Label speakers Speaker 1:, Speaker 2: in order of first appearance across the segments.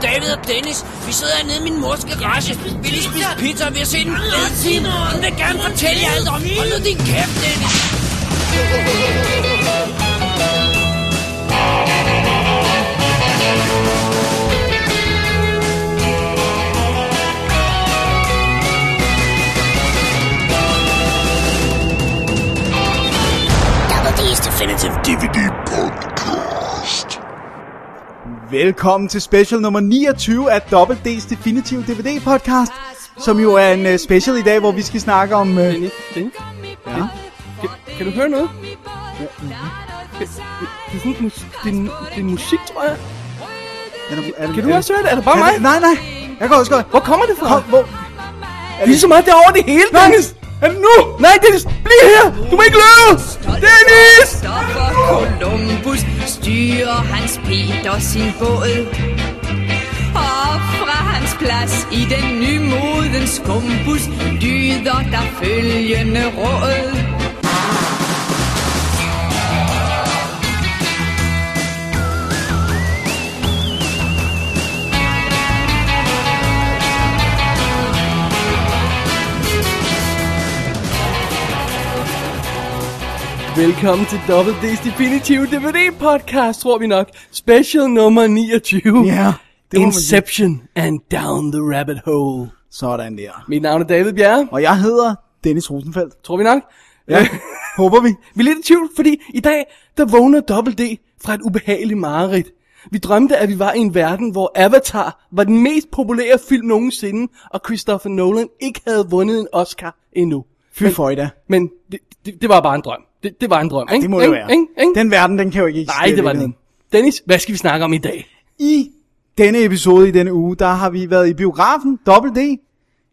Speaker 1: Dennis. Vi sidder hernede i min mors garage. Vi lige spise pizza, og vi har set en fed film. Hun vil gerne fortælle jer alt om. Hold nu din kæft, Dennis.
Speaker 2: Double D's Definitive DVD Podcast.
Speaker 3: Velkommen til special nummer 29 af Double D's Definitive DVD podcast, som jo er en øh, special i dag, hvor vi skal snakke om... øh,
Speaker 4: Dennis, Dennis,
Speaker 3: Ja.
Speaker 4: kan, kan du høre noget? mm. Det er sådan, mus- det er, en- det er en musik, tror jeg.
Speaker 3: Er du- er
Speaker 4: Kan
Speaker 3: er
Speaker 4: du også høre det? Er det bare
Speaker 3: er
Speaker 4: mig?
Speaker 3: det- Nej, nej. Jeg kan også godt.
Speaker 4: Hvor kommer det fra?
Speaker 3: Kom, hvor...
Speaker 4: Ligesom Det er så meget derovre det hele, Dennis!
Speaker 3: Er det nu?
Speaker 4: Nej, Dennis, bliv her! Du må ikke løbe! Dennis!
Speaker 5: Stopper Columbus styrer hans Peter sin båd Og fra hans plads i den nymodens skumbus Dyder der følgende råd
Speaker 4: Velkommen til Double D's Definitive DVD podcast, tror vi nok. Special nummer 29.
Speaker 3: Ja, det må man sige.
Speaker 4: Inception and Down the Rabbit Hole.
Speaker 3: Sådan der.
Speaker 4: Mit navn er David Bjerre,
Speaker 3: Og jeg hedder Dennis Rosenfeldt.
Speaker 4: tror vi nok.
Speaker 3: Ja, håber vi.
Speaker 4: Vi er lidt i tvivl, fordi i dag, der vågner Double D fra et ubehageligt mareridt. Vi drømte, at vi var i en verden, hvor Avatar var den mest populære film nogensinde, og Christopher Nolan ikke havde vundet en Oscar endnu.
Speaker 3: Fy for i dag.
Speaker 4: Men det, det, det var bare en drøm. Det, det var en drøm, ikke?
Speaker 3: Det må det
Speaker 4: Ikke?
Speaker 3: være.
Speaker 4: Ikke? Ikke?
Speaker 3: Den verden, den kan jo ikke eksistere.
Speaker 4: Nej, det var
Speaker 3: i
Speaker 4: den.
Speaker 3: virkeligheden.
Speaker 4: ikke. Dennis, hvad skal vi snakke om i dag?
Speaker 3: I denne episode i denne uge, der har vi været i biografen, Double D.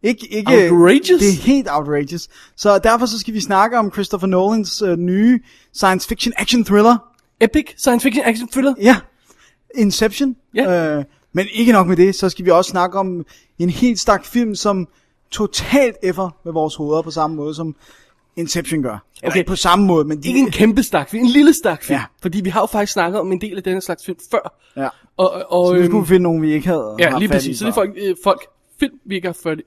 Speaker 3: Ikke, ikke,
Speaker 4: Outrageous.
Speaker 3: Det er helt outrageous. Så derfor så skal vi snakke om Christopher Nolans øh, nye science fiction action thriller.
Speaker 4: Epic science fiction action thriller?
Speaker 3: Ja, Inception.
Speaker 4: Ja.
Speaker 3: Øh, men ikke nok med det, så skal vi også snakke om en helt stak film, som totalt effer med vores hoveder på samme måde, som Inception gør. Eller
Speaker 4: Okay.
Speaker 3: ikke på samme måde, men de,
Speaker 4: Ikke en kæmpe stak film, en lille stak film.
Speaker 3: Ja.
Speaker 4: Ja. Fordi vi har jo faktisk snakket om en del af denne slags film før.
Speaker 3: Ja.
Speaker 4: Og, og, og,
Speaker 3: så vi skulle
Speaker 4: øhm,
Speaker 3: finde nogen, vi ikke havde
Speaker 4: Ja,
Speaker 3: haft
Speaker 4: lige
Speaker 3: fat i
Speaker 4: præcis. Så det er
Speaker 3: før.
Speaker 4: folk, øh, folk film, vi ikke har fat,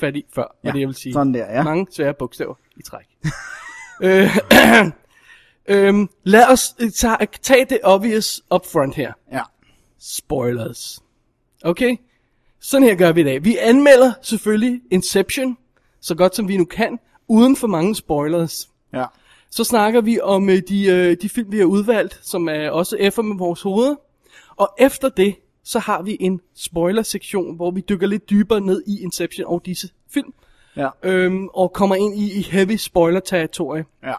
Speaker 4: fat i før, ja, det jeg vil sige.
Speaker 3: sådan der, ja.
Speaker 4: Mange svære bogstaver i træk. øh, øhm, lad os øh, tage, tage det obvious upfront her.
Speaker 3: Ja.
Speaker 4: Spoilers. Okay? Sådan her gør vi i dag. Vi anmelder selvfølgelig Inception, så godt som vi nu kan, uden for mange spoilers.
Speaker 3: ja.
Speaker 4: Så snakker vi om øh, de, øh, de film, vi har udvalgt, som er også F'er med vores hoveder. Og efter det, så har vi en spoiler-sektion, hvor vi dykker lidt dybere ned i Inception og disse film.
Speaker 3: Ja.
Speaker 4: Øhm, og kommer ind i, i heavy spoiler-territorie.
Speaker 3: Ja.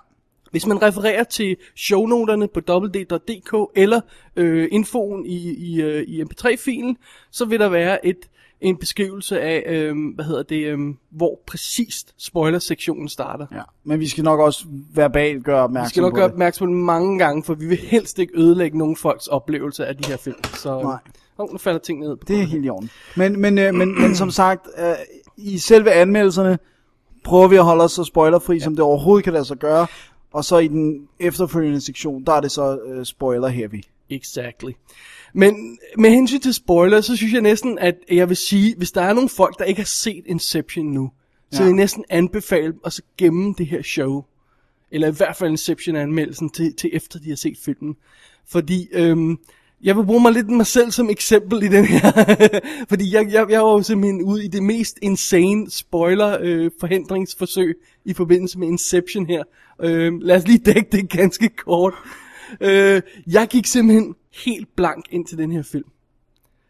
Speaker 4: Hvis man refererer til shownoterne på www.dk eller øh, infoen i, i, øh, i mp3-filen, så vil der være et en beskrivelse af, øhm, hvad hedder det, øhm, hvor præcist spoiler-sektionen starter.
Speaker 3: Ja, men vi skal nok også verbalt gøre
Speaker 4: Vi
Speaker 3: opmærksom
Speaker 4: skal nok
Speaker 3: på
Speaker 4: gøre
Speaker 3: det.
Speaker 4: opmærksom på det mange gange, for vi vil helst ikke ødelægge nogen folks oplevelse af de her film. Så
Speaker 3: Nej.
Speaker 4: Oh, nu falder tingene ned. På
Speaker 3: Det er
Speaker 4: gulvet.
Speaker 3: helt i orden. Men, men, øh, men, men som sagt, øh, i selve anmeldelserne prøver vi at holde os så spoilerfri, ja. som det overhovedet kan lade sig gøre. Og så i den efterfølgende sektion, der er det så øh, spoiler heavy.
Speaker 4: Exactly. Men med hensyn til spoiler, så synes jeg næsten, at jeg vil sige, hvis der er nogle folk, der ikke har set Inception nu, så
Speaker 3: Ja.
Speaker 4: vil jeg næsten anbefale dem at så gemme det her show. Eller i hvert fald Inception-anmeldelsen til, til efter de har set filmen. Fordi øhm, jeg vil bruge mig lidt mig selv som eksempel i den her. Fordi jeg, jeg, jeg var jo simpelthen ude i det mest insane spoiler-forhindringsforsøg i forbindelse med Inception her. Øhm, lad os lige dække det ganske kort. Øh, jeg gik simpelthen helt blank ind til den her film.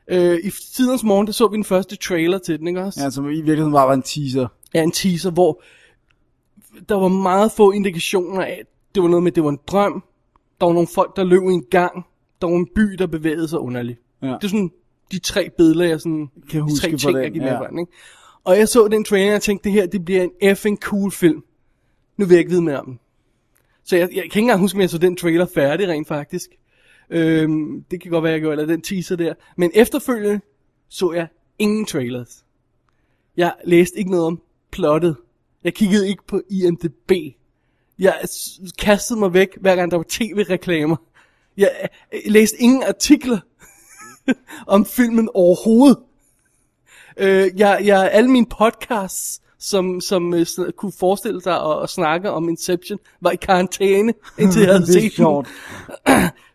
Speaker 4: Øh, I tidens morgen, der så vi den første trailer til den, ikke også?
Speaker 3: Ja, som Altså, i virkeligheden bare var en teaser.
Speaker 4: af en teaser, hvor der var meget få indikationer af, at det var noget med, at det var en drøm. Der var nogle folk, der løb i en gang. Der var en by, der bevægede sig underligt.
Speaker 3: Ja.
Speaker 4: Ja. Det er sådan de tre billeder, jeg sådan,
Speaker 3: Kan
Speaker 4: de
Speaker 3: huske
Speaker 4: tre
Speaker 3: på
Speaker 4: ting,
Speaker 3: den,
Speaker 4: jeg gik
Speaker 3: ja.
Speaker 4: med på, ikke? Og jeg så den trailer, og jeg tænkte, det her, det bliver en effing cool film. Nu vil jeg ikke vide mere om den. Så jeg, jeg kan ikke engang huske, om jeg så den trailer færdig rent faktisk. Øhm, det kan godt være, jeg gjorde, eller den teaser der. Men efterfølgende så jeg ingen trailers. Jeg læste ikke noget om plottet. Jeg kiggede ikke på IMDB. Jeg s- kastede mig væk, hver gang der var tv-reklamer. Jeg øh, læste ingen artikler. om filmen overhovedet. Øh, jeg, jeg, alle mine podcasts, som, som øh, sn- kunne forestille sig at, at snakke om Inception, var i karantæne, indtil jeg havde
Speaker 3: det er
Speaker 4: set den.
Speaker 3: sjovt.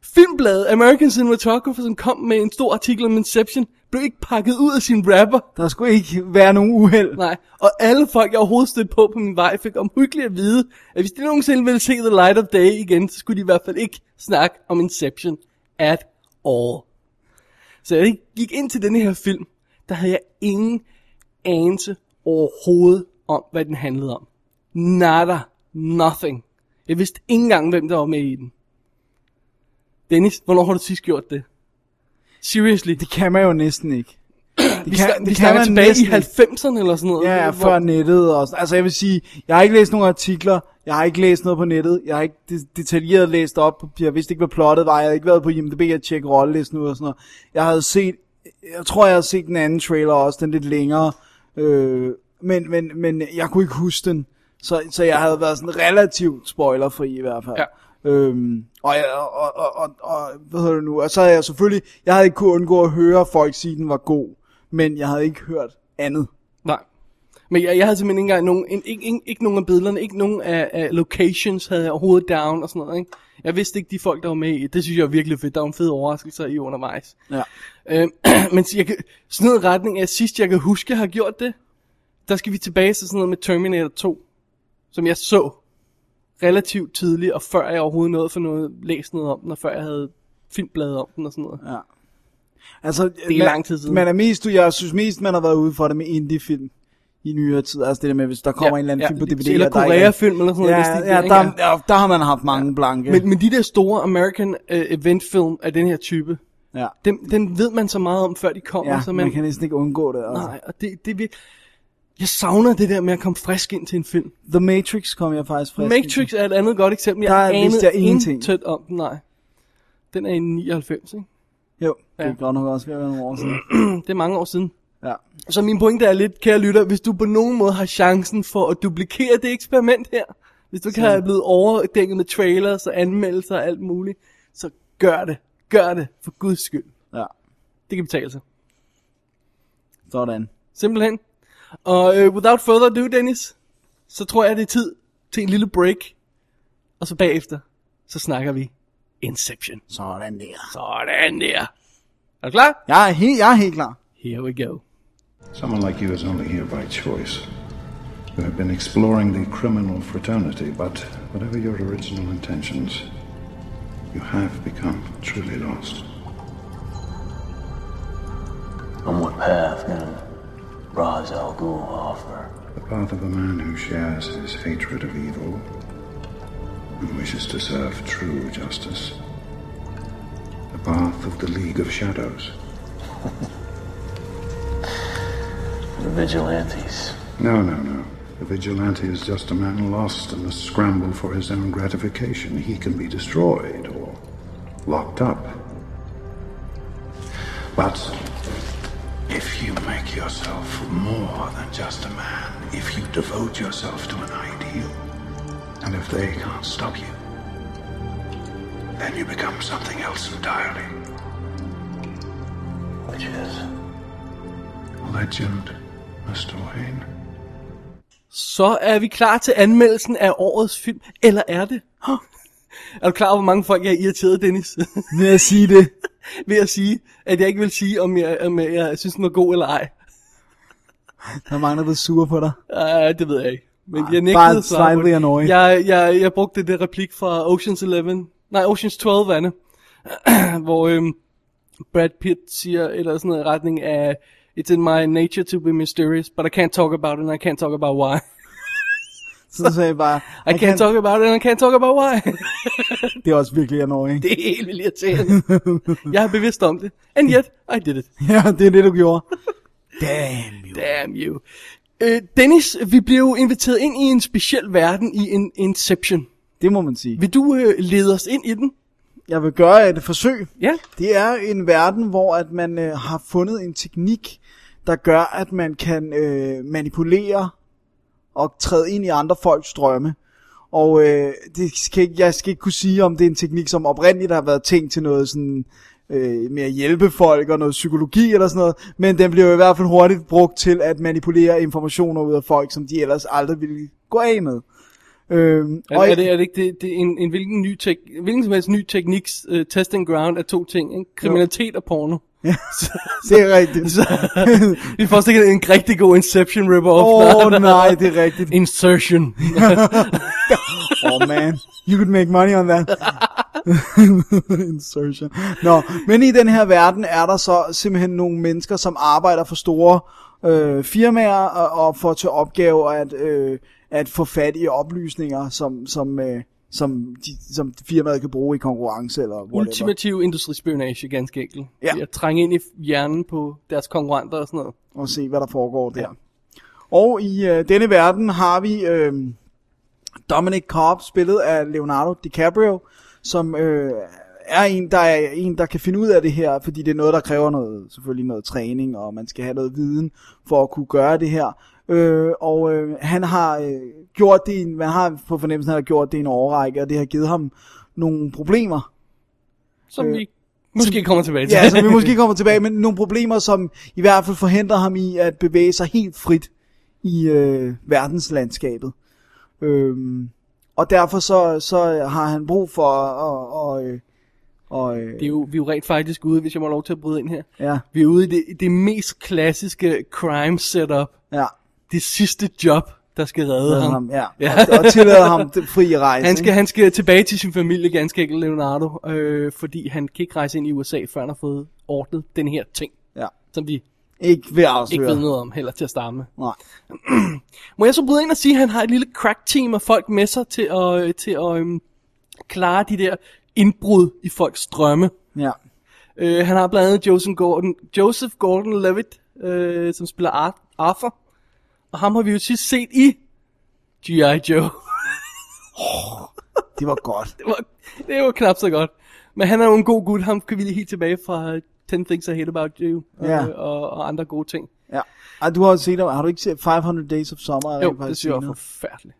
Speaker 4: Filmbladet American Cinematographer, som kom med en stor artikel om Inception, blev ikke pakket ud af sin rapper.
Speaker 3: Der skulle ikke være nogen uheld.
Speaker 4: Nej, og alle folk, jeg overhovedet stødte på på min vej, fik omhyggeligt at vide, at hvis de nogensinde ville se The Light of Day igen, så skulle de i hvert fald ikke snakke om Inception at all. Så jeg gik ind til denne her film, der havde jeg ingen anelse overhovedet om, hvad den handlede om. Nada, nothing. Jeg vidste ikke engang, hvem der var med i den. Dennis, hvornår har du sidst gjort det? Seriously.
Speaker 3: Det kan man jo næsten ikke. Det
Speaker 4: vi, snak- vi snakker tilbage i 90'erne eller sådan noget.
Speaker 3: Ja, ja,
Speaker 4: hvor-
Speaker 3: før nettet og sådan. Altså jeg vil sige, jeg har ikke læst nogen artikler, jeg har ikke læst noget på nettet, jeg har ikke det- detaljeret læst op, jeg vidste ikke, hvad plottet var, jeg havde ikke været på IMDb at tjekke rollelisten ud og sådan noget. Jeg havde set, jeg tror, jeg havde set den anden trailer også, den lidt længere, øh, men, men, men jeg kunne ikke huske den, så, så jeg havde været sådan relativt spoilerfri i hvert fald.
Speaker 4: Ja.
Speaker 3: Øhm, og, jeg, og, og, og, og, hvad hedder det nu? Og så havde jeg selvfølgelig, jeg havde ikke kunnet undgå at høre folk sige, at den var god, men jeg havde ikke hørt andet.
Speaker 4: Nej. Men jeg, jeg havde simpelthen ikke engang nogen, en, ikke, ikke, ikke nogen af billederne, ikke nogen af, af locations havde jeg overhovedet down og sådan noget, ikke? Jeg vidste ikke de folk, der var med i. Det synes jeg er virkelig fedt. Der var en fed overraskelse i undervejs.
Speaker 3: Ja.
Speaker 4: Øh, men jeg kan, sådan noget i retning af sidst, jeg kan huske, jeg har gjort det, der skal vi tilbage til sådan noget med Terminator 2, som jeg så relativt tidligt, og før jeg overhovedet nåede for noget, læst noget om den, og før jeg havde filmbladet om den og sådan noget.
Speaker 3: Ja. Altså, det
Speaker 4: er
Speaker 3: man,
Speaker 4: lang tid siden.
Speaker 3: Man er mest, jeg synes mest, man har været ude for det med indie-film i nyere tid. Altså det der med, hvis der kommer ja, en eller anden film på DVD.
Speaker 4: Eller
Speaker 3: og der er ikke en-
Speaker 4: Korea-film eller sådan
Speaker 3: Ja,
Speaker 4: noget. hvis det-
Speaker 3: ja,
Speaker 4: ikke?
Speaker 3: der, ja, der har man haft mange ja. blanke.
Speaker 4: Men, men de der store American uh, event film af den her type,
Speaker 3: ja,
Speaker 4: den, den ved man så meget om, før de kommer.
Speaker 3: ja
Speaker 4: så
Speaker 3: man, kan næsten ikke undgå det. Altså.
Speaker 4: Nej, og det, det er virkelig... Jeg savner det der med at komme frisk ind til en film.
Speaker 3: The Matrix kom jeg faktisk frisk.
Speaker 4: Matrix er et andet godt eksempel. Jeg
Speaker 3: Der
Speaker 4: anede
Speaker 3: vidste jeg ingenting.
Speaker 4: intet om den, nej. Den er i 99, ikke?
Speaker 3: Jo, det er
Speaker 4: Ja.
Speaker 3: ja. godt nok også ved at være nogle år siden.
Speaker 4: Det er mange år siden.
Speaker 3: Ja.
Speaker 4: Så min pointe er lidt, kære lytter, hvis du på nogen måde har chancen for at duplikere det eksperiment her, hvis du ikke har blevet overdækket med trailers og anmeldelser og alt muligt, så gør det. Gør det, for guds skyld.
Speaker 3: ja,
Speaker 4: Det kan betale sig.
Speaker 3: sådan.
Speaker 4: Simpelthen. Og øh, without further ado, Dennis, så tror jeg, det er tid til en lille break. Og så bagefter, så snakker vi Inception.
Speaker 3: Sådan der.
Speaker 4: Sådan der. Er du klar?
Speaker 3: Jeg er, helt, jeg er helt klar.
Speaker 4: Here we go.
Speaker 6: Someone like you is only here by choice. You have been exploring the criminal fraternity, but whatever your original intentions, you have become truly lost.
Speaker 7: On what path can Ra's al Ghul offer?
Speaker 6: The path of a man who shares his hatred of evil and wishes to serve true justice. The path of the League of Shadows.
Speaker 7: The vigilantes.
Speaker 6: No, no, no. The vigilante is just a man lost in the scramble for his own gratification. He can be destroyed or locked up. But if you make yourself more than just a man, if you devote yourself to an ideal, and if they can't stop you, then you become something else entirely.
Speaker 7: Which is.
Speaker 6: Legend, Mr. Wayne.
Speaker 4: Så er vi klar til anmeldelsen af årets film. Eller er det? er du klar over, hvor mange folk jeg har irriteret, Dennis?
Speaker 3: Vil jeg sige det?
Speaker 4: Ved at sige, at jeg ikke vil sige, om jeg, om jeg, jeg synes, den var god eller ej.
Speaker 3: Der er mange, der er blevet sure på dig.
Speaker 4: Uh, det ved jeg ikke. Men jeg
Speaker 3: bare
Speaker 4: nægtede at svare på
Speaker 3: slightly
Speaker 4: det.
Speaker 3: annoying.
Speaker 4: Jeg, jeg, jeg brugte det replik fra Ocean's 11. Nej, Ocean's 12, Anne. hvor øhm, Brad Pitt siger et eller sådan noget i retning af... It's in my nature to be mysterious, but I can't talk about it, and I can't talk about why.
Speaker 3: Så sagde jeg bare,
Speaker 4: I can't talk about it, and I can't talk about why.
Speaker 3: det er også virkelig annoying.
Speaker 4: det er helt vildt irriterende. jeg er bevidst om det. And yet, I did it.
Speaker 3: Ja, det er det, du gjorde. Damn you.
Speaker 4: Damn you. Øh, Dennis, vi blev jo inviteret ind i en speciel verden i en Inception.
Speaker 3: Det må man sige.
Speaker 4: Vil du øh, lede os ind i den?
Speaker 3: Jeg vil gøre et forsøg.
Speaker 4: Ja.
Speaker 3: Det er en verden, hvor at man øh, har fundet en teknik, der gør, at man kan øh, manipulere og træde ind i andre folks drømme. Og øh, det skal ikke, jeg skal ikke kunne sige, om det er en teknik, som oprindeligt har været tænkt til noget sådan øh, med at hjælpe folk og noget psykologi eller sådan noget, men den bliver jo i hvert fald hurtigt brugt til at manipulere informationer ud af folk, som de ellers aldrig ville gå af med. Øhm,
Speaker 4: Er, er, det, er det ikke det, det er en, en hvilken, ny tek, hvilken som helst ny tekniks uh, testing ground er to ting, ikke? kriminalitet og porno.
Speaker 3: det er rigtigt.
Speaker 4: Så, vi får sikkert en rigtig god Inception rip-off.
Speaker 3: Åh oh, nej, det er rigtigt.
Speaker 4: Insertion.
Speaker 3: oh man, you could make money on that. Insertion. Nå, men i den her verden er der så simpelthen nogle mennesker, som arbejder for store øh, firmaer og, og får til opgave at, øh, at få fat i oplysninger, som, som, øh, som, de, som firmaet kan bruge i konkurrence eller whatever.
Speaker 4: Ultimativ industrispionage, ganske enkelt.
Speaker 3: Ja.
Speaker 4: Ja. At trænge ind i hjernen på deres konkurrenter og sådan noget.
Speaker 3: og se, hvad der foregår der. Ja. Og i øh, denne verden har vi øh, Dominic Cobb, spillet af Leonardo DiCaprio, som øh, er en der, er en, der kan finde ud af det her, fordi det er noget, der kræver noget, selvfølgelig noget træning, og man skal have noget viden for at kunne gøre det her. Øh, og øh, han har øh, gjort det, i en- man har på fornemmelsen, at han har gjort det i en årrække, og det har givet ham nogle problemer,
Speaker 4: Som øh. vi måske kommer tilbage til.
Speaker 3: Ja, som vi måske kommer tilbage med nogle problemer, som i hvert fald forhindrer ham i at bevæge sig helt frit i øh, verdenslandskabet. Øhm, og derfor så, så har han brug for at... Og, øh, og, øh,
Speaker 4: Det er jo, vi er jo rent faktisk ude, hvis jeg må have lov til at bryde ind her.
Speaker 3: ja,
Speaker 4: Vi er ude i det, det mest klassiske crime setup.
Speaker 3: ja,
Speaker 4: Det sidste job, der skal redde ham.
Speaker 3: ham, ja. Og, og tillader ham det fri rejse.
Speaker 4: Han
Speaker 3: Altså,
Speaker 4: skal,
Speaker 3: ikke?
Speaker 4: han skal tilbage til sin familie, ganske enkelt Leonardo, øh, fordi han kan ikke rejse ind i USA, før han har fået ordnet den her ting,
Speaker 3: Ja.
Speaker 4: som vi
Speaker 3: Ikke ved at
Speaker 4: ikke
Speaker 3: afsløre.
Speaker 4: ved noget om heller til at starte med.
Speaker 3: Nej.
Speaker 4: Må jeg så bryde ind og sige, at han har et lille crack-team af folk med sig til at, til at øhm, klare de der indbrud i folks drømme.
Speaker 3: Ja.
Speaker 4: Øh, han har blandt andet Joseph Gordon, Joseph Gordon Levitt, øh, som spiller Ar- Arthur. Og ham har vi jo sidst set i G.I. Joe.
Speaker 3: Det var godt.
Speaker 4: det, var, det var knap så godt. Men han er jo en god gut. Ham kan vi lige helt tilbage fra øh, 10 Things I Hate About You og,
Speaker 3: Ja.
Speaker 4: og, og andre gode ting.
Speaker 3: Ja. Ej, du har jo set, har du ikke set 500 Days of Summer? Er rent
Speaker 4: Jo, det
Speaker 3: faktisk
Speaker 4: synes jeg var
Speaker 3: senere?
Speaker 4: forfærdeligt.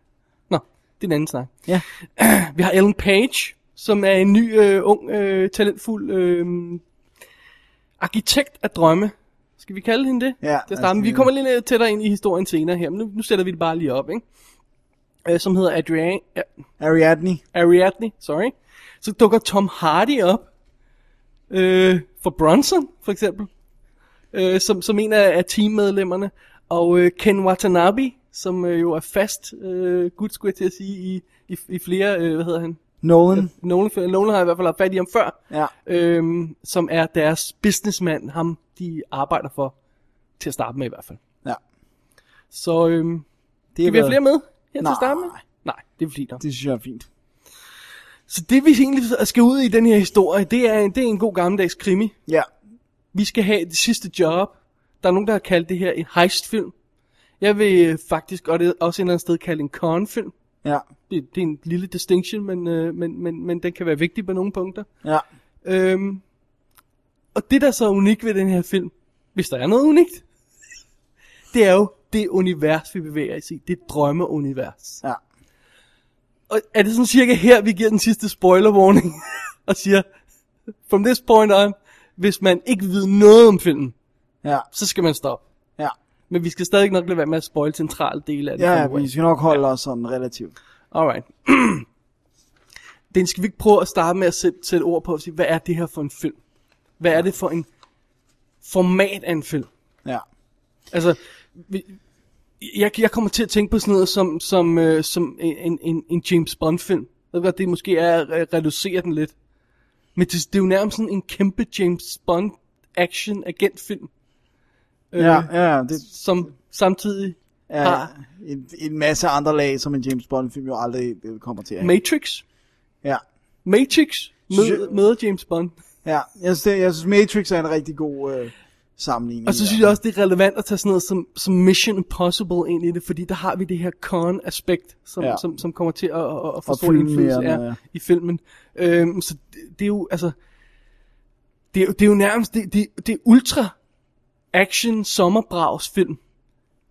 Speaker 4: Nå, det er en anden snak.
Speaker 3: Ja.
Speaker 4: Vi har Ellen Page, som er en ny, øh, ung, øh, talentfuld øh, arkitekt af drømme. Skal vi kalde hende det?
Speaker 3: Ja,
Speaker 4: Til at
Speaker 3: altså,
Speaker 4: starte med. Vi
Speaker 3: det-
Speaker 4: kommer lidt øh, tættere ind i historien senere her, men nu, nu sætter vi det bare lige op, ikke? Øh, som hedder Adrian, ja,
Speaker 3: Ariadne.
Speaker 4: Ariadne, sorry. Så dukker Tom Hardy op øh, for Bronson, for eksempel, øh, som, som en af, af teammedlemmerne. Og øh, Ken Watanabe, som øh, jo er fast, øh, gud skulle jeg til at sige, i, i, i flere, øh, hvad hedder han?
Speaker 3: Nolan.
Speaker 4: Nolan, Nolan har i hvert fald haft fat i ham før,
Speaker 3: Ja.
Speaker 4: øhm, som er deres businessman, ham de arbejder for, til at starte med i hvert fald.
Speaker 3: Ja.
Speaker 4: Så øhm,
Speaker 3: Det
Speaker 4: kan vi have flere med her til
Speaker 3: Nej.
Speaker 4: at starte med? Nej, det er fordi, der
Speaker 3: Det synes jeg er fint.
Speaker 4: så det vi egentlig skal ud i den her historie, det er, det er en god gammeldags krimi.
Speaker 3: Ja.
Speaker 4: Vi skal have det sidste job. Der er nogen, der har kaldt det her en heistfilm. Jeg vil øh, faktisk godt øh, også et eller andet sted kalde en confilm.
Speaker 3: Ja.
Speaker 4: Det, det er en lille distinction, men, øh, men, men, men den kan være vigtig på nogle punkter.
Speaker 3: Ja.
Speaker 4: Øhm, og det, der så er unikt ved den her film, hvis der er noget unikt, det er jo det univers, vi bevæger os i. Det drømmeunivers.
Speaker 3: Ja.
Speaker 4: Og er det sådan cirka her, vi giver den sidste spoiler warning, og siger, from this point on, hvis man ikke ved noget om filmen,
Speaker 3: Ja.
Speaker 4: så skal man stoppe.
Speaker 3: Ja.
Speaker 4: Men vi skal stadig nok lade være med at spoil centrale dele af det.
Speaker 3: Ja,
Speaker 4: fra
Speaker 3: ja,
Speaker 4: nu af.
Speaker 3: vi skal nok holde os sådan relativt.
Speaker 4: Alright. Den skal vi ikke prøve at starte med at sætte, sætte ord på og sige, hvad er det her for en film? Hvad er det for en format af en film?
Speaker 3: Ja.
Speaker 4: Altså, vi, jeg, jeg kommer til at tænke på sådan noget som, som, øh, som en- en, en, en James Bond-film. Jeg ved godt, det måske er at re- reducere den lidt. Men det, det er jo nærmest sådan en kæmpe James Bond action agentfilm,
Speaker 3: Ja, ja, det
Speaker 4: som samtidig
Speaker 3: er
Speaker 4: har
Speaker 3: en, en masse andre lag, som en James Bond-film jo aldrig øh, kommer til at have.
Speaker 4: Matrix.
Speaker 3: Ja.
Speaker 4: Matrix
Speaker 3: Synes
Speaker 4: med,
Speaker 3: jeg-
Speaker 4: med James Bond.
Speaker 3: Ja, jeg synes, det- jeg synes Matrix er en rigtig god øh, sammenligning.
Speaker 4: Og så synes jeg også, det er relevant at tage sådan noget som, som Mission Impossible ind i det, fordi der har vi det her con-aspekt, som,
Speaker 3: Ja.
Speaker 4: ja. som, som kommer til at, at, at få
Speaker 3: Og
Speaker 4: stor
Speaker 3: fylde
Speaker 4: indflydelse
Speaker 3: mere,
Speaker 4: af,
Speaker 3: ja.
Speaker 4: ja. i filmen. Øhm, så det, det er jo, altså, det er, jo- det er jo nærmest, det, det, det er ultra action sommerbragsfilm,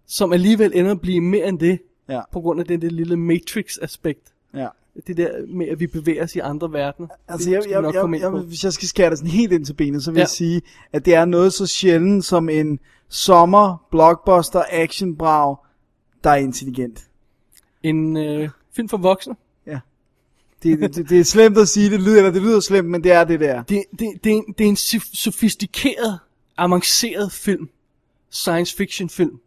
Speaker 4: som alligevel ender at blive mere end det,
Speaker 3: Ja.
Speaker 4: på grund af det, det lille Matrix-aspekt,
Speaker 3: Ja.
Speaker 4: det der med, at vi bevæger os i andre verdener.
Speaker 3: Altså,
Speaker 4: Det
Speaker 3: jeg,
Speaker 4: skal vi
Speaker 3: jeg,
Speaker 4: nok
Speaker 3: jeg,
Speaker 4: komme
Speaker 3: jeg,
Speaker 4: ind på.
Speaker 3: jeg, hvis jeg skal skære det sådan helt ind til benet, så vil
Speaker 4: Ja.
Speaker 3: ja. jeg sige, at det er noget så sjældent som en sommer blockbuster actionbrag, der er intelligent.
Speaker 4: En øh, film for voksne.
Speaker 3: Det, det, det, det er slemt at sige, det lyder, eller det lyder slemt, men det er det der.
Speaker 4: Det, det, det, er, en, det er en sof- sofistikeret, avanceret film. Science fiction film.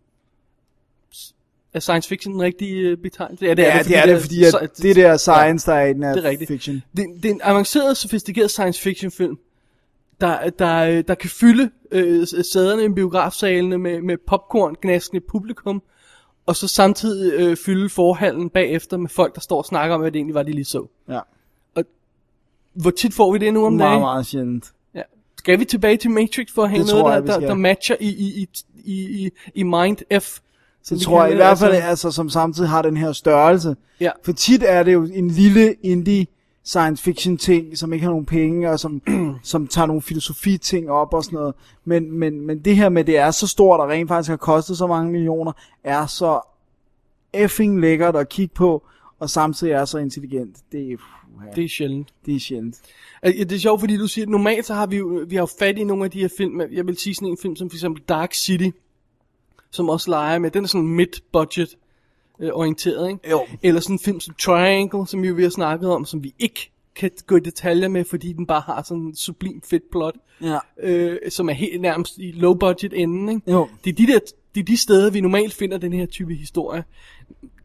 Speaker 4: S- Er science fiction den rigtige øh, betegnelse? Ja, det
Speaker 3: Ja, det er det, fordi at
Speaker 4: sci-
Speaker 3: det der science, der er i den
Speaker 4: det er
Speaker 3: er
Speaker 4: rigtigt.
Speaker 3: fiction.
Speaker 4: Det, det er en avanceret, sofistikeret science fiction film, der, der, øh, der kan fylde øh, s- sæderne i biografsalene med, med popcorn, gnaskende publikum, og så samtidig øh, fylde forhallen bagefter med folk, der står og snakker om, hvad det egentlig var, de lige så.
Speaker 3: Ja,
Speaker 4: Hvor tit får vi det nu om
Speaker 3: meget,
Speaker 4: dagen?
Speaker 3: meget sjældent.
Speaker 4: Ja. Skal vi tilbage til Matrix for at hænge
Speaker 3: Det
Speaker 4: noget,
Speaker 3: tror
Speaker 4: der,
Speaker 3: jeg, vi
Speaker 4: der,
Speaker 3: skal.
Speaker 4: der matcher i, i, i, i, i, i Mind F? Så
Speaker 3: Det
Speaker 4: vi
Speaker 3: tror
Speaker 4: kan-
Speaker 3: jeg i hvert fald, altså, som samtidig har den her størrelse.
Speaker 4: Ja.
Speaker 3: For tit er det jo en lille indie science fiction ting, som ikke har nogen penge, og som, som tager nogle filosofi ting op og sådan noget. Men, men, men det her med, det er så stort, og rent faktisk har kostet så mange millioner, er så effing lækkert at kigge på, og samtidig er så intelligent. Det er, puha,
Speaker 4: Det er sjældent.
Speaker 3: det er sjældent.
Speaker 4: Altså, ja, Det er sjovt, fordi du siger, at normalt så har vi jo, vi har jo fat i nogle af de her film. Jeg vil sige sådan en film som for eksempel Dark City, som også leger med. Den er sådan mid-budget øh, orienteret, ikke?
Speaker 3: Jo.
Speaker 4: Eller sådan en film som Triangle, som vi jo vi har snakket om, som vi ikke kan gå i detaljer med, fordi den bare har sådan en sublim fedt plot,
Speaker 3: Ja.
Speaker 4: øh, som er helt nærmest i low budget enden, ikke?
Speaker 3: Jo.
Speaker 4: Det er de der det er de steder, vi normalt finder den her type historie.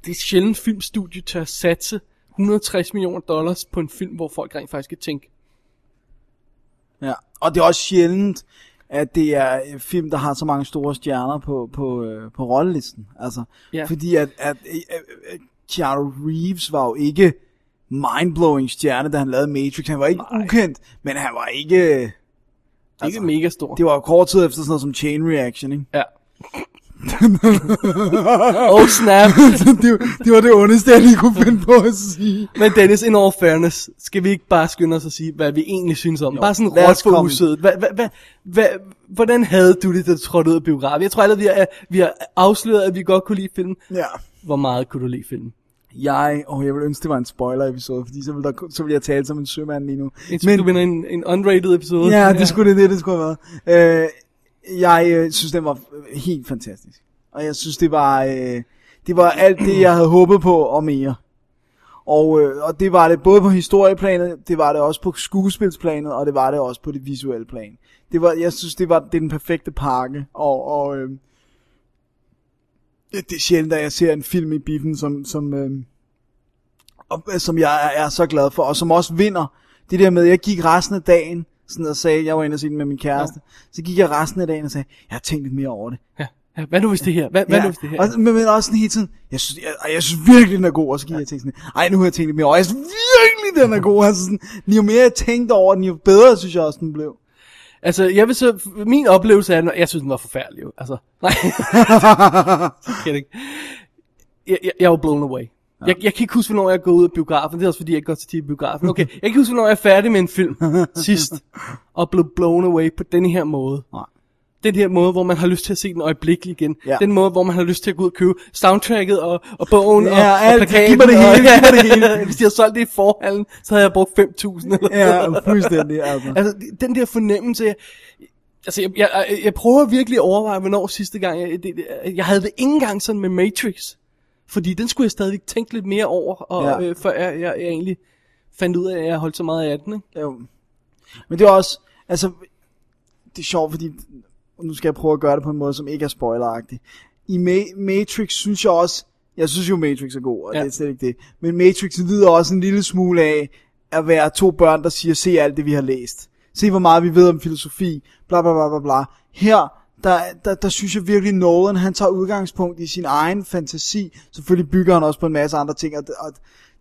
Speaker 4: Det er sjældent filmstudie til at satse 160 millioner dollars på en film, hvor folk rent faktisk kan tænke,
Speaker 3: Ja, og det er også sjældent, at det er øh, film, der har så mange store stjerner på, på, øh, på rollelisten. Altså,
Speaker 4: Ja.
Speaker 3: ja. Fordi at, at øh, øh, øh, Keanu Reeves var jo ikke mindblowing stjerne, da han lavede Matrix. Han var ikke Nej. ukendt, men han var ikke... øh,
Speaker 4: det er ikke mega stor.
Speaker 3: Altså. Det var jo kort tid efter sådan noget som Chain Reaction, ikke?
Speaker 4: Ja. oh snap.
Speaker 3: det, var- det var det ondeste, jeg lige kunne finde på at sige.
Speaker 4: Men Dennis, in all fairness, skal vi ikke bare skynde os at sige, hvad vi egentlig synes om? Jo, bare sådan
Speaker 3: lad
Speaker 4: råt
Speaker 3: os
Speaker 4: for
Speaker 3: komme.
Speaker 4: usødet. Hva, hva, hva, hva, hvordan havde du det, da du trådte ud af biografen? Jeg tror allerede, vi har, vi har afsløret, at vi godt kunne lide filmen.
Speaker 3: Ja.
Speaker 4: Hvor meget kunne du lide filmen?
Speaker 3: Jeg, og jeg vil ønske, det var en spoiler-episode, fordi så ville, der, så ville jeg tale som en sømand lige nu.
Speaker 4: Indtil du vinder en, en unrated episode.
Speaker 3: Ja, det skulle det, det, det skulle have været. Øh, jeg øh, synes, den var øh, helt fantastisk. Og jeg synes, det var, øh, det var alt det, jeg havde håbet på og mere. Og, øh, og det var det både på historieplanet, det var det også på skuespilsplanet, og det var det også på det visuelle plan. Det var, jeg synes, det var det er den perfekte pakke, og, og øh, det det er sjældent, at jeg ser en film i biffen, som, som, øh, og, øh, som jeg er, er så glad for, og som også vinder. Det der med, at jeg gik resten af dagen, sådan og sagde, jeg var inde og se den med min kæreste, ja. så gik jeg resten af dagen og sagde, jeg har tænkt lidt mere over det.
Speaker 4: Ja. ja. Hvad nu hvis det her? Hvad, hvad nu hvis det her?
Speaker 3: Og, men, men også sådan hele tiden, jeg synes, jeg, ej, jeg synes virkelig, den er god, og så gik ja. jeg og tænkte sådan, ej, nu har jeg tænkt lidt mere over, jeg synes virkelig, den er god. Altså sådan, jo mere jeg tænkte over den, jo bedre synes jeg også, den blev.
Speaker 4: Altså, jeg vil så, min oplevelse af den, jeg synes, den var forfærdelig. jo. Altså, nej. Kidding. Jeg, jeg, jeg var blown away. Ja. Jeg, jeg kan ikke huske, hvornår jeg går ud af biografen. Det er også, fordi jeg ikke går til tit i biografen. Okay, jeg kan ikke huske, hvornår jeg er færdig med en film sidst, og blev blown away på den her måde.
Speaker 3: Nej.
Speaker 4: Den her måde, hvor man har lyst til at se den øjeblikkeligt igen.
Speaker 3: Ja.
Speaker 4: Den måde, hvor man har lyst til at gå ud og købe soundtracket og, og bogen
Speaker 3: Ja,
Speaker 4: og, og
Speaker 3: alt.
Speaker 4: plakaten.
Speaker 3: Giv mig det hele,
Speaker 4: og,
Speaker 3: giv mig det hele.
Speaker 4: Hvis jeg havde solgt det i forhallen, så havde jeg brugt 5.000 eller
Speaker 3: Ja, um, fuldstændig, altså.
Speaker 4: Altså, det- den der fornemmelse, jeg, altså, jeg, jeg, jeg- jeg prøver virkelig at overveje, hvornår sidste gang, jeg, det, det- jeg havde det ikke engang sådan med Matrix, fordi den skulle jeg stadig tænke lidt mere over, og, ja.
Speaker 3: Ja.
Speaker 4: øh, før jeg, jeg, jeg egentlig fandt ud af, at jeg holdt så meget af den, ikke?
Speaker 3: Jo. Men det er også, altså, det er sjovt, fordi nu skal jeg prøve at gøre det på en måde, som ikke er spoileragtig. I Ma- Matrix synes jeg også, jeg synes jo Matrix er god, og
Speaker 4: Ja.
Speaker 3: ja. det er slet ikke det. Men Matrix lider også en lille smule af at være to børn, der siger, se alt det vi har læst. Se hvor meget vi ved om filosofi, bla bla bla bla bla. Her, der, der, der synes jeg virkelig Nolan, han tager udgangspunkt i sin egen fantasi. Selvfølgelig bygger han også på en masse andre ting, og, og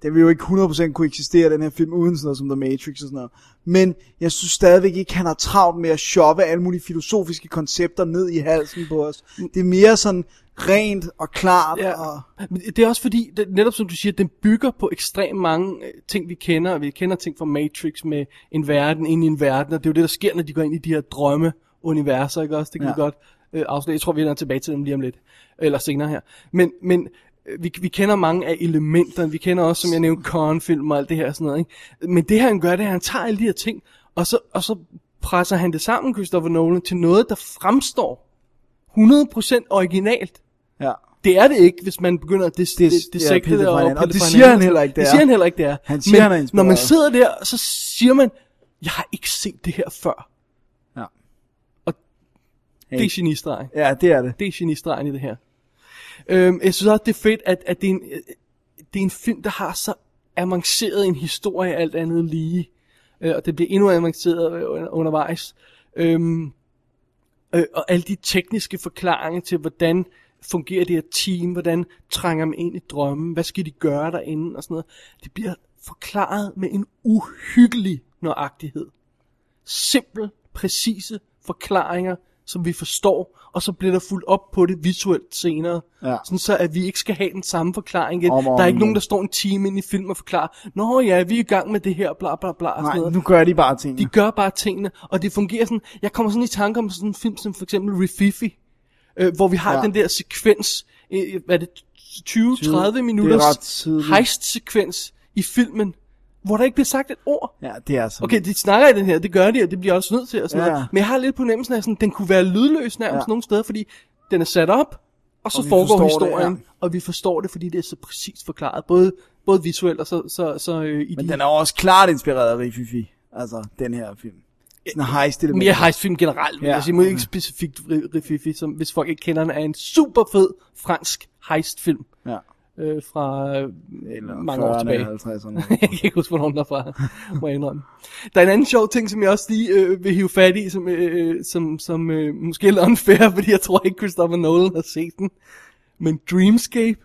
Speaker 3: den vil jo ikke 100% kunne eksistere, den her film, uden sådan noget som The Matrix og sådan noget. Men jeg synes stadigvæk ikke, han har travlt med at shoppe alle mulige filosofiske koncepter ned i halsen på os. Det er mere sådan rent og klart. Ja. Og,
Speaker 4: Men det er også fordi, det, netop som du siger, den bygger på ekstremt mange øh, ting, vi kender. Vi kender ting fra Matrix med en verden ind i en verden, og det er jo det, der sker, når de går ind i de her drømme-universer, ikke også? Det kan ja.
Speaker 3: Ja.
Speaker 4: vi godt øh, afsløre. Jeg tror, vi vender tilbage til dem lige om lidt, eller senere her. Men, men øh, vi, vi kender mange af elementerne, vi kender også, som jeg nævnte, kornfilm og alt det her og sådan noget, ikke? Men det han gør, det er, at han tager alle de her ting, og så, og så presser han det sammen, Christopher Nolan, til noget, der fremstår 100% originalt.
Speaker 3: Ja.
Speaker 4: Det er det ikke, hvis man begynder at dis,
Speaker 3: Des-
Speaker 4: dis,
Speaker 3: ja,
Speaker 4: dissekte
Speaker 3: pille
Speaker 4: det
Speaker 3: fra
Speaker 4: og,
Speaker 3: hinanden. Og
Speaker 4: pille
Speaker 3: det
Speaker 4: fra
Speaker 3: siger
Speaker 4: hinanden.
Speaker 3: han heller ikke, det
Speaker 4: det
Speaker 3: er.
Speaker 4: siger han heller ikke, det er.
Speaker 3: Han siger,
Speaker 4: Men
Speaker 3: han er inspireret.
Speaker 4: når man sidder der, så siger man, jeg har ikke set det her før.
Speaker 3: Ja.
Speaker 4: Og hey. det er genistregen.
Speaker 3: Ja, det er det.
Speaker 4: Det er genistregen i det her. Øhm, jeg synes også, det er fedt, at, at det, er en, øh, det er en film, der har så avanceret en historie, alt andet lige. Øh, og det bliver endnu avanceret øh, under- undervejs. Øhm, øh, og alle de tekniske forklaringer til, hvordan fungerer det her team, hvordan trænger man ind i drømmen, hvad skal de gøre derinde og sådan noget. Det bliver forklaret med en uhyggelig nøjagtighed simple, præcise forklaringer, som vi forstår, og så bliver der fuldt op på det visuelt senere.
Speaker 3: Ja.
Speaker 4: Sådan så, at vi ikke skal have den samme forklaring igen.
Speaker 3: Om og
Speaker 4: der
Speaker 3: om
Speaker 4: er ikke nogen,
Speaker 3: igen.
Speaker 4: der står en time inde i film og forklarer, Nå ja, vi er i gang med det her, bla bla bla. og sådan
Speaker 3: Nej,
Speaker 4: noget.
Speaker 3: nu gør de bare ting.
Speaker 4: De gør bare tingene, og det fungerer sådan, jeg kommer sådan i tanke om sådan en film som for eksempel Refifi, øh, hvor vi har
Speaker 3: Ja.
Speaker 4: ja. den der sekvens, øh, hvad er det, 20-30
Speaker 3: ret
Speaker 4: minutters
Speaker 3: tidligt.
Speaker 4: heist-sekvens i filmen, hvor der ikke bliver sagt et ord.
Speaker 3: Ja, det er sådan.
Speaker 4: Okay, de snakker i den her, det gør de, og det bliver jeg også nødt til. Og sådan
Speaker 3: Ja.
Speaker 4: ja. noget. Men jeg har lidt på nemmelsen af, sådan, den kunne være lydløs nærmest
Speaker 3: Ja.
Speaker 4: ja. nogle steder, fordi den er sat op, og så
Speaker 3: Og vi
Speaker 4: og foregår
Speaker 3: forstår det, ja.
Speaker 4: historien, det, ja. og vi forstår det, fordi det er så præcist forklaret, både, både visuelt og så, så, så øh, i
Speaker 3: Men
Speaker 4: de
Speaker 3: den er også klart inspireret af Rififi. Altså, den her film. Sådan en heist element.
Speaker 4: mere heistfilm generelt, vil
Speaker 3: Ja.
Speaker 4: ja. jeg sige, men ikke specifikt Ri- Rififi, som hvis folk ikke kender den, er en super fed fransk heistfilm
Speaker 3: Ja.
Speaker 4: øh, fra øh,
Speaker 3: Eller
Speaker 4: mange år
Speaker 3: 40'erne,
Speaker 4: tilbage.
Speaker 3: 50'erne.
Speaker 4: jeg kan ikke huske, hvornår den er fra, må jeg indrømme. Der er en anden sjov ting, som jeg også lige øh, vil hive fat i, som, øh, som, som øh, måske er lidt unfair, fordi jeg tror ikke, Christopher Nolan har set den. Men Dreamscape.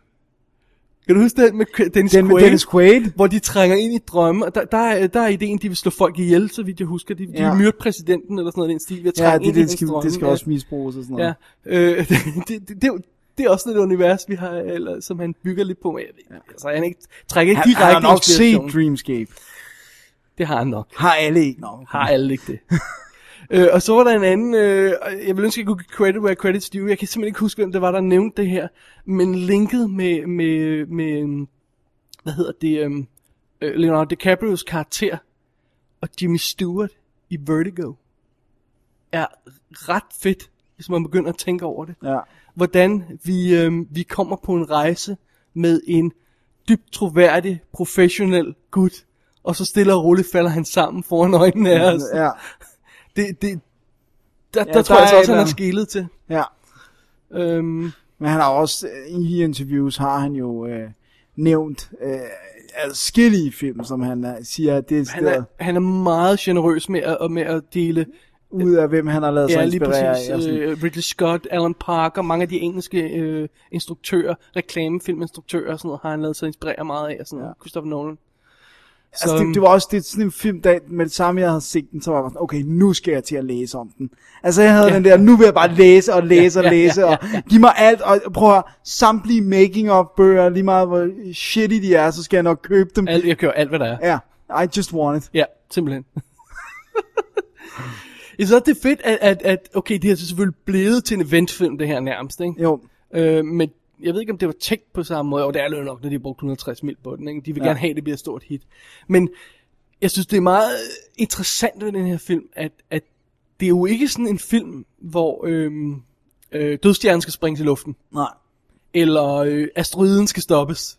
Speaker 4: Kan du huske den med K- Dennis
Speaker 3: Den med
Speaker 4: Quaid?
Speaker 3: Dennis Quaid.
Speaker 4: Hvor de trænger ind i drømme, og der, der, er, der er ideen, de vil slå folk ihjel, så vidt jeg husker. De, de
Speaker 3: Ja.
Speaker 4: ja. myrde præsidenten eller sådan noget, i den stil, ved at trænge
Speaker 3: Ja, det,
Speaker 4: ind i
Speaker 3: det,
Speaker 4: hans
Speaker 3: skal,
Speaker 4: drømme.
Speaker 3: det skal
Speaker 4: Ja.
Speaker 3: også misbruges og sådan noget.
Speaker 4: Ja, øh, det, det, det, det, er jo- det er også lidt et univers, vi har, eller, som han bygger lidt på med. Ja. Altså, han ikke, trækker ikke
Speaker 3: Han,
Speaker 4: direkte
Speaker 3: han har nok set
Speaker 4: inspiration.
Speaker 3: Dreamscape.
Speaker 4: Det har han nok.
Speaker 3: Har alle ikke? Nå, okay.
Speaker 4: Har alle ikke det. øh, og så var der en anden, øh, og jeg vil ønske, at jeg kunne give credit where credit's due. Jeg kan simpelthen ikke huske, hvem det var, der nævnte det her. Men linket med, med, med øhm, hvad hedder det, øhm, øh, Leonardo DiCaprios karakter og Jimmy Stewart i Vertigo er ret fedt, hvis man begynder at tænke over det
Speaker 3: Ja.
Speaker 4: hvordan vi, øh, vi kommer på en rejse med en dybt troværdig, professionel gut, og så stille og roligt falder han sammen foran øjnene af os.
Speaker 3: Ja.
Speaker 4: Det, det, der, ja,
Speaker 3: der
Speaker 4: der tror jeg
Speaker 3: er
Speaker 4: altså
Speaker 3: et eller
Speaker 4: også, han har
Speaker 3: andet.
Speaker 4: skælet til.
Speaker 3: ja.
Speaker 4: Øhm,
Speaker 3: Men han har også, øh, i interviews har han jo øh, nævnt øh, adskillige film, som han øh, siger, at det er
Speaker 4: han, er,
Speaker 3: stedet
Speaker 4: han er meget generøs med at, og med at dele
Speaker 3: ud af, hvem han har lavet sig
Speaker 4: ja, lige
Speaker 3: inspirere af.
Speaker 4: præcis,
Speaker 3: og sådan.
Speaker 4: øh, Ridley Scott, Alan Parker, mange af de engelske øh, instruktører, reklamefilminstruktører og sådan noget, har han lavet sig inspirere meget af, og sådan ja. noget, Christopher Nolan.
Speaker 3: Altså, det, det var også det, er sådan en film, der med det samme, jeg havde set den, så var jeg bare sådan, okay, nu skal jeg til at læse om den. Altså, jeg havde ja. den der, nu vil jeg bare læse og læse ja, og
Speaker 4: ja,
Speaker 3: læse, ja, ja, ja. og give mig alt, og prøv at høre, samtlige making of bøger, lige meget hvor shitty de er, så skal jeg nok købe dem.
Speaker 4: Alt, jeg kører alt, hvad der er.
Speaker 3: Ja, I just want it.
Speaker 4: Ja, simpelthen. Jeg synes også, det er fedt, at, at, at okay, det her er selvfølgelig blevet til en eventfilm, det her nærmest, ikke?
Speaker 3: Jo,
Speaker 4: Øh, men jeg ved ikke, om det var tænkt på samme måde, og det er det jo nok, når de har brugt 160 mil på den, ikke? De vil
Speaker 3: Ja.
Speaker 4: ja. gerne have, at det bliver et stort hit. Men jeg synes, det er meget interessant ved den her film, at, at det er jo ikke sådan en film, hvor øhm, øh, dødstjernen skal springes i luften,
Speaker 3: nej.
Speaker 4: eller øh, asteroiden skal stoppes,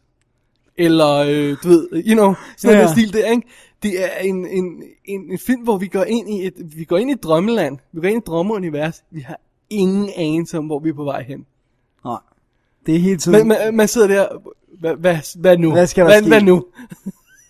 Speaker 4: eller øh, du ved, you know, sådan
Speaker 3: Ja.
Speaker 4: ja. en stil der, ikke? Det er en, en, en, en film, hvor vi går ind i et, vi går ind i et drømmeland, vi går ind i et drømmeunivers, vi har ingen anelse om, hvor vi er på vej hen.
Speaker 3: Mm. Nej. Det er hele tiden...
Speaker 4: Men man, man sidder der, hvad, hvad, hvad nu?
Speaker 3: Hvad skal der
Speaker 4: hvad,
Speaker 3: ske?
Speaker 4: Hvad nu?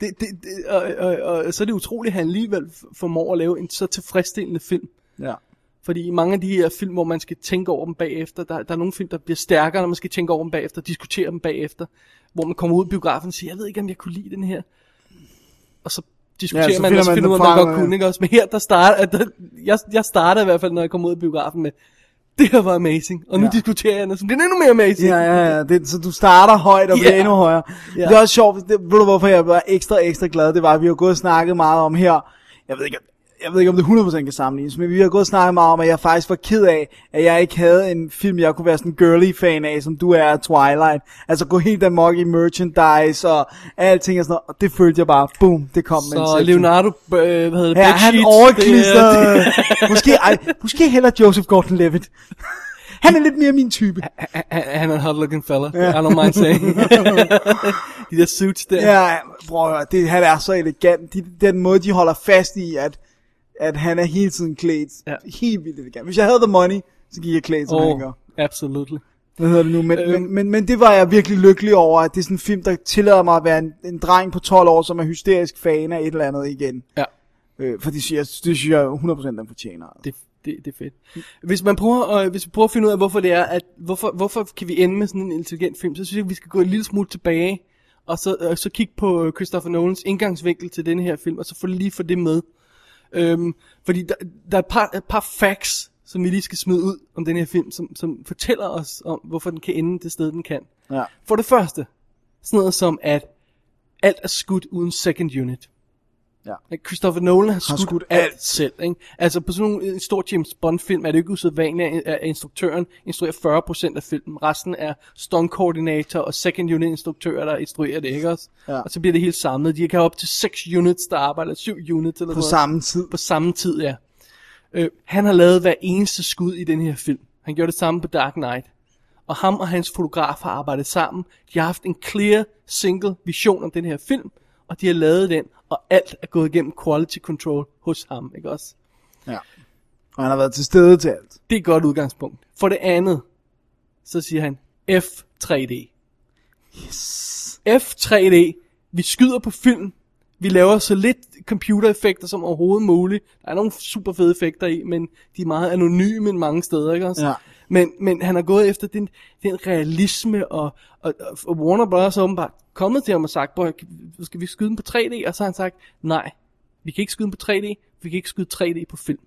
Speaker 4: det, det, det, og, og, og, og så er det utroligt, at han alligevel f- formår at lave en så tilfredsstillende film.
Speaker 3: ja.
Speaker 4: Fordi i mange af de her film, hvor man skal tænke over dem bagefter, der, der er nogle film, der bliver stærkere, når man skal tænke over dem bagefter, diskutere dem bagefter, hvor man kommer ud i biografen og siger, jeg ved ikke, om jeg kunne lide den her. Og så diskuterer
Speaker 3: Ja,
Speaker 4: ja,
Speaker 3: så
Speaker 4: så man,
Speaker 3: finder
Speaker 4: og så
Speaker 3: man
Speaker 4: finder
Speaker 3: den øh,
Speaker 4: ud af, om
Speaker 3: frem,
Speaker 4: man godt
Speaker 3: ja.
Speaker 4: kunne, ikke også? Men her, der starter, der, jeg, jeg starter i hvert fald, når jeg kommer ud i biografen med, det her var amazing, og nu
Speaker 3: Ja.
Speaker 4: ja. diskuterer jeg den, og så bliver den endnu mere amazing.
Speaker 3: Ja, ja, ja. Det, så du starter højt og bliver
Speaker 4: Ja.
Speaker 3: endnu højere.
Speaker 4: Ja.
Speaker 3: Det er også sjovt. Det, ved du, hvorfor jeg var ekstra, ekstra glad? Det var, at vi har gået og snakket meget om her. Jeg ved ikke, jeg ved ikke, om det 100% kan sammenlignes, men vi har gået og snakket meget om, at jeg faktisk var ked af, at jeg ikke havde en film, jeg kunne være sådan en girly-fan af, som du er af Twilight. Altså gå helt amok i merchandise og alting og sådan noget. Og det følte jeg bare, boom, det kom med en
Speaker 4: Så
Speaker 3: Inception.
Speaker 4: Leonardo, øh, hvad hedder det,
Speaker 3: Ja,
Speaker 4: Bedsheets, det
Speaker 3: han
Speaker 4: er-
Speaker 3: overknister.
Speaker 4: det-
Speaker 3: måske, ej, måske heller Joseph Gordon-Levitt. Han er lidt mere min type.
Speaker 4: Han- han- Han er en hot looking fella, I don't mind saying. de der suits der.
Speaker 3: Ja, prøv at høre, det, han er så elegant. De, den måde, de holder fast i, at, at han er hele tiden klædt.
Speaker 4: Ja.
Speaker 3: Ja. Helt vildt elegant. Hvis jeg havde the money, så gik jeg klædt, som oh. han gør.
Speaker 4: Oh, absolutely.
Speaker 3: Hvad hedder det nu? Men,
Speaker 4: Øhm.
Speaker 3: øhm. men, men, men det var jeg virkelig lykkelig over, at det er sådan en film, der tillader mig at være en, en dreng på 12 år, som er hysterisk fan af et eller andet igen.
Speaker 4: Ja.
Speaker 3: Øh, for det synes, jeg, det synes jeg 100% den fortjener.
Speaker 4: Det, det, det er fedt. Hvis man prøver, øh, hvis vi prøver at finde ud af, hvorfor det er, at hvorfor, hvorfor kan vi ende med sådan en intelligent film, så synes jeg, at vi skal gå en lille smule tilbage, og så, øh, så kigge på øh, Christopher Nolans indgangsvinkel til denne her film, og så få lige få det med. Øhm, fordi der, der er et par, et par facts, som vi lige skal smide ud om den her film, som, som fortæller os om, hvorfor den kan ende det sted, den kan.
Speaker 3: Ja.
Speaker 4: For det første, sådan noget som, at alt er skudt uden second unit.
Speaker 3: Ja.
Speaker 4: At Christopher Nolan har skudt,
Speaker 3: skudt
Speaker 4: alt,
Speaker 3: alt.
Speaker 4: selv. Ikke? Altså på sådan nogle- en stor James Bond-film er det jo ikke usædvanligt, at- at instruktøren instruerer 40% af filmen. Resten er stunt-koordinator og second unit-instruktører, der instruerer det, ikke også?
Speaker 3: Ja.
Speaker 4: Og så bliver det helt samlet. De kan have op til 6 units, der arbejder, 7 units eller
Speaker 3: På
Speaker 4: sådan noget
Speaker 3: samme tid.
Speaker 4: på samme tid, ja. Øh, han har lavet hver eneste skud i den her film. Han gjorde det samme på Dark Knight. Og ham og hans fotograf har arbejdet sammen. De har haft en clear, single vision om den her film, og de har lavet den, og alt er gået igennem quality control hos ham, ikke også?
Speaker 3: Ja. Og han har været til stede til alt.
Speaker 4: Det er et godt udgangspunkt. For det andet, så siger han F3D. Yes. F3D. Vi skyder på film. Vi laver så lidt computereffekter som overhovedet muligt. Der er nogle super fede effekter i, men de er meget anonyme mange steder, ikke også?
Speaker 3: Ja.
Speaker 4: Men, men han har gået efter den, den realisme, og, og, og Warner Bros. er åbenbart kommet til ham og sagt, "Prøv at- skal vi skyde den på 3D? Og så har han sagt, nej, vi kan ikke skyde den på 3D, vi kan ikke skyde 3D på film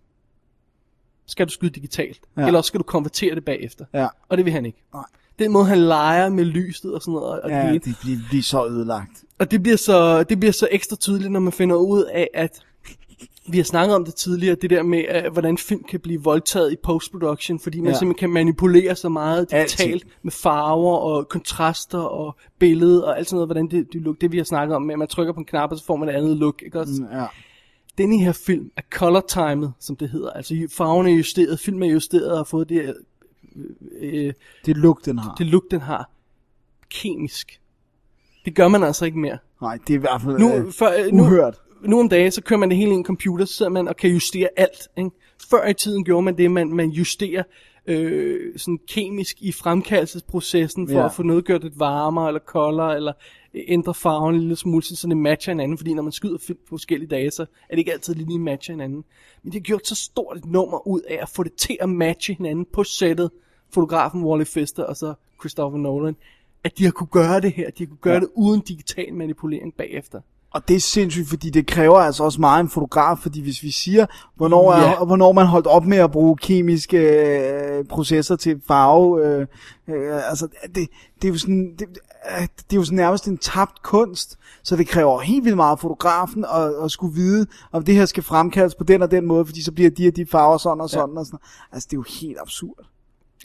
Speaker 4: skal du skyde digitalt. Ja.
Speaker 3: Ja.
Speaker 4: Eller også skal du konvertere det bagefter.
Speaker 3: Ja.
Speaker 4: Og det vil han ikke.
Speaker 3: Nej.
Speaker 4: Den måde, han leger med lyset og sådan noget. Og,
Speaker 3: Ja,
Speaker 4: det,
Speaker 3: det bliver lige så ødelagt.
Speaker 4: og det, bliver så, det bliver så ekstra tydeligt, når man finder ud af, at vi har snakket om det tidligere, det der med, øh, hvordan film kan blive voldtaget i postproduktion, fordi man ja.
Speaker 3: Ja.
Speaker 4: simpelthen kan manipulere så meget digitalt
Speaker 3: Alting.
Speaker 4: med farver og kontraster og billede og alt sådan noget, hvordan det, det look, det vi har snakket om, med at man trykker på en knap, og så får man et andet look, ikke også?
Speaker 3: Ja.
Speaker 4: denne her film er color timed, som det hedder. Altså ju- farven er justeret, filmen er justeret og har fået det, her, øh,
Speaker 3: Det look, den har.
Speaker 4: det look, den har. Kemisk. Det gør man altså ikke mere.
Speaker 3: Nej, det er i hvert fald
Speaker 4: Nu,
Speaker 3: øh,
Speaker 4: før, øh, nu,
Speaker 3: uhørt.
Speaker 4: nu om dagen, så kører man det hele i en computer, så sidder man og kan justere alt. Ikke? Før i tiden gjorde man det, man, man justerer øh, sådan kemisk i fremkaldelsesprocessen, for ja.
Speaker 3: Ja.
Speaker 4: at få noget gjort lidt varmere eller koldere, eller øh, ændre farven en lille smule, så det matcher hinanden. Fordi når man skyder film på forskellige dage, så er det ikke altid lige lige matcher hinanden. Men det har gjort så stort et nummer ud af at få det til at matche hinanden på sættet. Fotografen Wally Fester og så Christopher Nolan. At de har kunne gøre det her. De har kunne gøre ja. det uden digital manipulering bagefter.
Speaker 3: Og det er sindssygt, fordi det kræver altså også meget en fotograf, fordi hvis vi siger, hvornår,
Speaker 4: Ja.
Speaker 3: ja. er, hvornår man holdt op med at bruge kemiske øh, processer til farve, øh, øh, altså det, det, er jo sådan, det, øh, det er jo sådan nærmest en tabt kunst, så det kræver helt vildt meget af fotografen at, at skulle vide, om det her skal fremkaldes på den og den måde, fordi så bliver de og de farver sådan og sådan ja. og sådan. Altså det er jo helt absurd.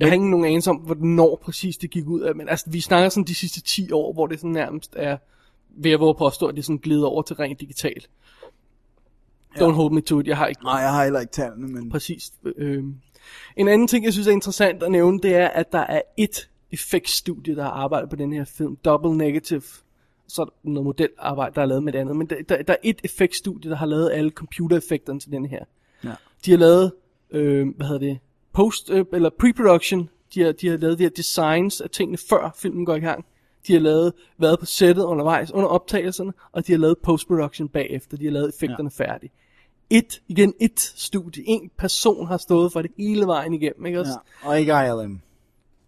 Speaker 4: Jeg har ingen nogen anelse om, hvornår præcis det gik ud af, men altså, vi snakker sådan de sidste 10 år, hvor det sådan nærmest er, ved at våge at påstå, at det sådan glider over til rent digitalt. Don't hold me to it, jeg har ikke
Speaker 3: Nej, jeg har heller ikke tallene, men
Speaker 4: præcis. Øh. En anden ting, jeg synes er interessant at nævne, det er, at der er et effektstudie, der har arbejdet på den her film, Double Negative. Så er der noget modelarbejde, der er lavet med det andet, men der, der, der er et effektstudie, der har lavet alle computereffekterne til den her.
Speaker 3: Ja.
Speaker 4: De har lavet, øh, hvad hedder det, post, øh, eller pre-production, de har, de har lavet de her designs af tingene, før filmen går i gang. De har lavet, været på sættet undervejs under optagelserne, og de har lavet post-production bagefter, de har lavet effekterne ja. færdige et, igen et studie, en person har stået for det hele vejen igennem, ikke også? Ja.
Speaker 3: ja. og ikke ILM.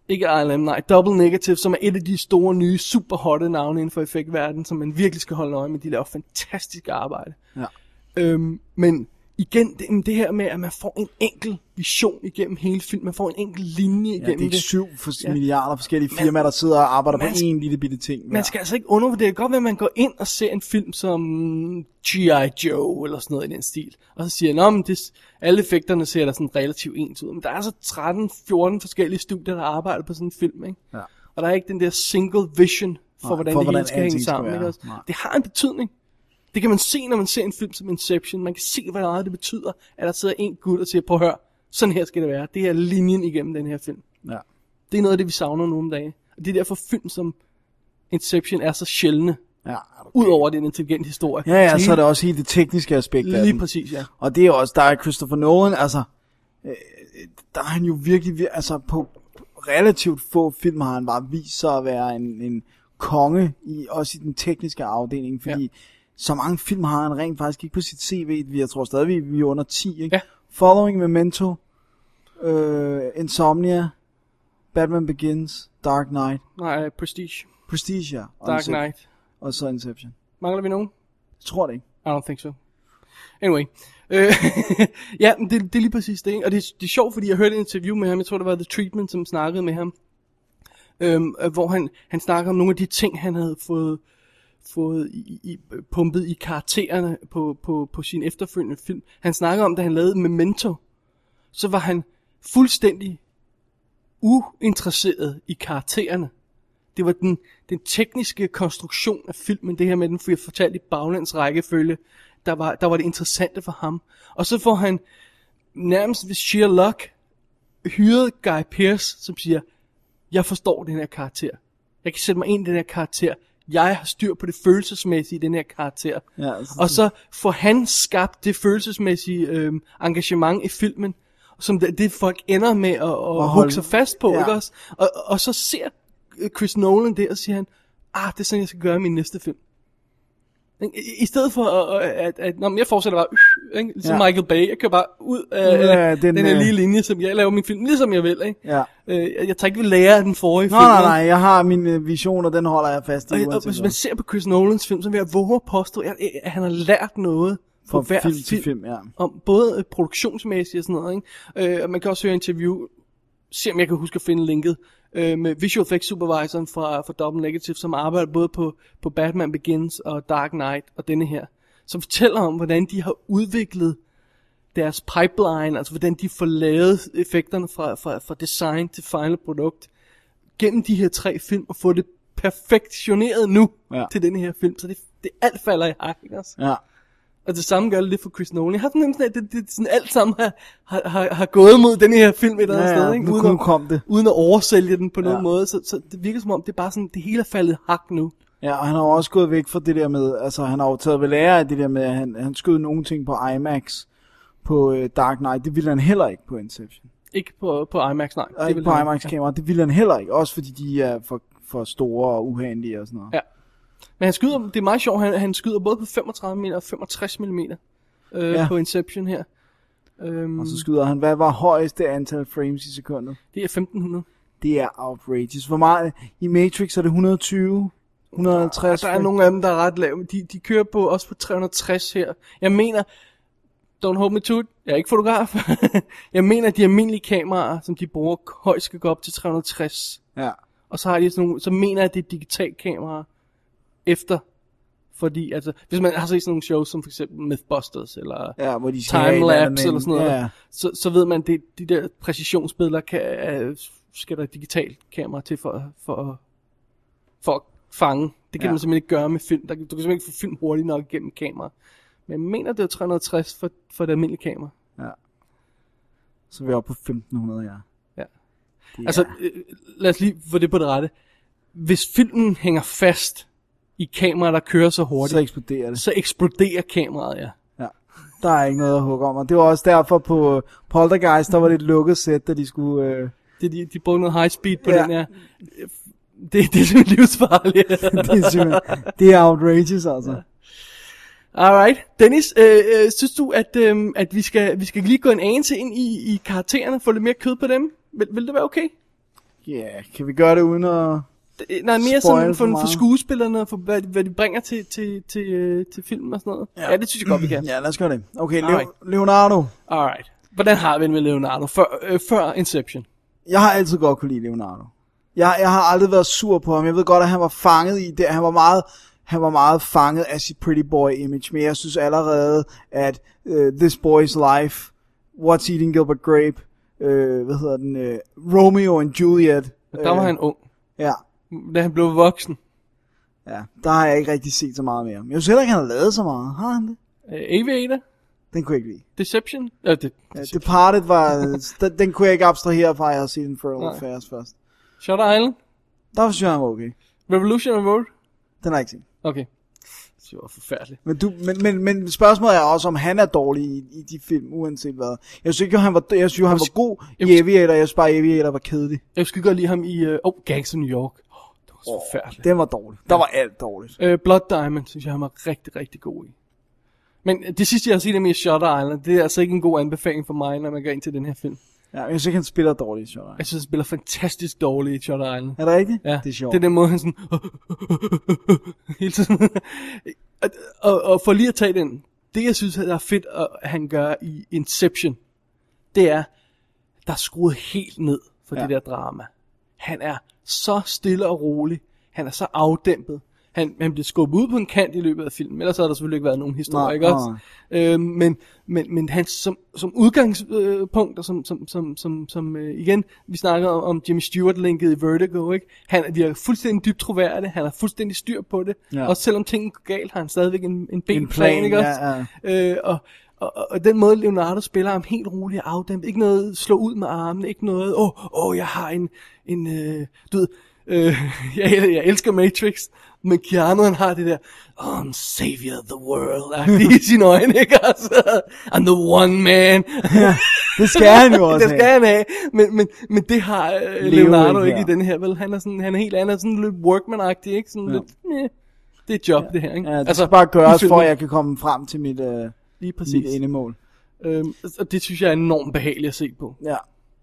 Speaker 4: Ikke ILM, nej, Double Negative, som er et af de store nye, super hotte navne inden for effektverdenen, som man virkelig skal holde øje med, de laver fantastisk arbejde.
Speaker 3: Ja.
Speaker 4: Øhm, men igen, det, men det her med, at man får en enkel vision igennem hele filmen, man får en enkel linje
Speaker 3: Ja, det
Speaker 4: igennem
Speaker 3: er
Speaker 4: det.
Speaker 3: syv for-
Speaker 4: Ja.
Speaker 3: milliarder forskellige firmaer, der sidder og arbejder på
Speaker 4: Man skal-
Speaker 3: en lille bitte ting.
Speaker 4: Man skal altså ikke undervurdere, det kan godt være, at man går ind og ser en film som G.I. Joe, eller sådan noget i den stil, og så siger, Nå, men det, alle effekterne ser da sådan relativt ens ud, men der er altså 13-14 forskellige studier, der arbejder på sådan en film, ikke?
Speaker 3: Ja.
Speaker 4: Og der er ikke den der single vision for,
Speaker 3: Nej,
Speaker 4: hvordan
Speaker 3: for
Speaker 4: det
Speaker 3: hvordan
Speaker 4: hele skal hænge
Speaker 3: alting skal
Speaker 4: sammen,
Speaker 3: være.
Speaker 4: ikke også?
Speaker 3: Nej.
Speaker 4: Det har en betydning. Det kan man se, når man ser en film som Inception. Man kan se, hvad meget det betyder, at der sidder en gut og siger, prøv at høre, sådan her skal det være. Det er linjen igennem den her film.
Speaker 3: Ja.
Speaker 4: Det er noget af det, vi savner nu om dagen. Og det er derfor film som Inception er så sjældne,
Speaker 3: Ja,
Speaker 4: udover den intelligente historie.
Speaker 3: ja, ja, så er
Speaker 4: hele-
Speaker 3: det også hele det tekniske aspekt af
Speaker 4: Lige
Speaker 3: den.
Speaker 4: præcis, ja.
Speaker 3: Og det er også, der er Christopher Nolan, altså, øh, der er han jo virkelig, vir- altså på relativt få film har han bare vist sig at være en, en konge, i, også i den tekniske afdeling, fordi
Speaker 4: Ja.
Speaker 3: ja. så mange film har han rent faktisk ikke på sit CV, vi, jeg tror stadig, vi, vi er under 10, ikke?
Speaker 4: Ja.
Speaker 3: Following Memento, øh, Insomnia, Batman Begins, Dark Knight,
Speaker 4: Nej, Prestige,
Speaker 3: Prestige, ja, og,
Speaker 4: Dark
Speaker 3: Incep-
Speaker 4: Knight.
Speaker 3: og så Inception.
Speaker 4: Mangler vi nogen?
Speaker 3: Jeg tror det ikke.
Speaker 4: I don't think so. Anyway. Øh, ja, men det, det er lige præcis det. Ikke? Og det, det er sjovt, fordi jeg hørte et interview med ham. Jeg tror, det var The Treatment, som snakkede med ham. Øhm, øh, hvor han, han snakker om nogle af de ting, han havde fået, fået i, i, pumpet i karaktererne på, på, på sin efterfølgende film. Han snakker om, da han lavede Memento, så var han fuldstændig uinteresseret i karaktererne. Det var den, den tekniske konstruktion af filmen, det her med den bliver fortalt i baglands rækkefølge, der var, der var det interessante for ham. Og så får han nærmest ved sheer luck hyret Guy Pearce, som siger, jeg forstår den her karakter. Jeg kan sætte mig ind i den her karakter. Jeg har styr på det følelsesmæssige i den her karakter.
Speaker 3: Ja, altså
Speaker 4: og så får han skabt det følelsesmæssige øh, engagement i filmen, som det, det folk ender med at, at hugge
Speaker 3: holde-
Speaker 4: sig fast på,
Speaker 3: Ja.
Speaker 4: ja. ikke også? også. Og, og så ser øh, Chris Nolan det, og siger han, ah, det er sådan, jeg skal gøre i min næste film. Ikke? I, I stedet for, at, at, at når jeg fortsætter bare, øh, ikke? ligesom ja.
Speaker 3: Ja.
Speaker 4: Michael Bay, jeg kører bare ud af
Speaker 3: Ja,
Speaker 4: ja,
Speaker 3: den,
Speaker 4: den, den her
Speaker 3: øh,
Speaker 4: lille linje, som jeg laver min film, ligesom jeg vil. Ikke?
Speaker 3: Ja.
Speaker 4: Øh, jeg, jeg tager ikke ved lære af den forrige
Speaker 3: Nå,
Speaker 4: film.
Speaker 3: nej,
Speaker 4: vel?
Speaker 3: nej, jeg har min øh, vision, og den holder jeg fast i.
Speaker 4: Og, og
Speaker 3: uanset
Speaker 4: hvis
Speaker 3: hvad.
Speaker 4: man ser på Chris Nolans film, så vil jeg våge at påstå, at, at han har lært noget
Speaker 3: Fra
Speaker 4: på hver
Speaker 3: film
Speaker 4: film.
Speaker 3: til film, ja.
Speaker 4: Om både øh, produktionsmæssigt og sådan noget. Ikke? Øh, og man kan også høre interview, se om jeg kan huske at finde linket, øh, med visual effects supervisoren fra, fra Double Negative, som arbejder både på, på Batman Begins og Dark Knight og denne her, som fortæller om, hvordan de har udviklet deres pipeline, altså hvordan de får lavet effekterne fra, fra, fra design til final produkt, gennem de her tre film og få det perfektioneret nu
Speaker 3: Ja.
Speaker 4: ja. til den her film. Så det, det alt falder i hak, ikke også?
Speaker 3: Ja.
Speaker 4: Og det samme gør det lidt for Chris Nolan. Jeg har sådan nemlig, at det, det, sådan alt sammen har, har, har, har gået mod den her film et eller andet
Speaker 3: Ja, ja,
Speaker 4: sted. Ikke?
Speaker 3: nu- nu kom det.
Speaker 4: uden at oversælge den på nogen
Speaker 3: Ja.
Speaker 4: måde. Så, så det virker som om, det er bare sådan, det hele er faldet i hak nu.
Speaker 3: Ja, og han har jo også gået væk fra det der med, altså han har jo taget ved lære af det der med, at han, han skød nogle ting på IMAX på øh, Dark Knight. Det ville han heller ikke på Inception.
Speaker 4: Ikke på, på IMAX, nej.
Speaker 3: Og
Speaker 4: Det
Speaker 3: ikke
Speaker 4: vil
Speaker 3: på
Speaker 4: han-
Speaker 3: IMAX-kameraet. Det ville han heller ikke, også fordi de er for, for store og uhandige og sådan noget.
Speaker 4: Ja. Men han skyder, det er meget sjovt, han, han skyder både på 35 mm og 65 mm øh,
Speaker 3: Ja.
Speaker 4: ja. på Inception her. Øhm,
Speaker 3: Og så skyder han, hvad var højeste antal frames i sekundet?
Speaker 4: det er 1500.
Speaker 3: Det er outrageous. Hvor meget? I Matrix er det 120, 150.
Speaker 4: Der er nogle af dem, der er ret lave. De, de kører på også på 360 her. Jeg mener, don't hold me to it, jeg er ikke fotograf. jeg mener, at de almindelige kameraer, som de bruger, højst skal gå op til 360.
Speaker 3: Ja.
Speaker 4: Og så har de sådan nogle, så mener jeg, at det er digitalt kamera efter. Fordi, altså, hvis man har set sådan nogle shows som for eksempel Mythbusters, eller
Speaker 3: Ja, hvor de skal have et eller andet med
Speaker 4: timelapse
Speaker 3: en-
Speaker 4: eller sådan noget,
Speaker 3: Ja.
Speaker 4: ja. så, så ved man, at det, de der præcisionsbilleder kan, øh, skal der et digitalt kamera til for, for, for at fange. Det kan
Speaker 3: Ja.
Speaker 4: ja. man simpelthen ikke gøre med film. Der, du kan simpelthen ikke få film hurtigt nok igennem kamera. Men jeg mener, det er 360 for, for det almindelige kamera.
Speaker 3: Så er vi oppe på 1500, ja.
Speaker 4: Ja.
Speaker 3: Det
Speaker 4: Altså,
Speaker 3: er-
Speaker 4: øh, lad os lige få det på det rette. Hvis filmen hænger fast i kameraer, der kører så hurtigt,
Speaker 3: så eksploderer det.
Speaker 4: så eksploderer kameraet, ja.
Speaker 3: Ja. Der er ikke noget at hugge om, og det var også derfor på øh, Poltergeist, der var det et lukket sæt, da de skulle... Øh,
Speaker 4: Det, de, de brugte noget high speed på
Speaker 3: Ja.
Speaker 4: ja. den her. Det, det er simpelthen livsfarligt.
Speaker 3: det, er simpelthen, det er outrageous, altså. Ja.
Speaker 4: Alright. Dennis, øh, øh, synes du, at, øh, at vi, skal, vi skal lige gå en anelse ind i, i karaktererne, få lidt mere kød på dem? Vil, vil det være okay?
Speaker 3: Yeah, kan vi gøre det uden at...
Speaker 4: det- øh, nej, mere
Speaker 3: Spoil
Speaker 4: sådan
Speaker 3: for
Speaker 4: for, for
Speaker 3: meget.
Speaker 4: skuespillerne, og for hvad, hvad de bringer til, til, til, øh, til filmen og sådan noget. Ja, ja det synes jeg godt, vi kan.
Speaker 3: Ja, lad os gøre det. Okay,
Speaker 4: Alright.
Speaker 3: Le- Leonardo.
Speaker 4: Alright. Hvordan har vi den med Leonardo før, øh, før Inception?
Speaker 3: Jeg har altid godt kunne lide Leonardo. Jeg, jeg har aldrig været sur på ham. Jeg ved godt, at han var fanget i det. Han var meget, han var meget fanget af sit pretty boy image. Men jeg synes allerede, at uh, This Boy's Life, What's Eating Gilbert Grape, uh, hvad hedder den, uh, Romeo and Juliet.
Speaker 4: Der var
Speaker 3: øh,
Speaker 4: han ung.
Speaker 3: Ja,
Speaker 4: Da han blev voksen.
Speaker 3: ja, der har jeg ikke rigtig set så meget mere. Men jeg synes heller ikke, han har lavet så meget. Har han det?
Speaker 4: Øh, Aviator?
Speaker 3: Den kunne jeg ikke lide.
Speaker 4: Deception? Øh, det,
Speaker 3: Ja, Departed var, den, den kunne jeg ikke abstrahere fra, at jeg har set Infernal
Speaker 4: Nej.
Speaker 3: Affairs først.
Speaker 4: Shutter Island?
Speaker 3: Der synes jeg, han var okay.
Speaker 4: Revolutionary Road?
Speaker 3: Den har jeg ikke set.
Speaker 4: Okay. Det var forfærdeligt.
Speaker 3: Men, du, men, men, men spørgsmålet er også, om han er dårlig i, i de film, uanset hvad. Jeg synes ikke, han var, jeg synes, han var god i Aviator, jeg synes bare, Aviator var kedelig.
Speaker 4: Jeg skulle godt lide ham i øh, oh, Gangs of New York. Oh, det var så forfærdeligt.
Speaker 3: Den var dårlig. Der var alt dårligt.
Speaker 4: Øh, Blood Diamond, synes jeg, han var rigtig, rigtig god i. Men øh, det sidste, jeg har set af mere Shutter Island, det er altså ikke en god anbefaling for mig, når man går ind til den her film.
Speaker 3: Ja, jeg synes ikke, han spiller dårligt, sjovt. nok.
Speaker 4: Jeg synes, han spiller fantastisk dårligt i Shutter Island.
Speaker 3: Er det rigtigt?
Speaker 4: Ja,
Speaker 3: Det er sjovt.
Speaker 4: Det er den måde, han sådan... hele tiden. og, og, og for lige at tage den, det jeg synes, der er fedt, at han gør i Inception, det er, der er skruet helt ned for ja. det der drama. Han er så stille og rolig. Han er så afdæmpet. Han, han bliver skubbet ud på en kant i løbet af filmen, ellers havde der selvfølgelig ikke været nogen historie,
Speaker 3: Nej,
Speaker 4: ikke
Speaker 3: nej.
Speaker 4: også? Øh, men, men, men han som, som udgangspunkt, og som, som, som, som, som øh, igen, vi snakker om, om Jimmy Stewart-linket i Vertigo, ikke? Han virker fuldstændig dybt troværdig, han har fuldstændig styr på det,
Speaker 3: Ja.
Speaker 4: ja. og selvom tingene går galt, har han stadigvæk en, en ben
Speaker 3: En plan,
Speaker 4: en plan, ikke
Speaker 3: ja,
Speaker 4: også? Øh, og, og, og, og den måde Leonardo spiller ham helt roligt og afdæmpet, ikke noget slå ud med armen, ikke noget, åh, oh, oh, jeg har en, en øh, du ved, øh, jeg, el- jeg elsker Matrix, men Keanu han har det der, oh, I'm savior of the world, i sine øjne, ikke altså, I'm the one man,
Speaker 3: Det skal han jo også
Speaker 4: det skal
Speaker 3: have.
Speaker 4: han have, men, men, men det har øh,
Speaker 3: Leo
Speaker 4: Leonardo
Speaker 3: ikke
Speaker 4: ikke
Speaker 3: her.
Speaker 4: i den her, vel, han er, sådan, han er helt andet, sådan lidt workman-agtig, ikke, sådan ja. lidt, meh. det er et job, ja. det her, ikke?
Speaker 3: Ja, det altså, skal bare
Speaker 4: i
Speaker 3: gøres, for
Speaker 4: filmen.
Speaker 3: at jeg kan komme frem til mit, øh,
Speaker 4: Lige
Speaker 3: mit
Speaker 4: præcis.
Speaker 3: endemål.
Speaker 4: Øhm, og det synes jeg er enormt behageligt at se på.
Speaker 3: Ja.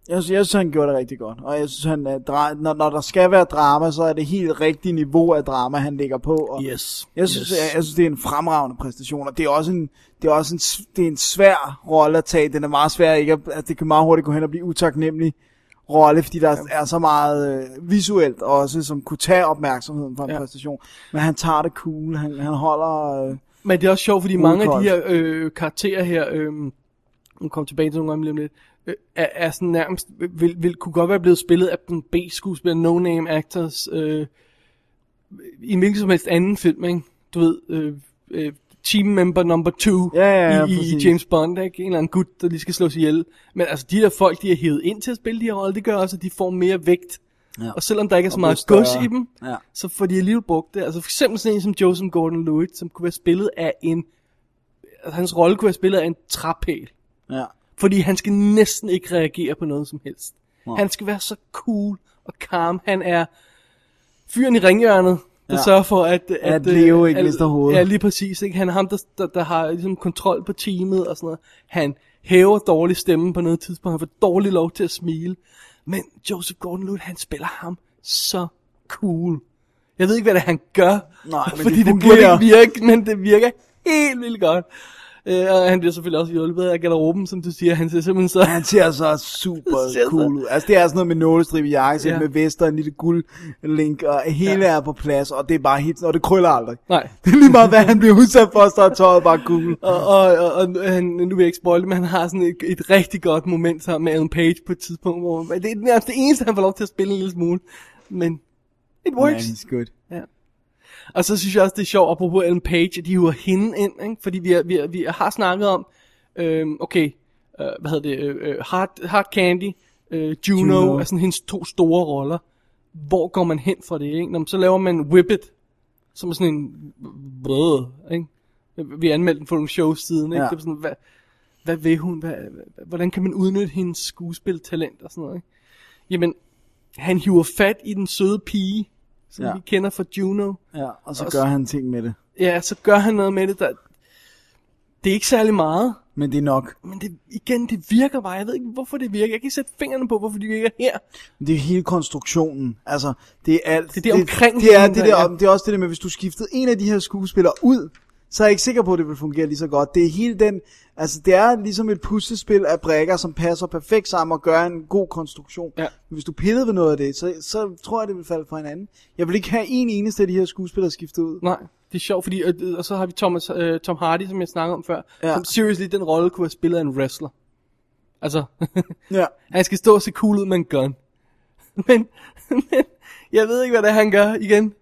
Speaker 3: Jeg synes, jeg synes, han gjorde det rigtig godt. Og jeg synes, han, er dra- når, når der skal være drama, så er det helt rigtigt niveau af drama, han ligger på. Og
Speaker 4: Yes.
Speaker 3: Jeg synes, yes. jeg, jeg synes, det er en fremragende præstation, og det er også en, det er også en, s- det er en svær rolle at tage. Den er meget svær, ikke? At, at det kan meget hurtigt gå hen og blive utaknemmelig rolle, fordi der ja. er så meget øh, visuelt også, som kunne tage opmærksomheden fra en ja.
Speaker 4: Ja.
Speaker 3: præstation. Men han tager det cool, han, han holder... Øh,
Speaker 4: Men det er også sjovt, fordi mange af de
Speaker 3: Ukoldt.
Speaker 4: her øh, karakterer her, øh, nu kommer tilbage til nogle gange lige om lidt, øh, er, er sådan nærmest, vil, vil, kunne godt være blevet spillet af den B-skuespiller, no-name actors, øh, i en hvilken som helst anden film, ikke? Du ved, øh, øh, team member number two
Speaker 3: Ja, ja, ja,
Speaker 4: i, i
Speaker 3: præcis.
Speaker 4: James Bond, ikke? En eller anden gut, der lige skal slås ihjel. Men altså, de der folk, de er hævet ind til at spille de her roller, det gør også, at de får mere vægt.
Speaker 3: Ja.
Speaker 4: Ja. Og selvom der ikke er så
Speaker 3: Og
Speaker 4: meget
Speaker 3: bliver
Speaker 4: gods
Speaker 3: større.
Speaker 4: i dem,
Speaker 3: Ja.
Speaker 4: ja. så får de alligevel brugt det. Altså for eksempel sådan en som Joseph Gordon-Levitt, som kunne være spillet af en... Altså hans rolle kunne være spillet af en træpæl.
Speaker 3: ja.
Speaker 4: Fordi han skal næsten ikke reagere på noget som helst. Han skal være så cool og calm. Han er fyren i ringhjørnet,
Speaker 3: Ja.
Speaker 4: der ja. sørger for, at... At, øh,
Speaker 3: At Leo ikke
Speaker 4: at-
Speaker 3: mister hovedet.
Speaker 4: Ja, lige præcis. Ikke? Han er ham, der, der, der har ligesom kontrol på teamet og sådan noget. Han hæver dårlig stemme på noget tidspunkt. Han får dårlig lov til at smile. Men Joseph Gordon-Levitt, han spiller ham så cool. Jeg ved ikke, hvad det er, han gør.
Speaker 3: Nej, men
Speaker 4: fordi
Speaker 3: det
Speaker 4: det, burde
Speaker 3: fungerer.
Speaker 4: ikke virke, men det virker helt vildt godt. Øh, og han bliver selvfølgelig også hjulpet af garderoben, som du siger. Han ser simpelthen så...
Speaker 3: Han ser så super
Speaker 4: Det ser så-
Speaker 3: cool ud. Altså, det er sådan noget med nålestrip i jakkesæt
Speaker 4: Ja.
Speaker 3: med vest og en lille guldlink, og hele ja. er på plads, og det er bare helt... Og det krøller aldrig.
Speaker 4: Nej.
Speaker 3: Det er lige meget, hvad han bliver udsat for, så er tøjet bare cool.
Speaker 4: Og, og, og, og han, nu vil jeg ikke spoil det, men han har sådan et, et rigtig godt moment sammen med Alan Page på et tidspunkt, hvor men det er nærmest det eneste, han får lov til at spille en lille smule. Men it
Speaker 3: Man,
Speaker 4: works.
Speaker 3: he's good.
Speaker 4: Og så synes jeg også, det er sjovt, apropos Ellen Page, at de hiver hende ind, ikke? fordi vi, er, vi, er, vi har snakket om, øhm, okay, øh, hvad hedder det, øh, øh, Hard, Hard Candy, øh, Juno,
Speaker 3: Juno.
Speaker 4: Juno, er sådan hendes to store roller. Hvor går man hen fra det, ikke? Nå, men så laver man Whippet, som er sådan en, brød, ikke? Vi anmeldte den for nogle shows siden, ikke?
Speaker 3: Ja.
Speaker 4: Ja. Det var sådan, hvad, hvad vil hun, hvad, hvordan kan man udnytte hendes skuespiltalent og sådan noget, ikke? Jamen, han hiver fat i den søde pige, som
Speaker 3: Ja.
Speaker 4: ja. vi kender fra Juno.
Speaker 3: Ja, og så
Speaker 4: Også-
Speaker 3: gør han ting med det.
Speaker 4: Ja, så gør han noget med det, der... Det er ikke særlig meget,
Speaker 3: men det er nok.
Speaker 4: Men det, igen, det virker bare. Jeg ved ikke, hvorfor det virker. Jeg kan ikke sætte fingrene på, hvorfor det virker her.
Speaker 3: Men Det er hele konstruktionen. Altså, det er alt.
Speaker 4: Det er det omkring
Speaker 3: det, er,
Speaker 4: filmen,
Speaker 3: det, der,
Speaker 4: der er.
Speaker 3: om- det er også det der med, hvis du skiftede en af de her skuespillere ud, så er jeg ikke sikker på, at det vil fungere lige så godt. Det er hele den... Altså, det er ligesom et puslespil af brækker, som passer perfekt sammen og gør en god konstruktion.
Speaker 4: Ja.
Speaker 3: Men hvis du pillede ved noget af det, så, så tror jeg, det vil falde fra hinanden. Jeg vil ikke have en eneste af de her skuespillere skiftet ud.
Speaker 4: Nej, det er sjovt, fordi, og, og så har vi Thomas, øh, Tom Hardy, som jeg snakkede om før, ja.
Speaker 3: Ja.
Speaker 4: som seriously, den rolle kunne have spillet af en wrestler. Altså,
Speaker 3: Ja.
Speaker 4: han skal stå og se cool ud med en gun. Men, men jeg ved ikke, hvad det er, han gør igen.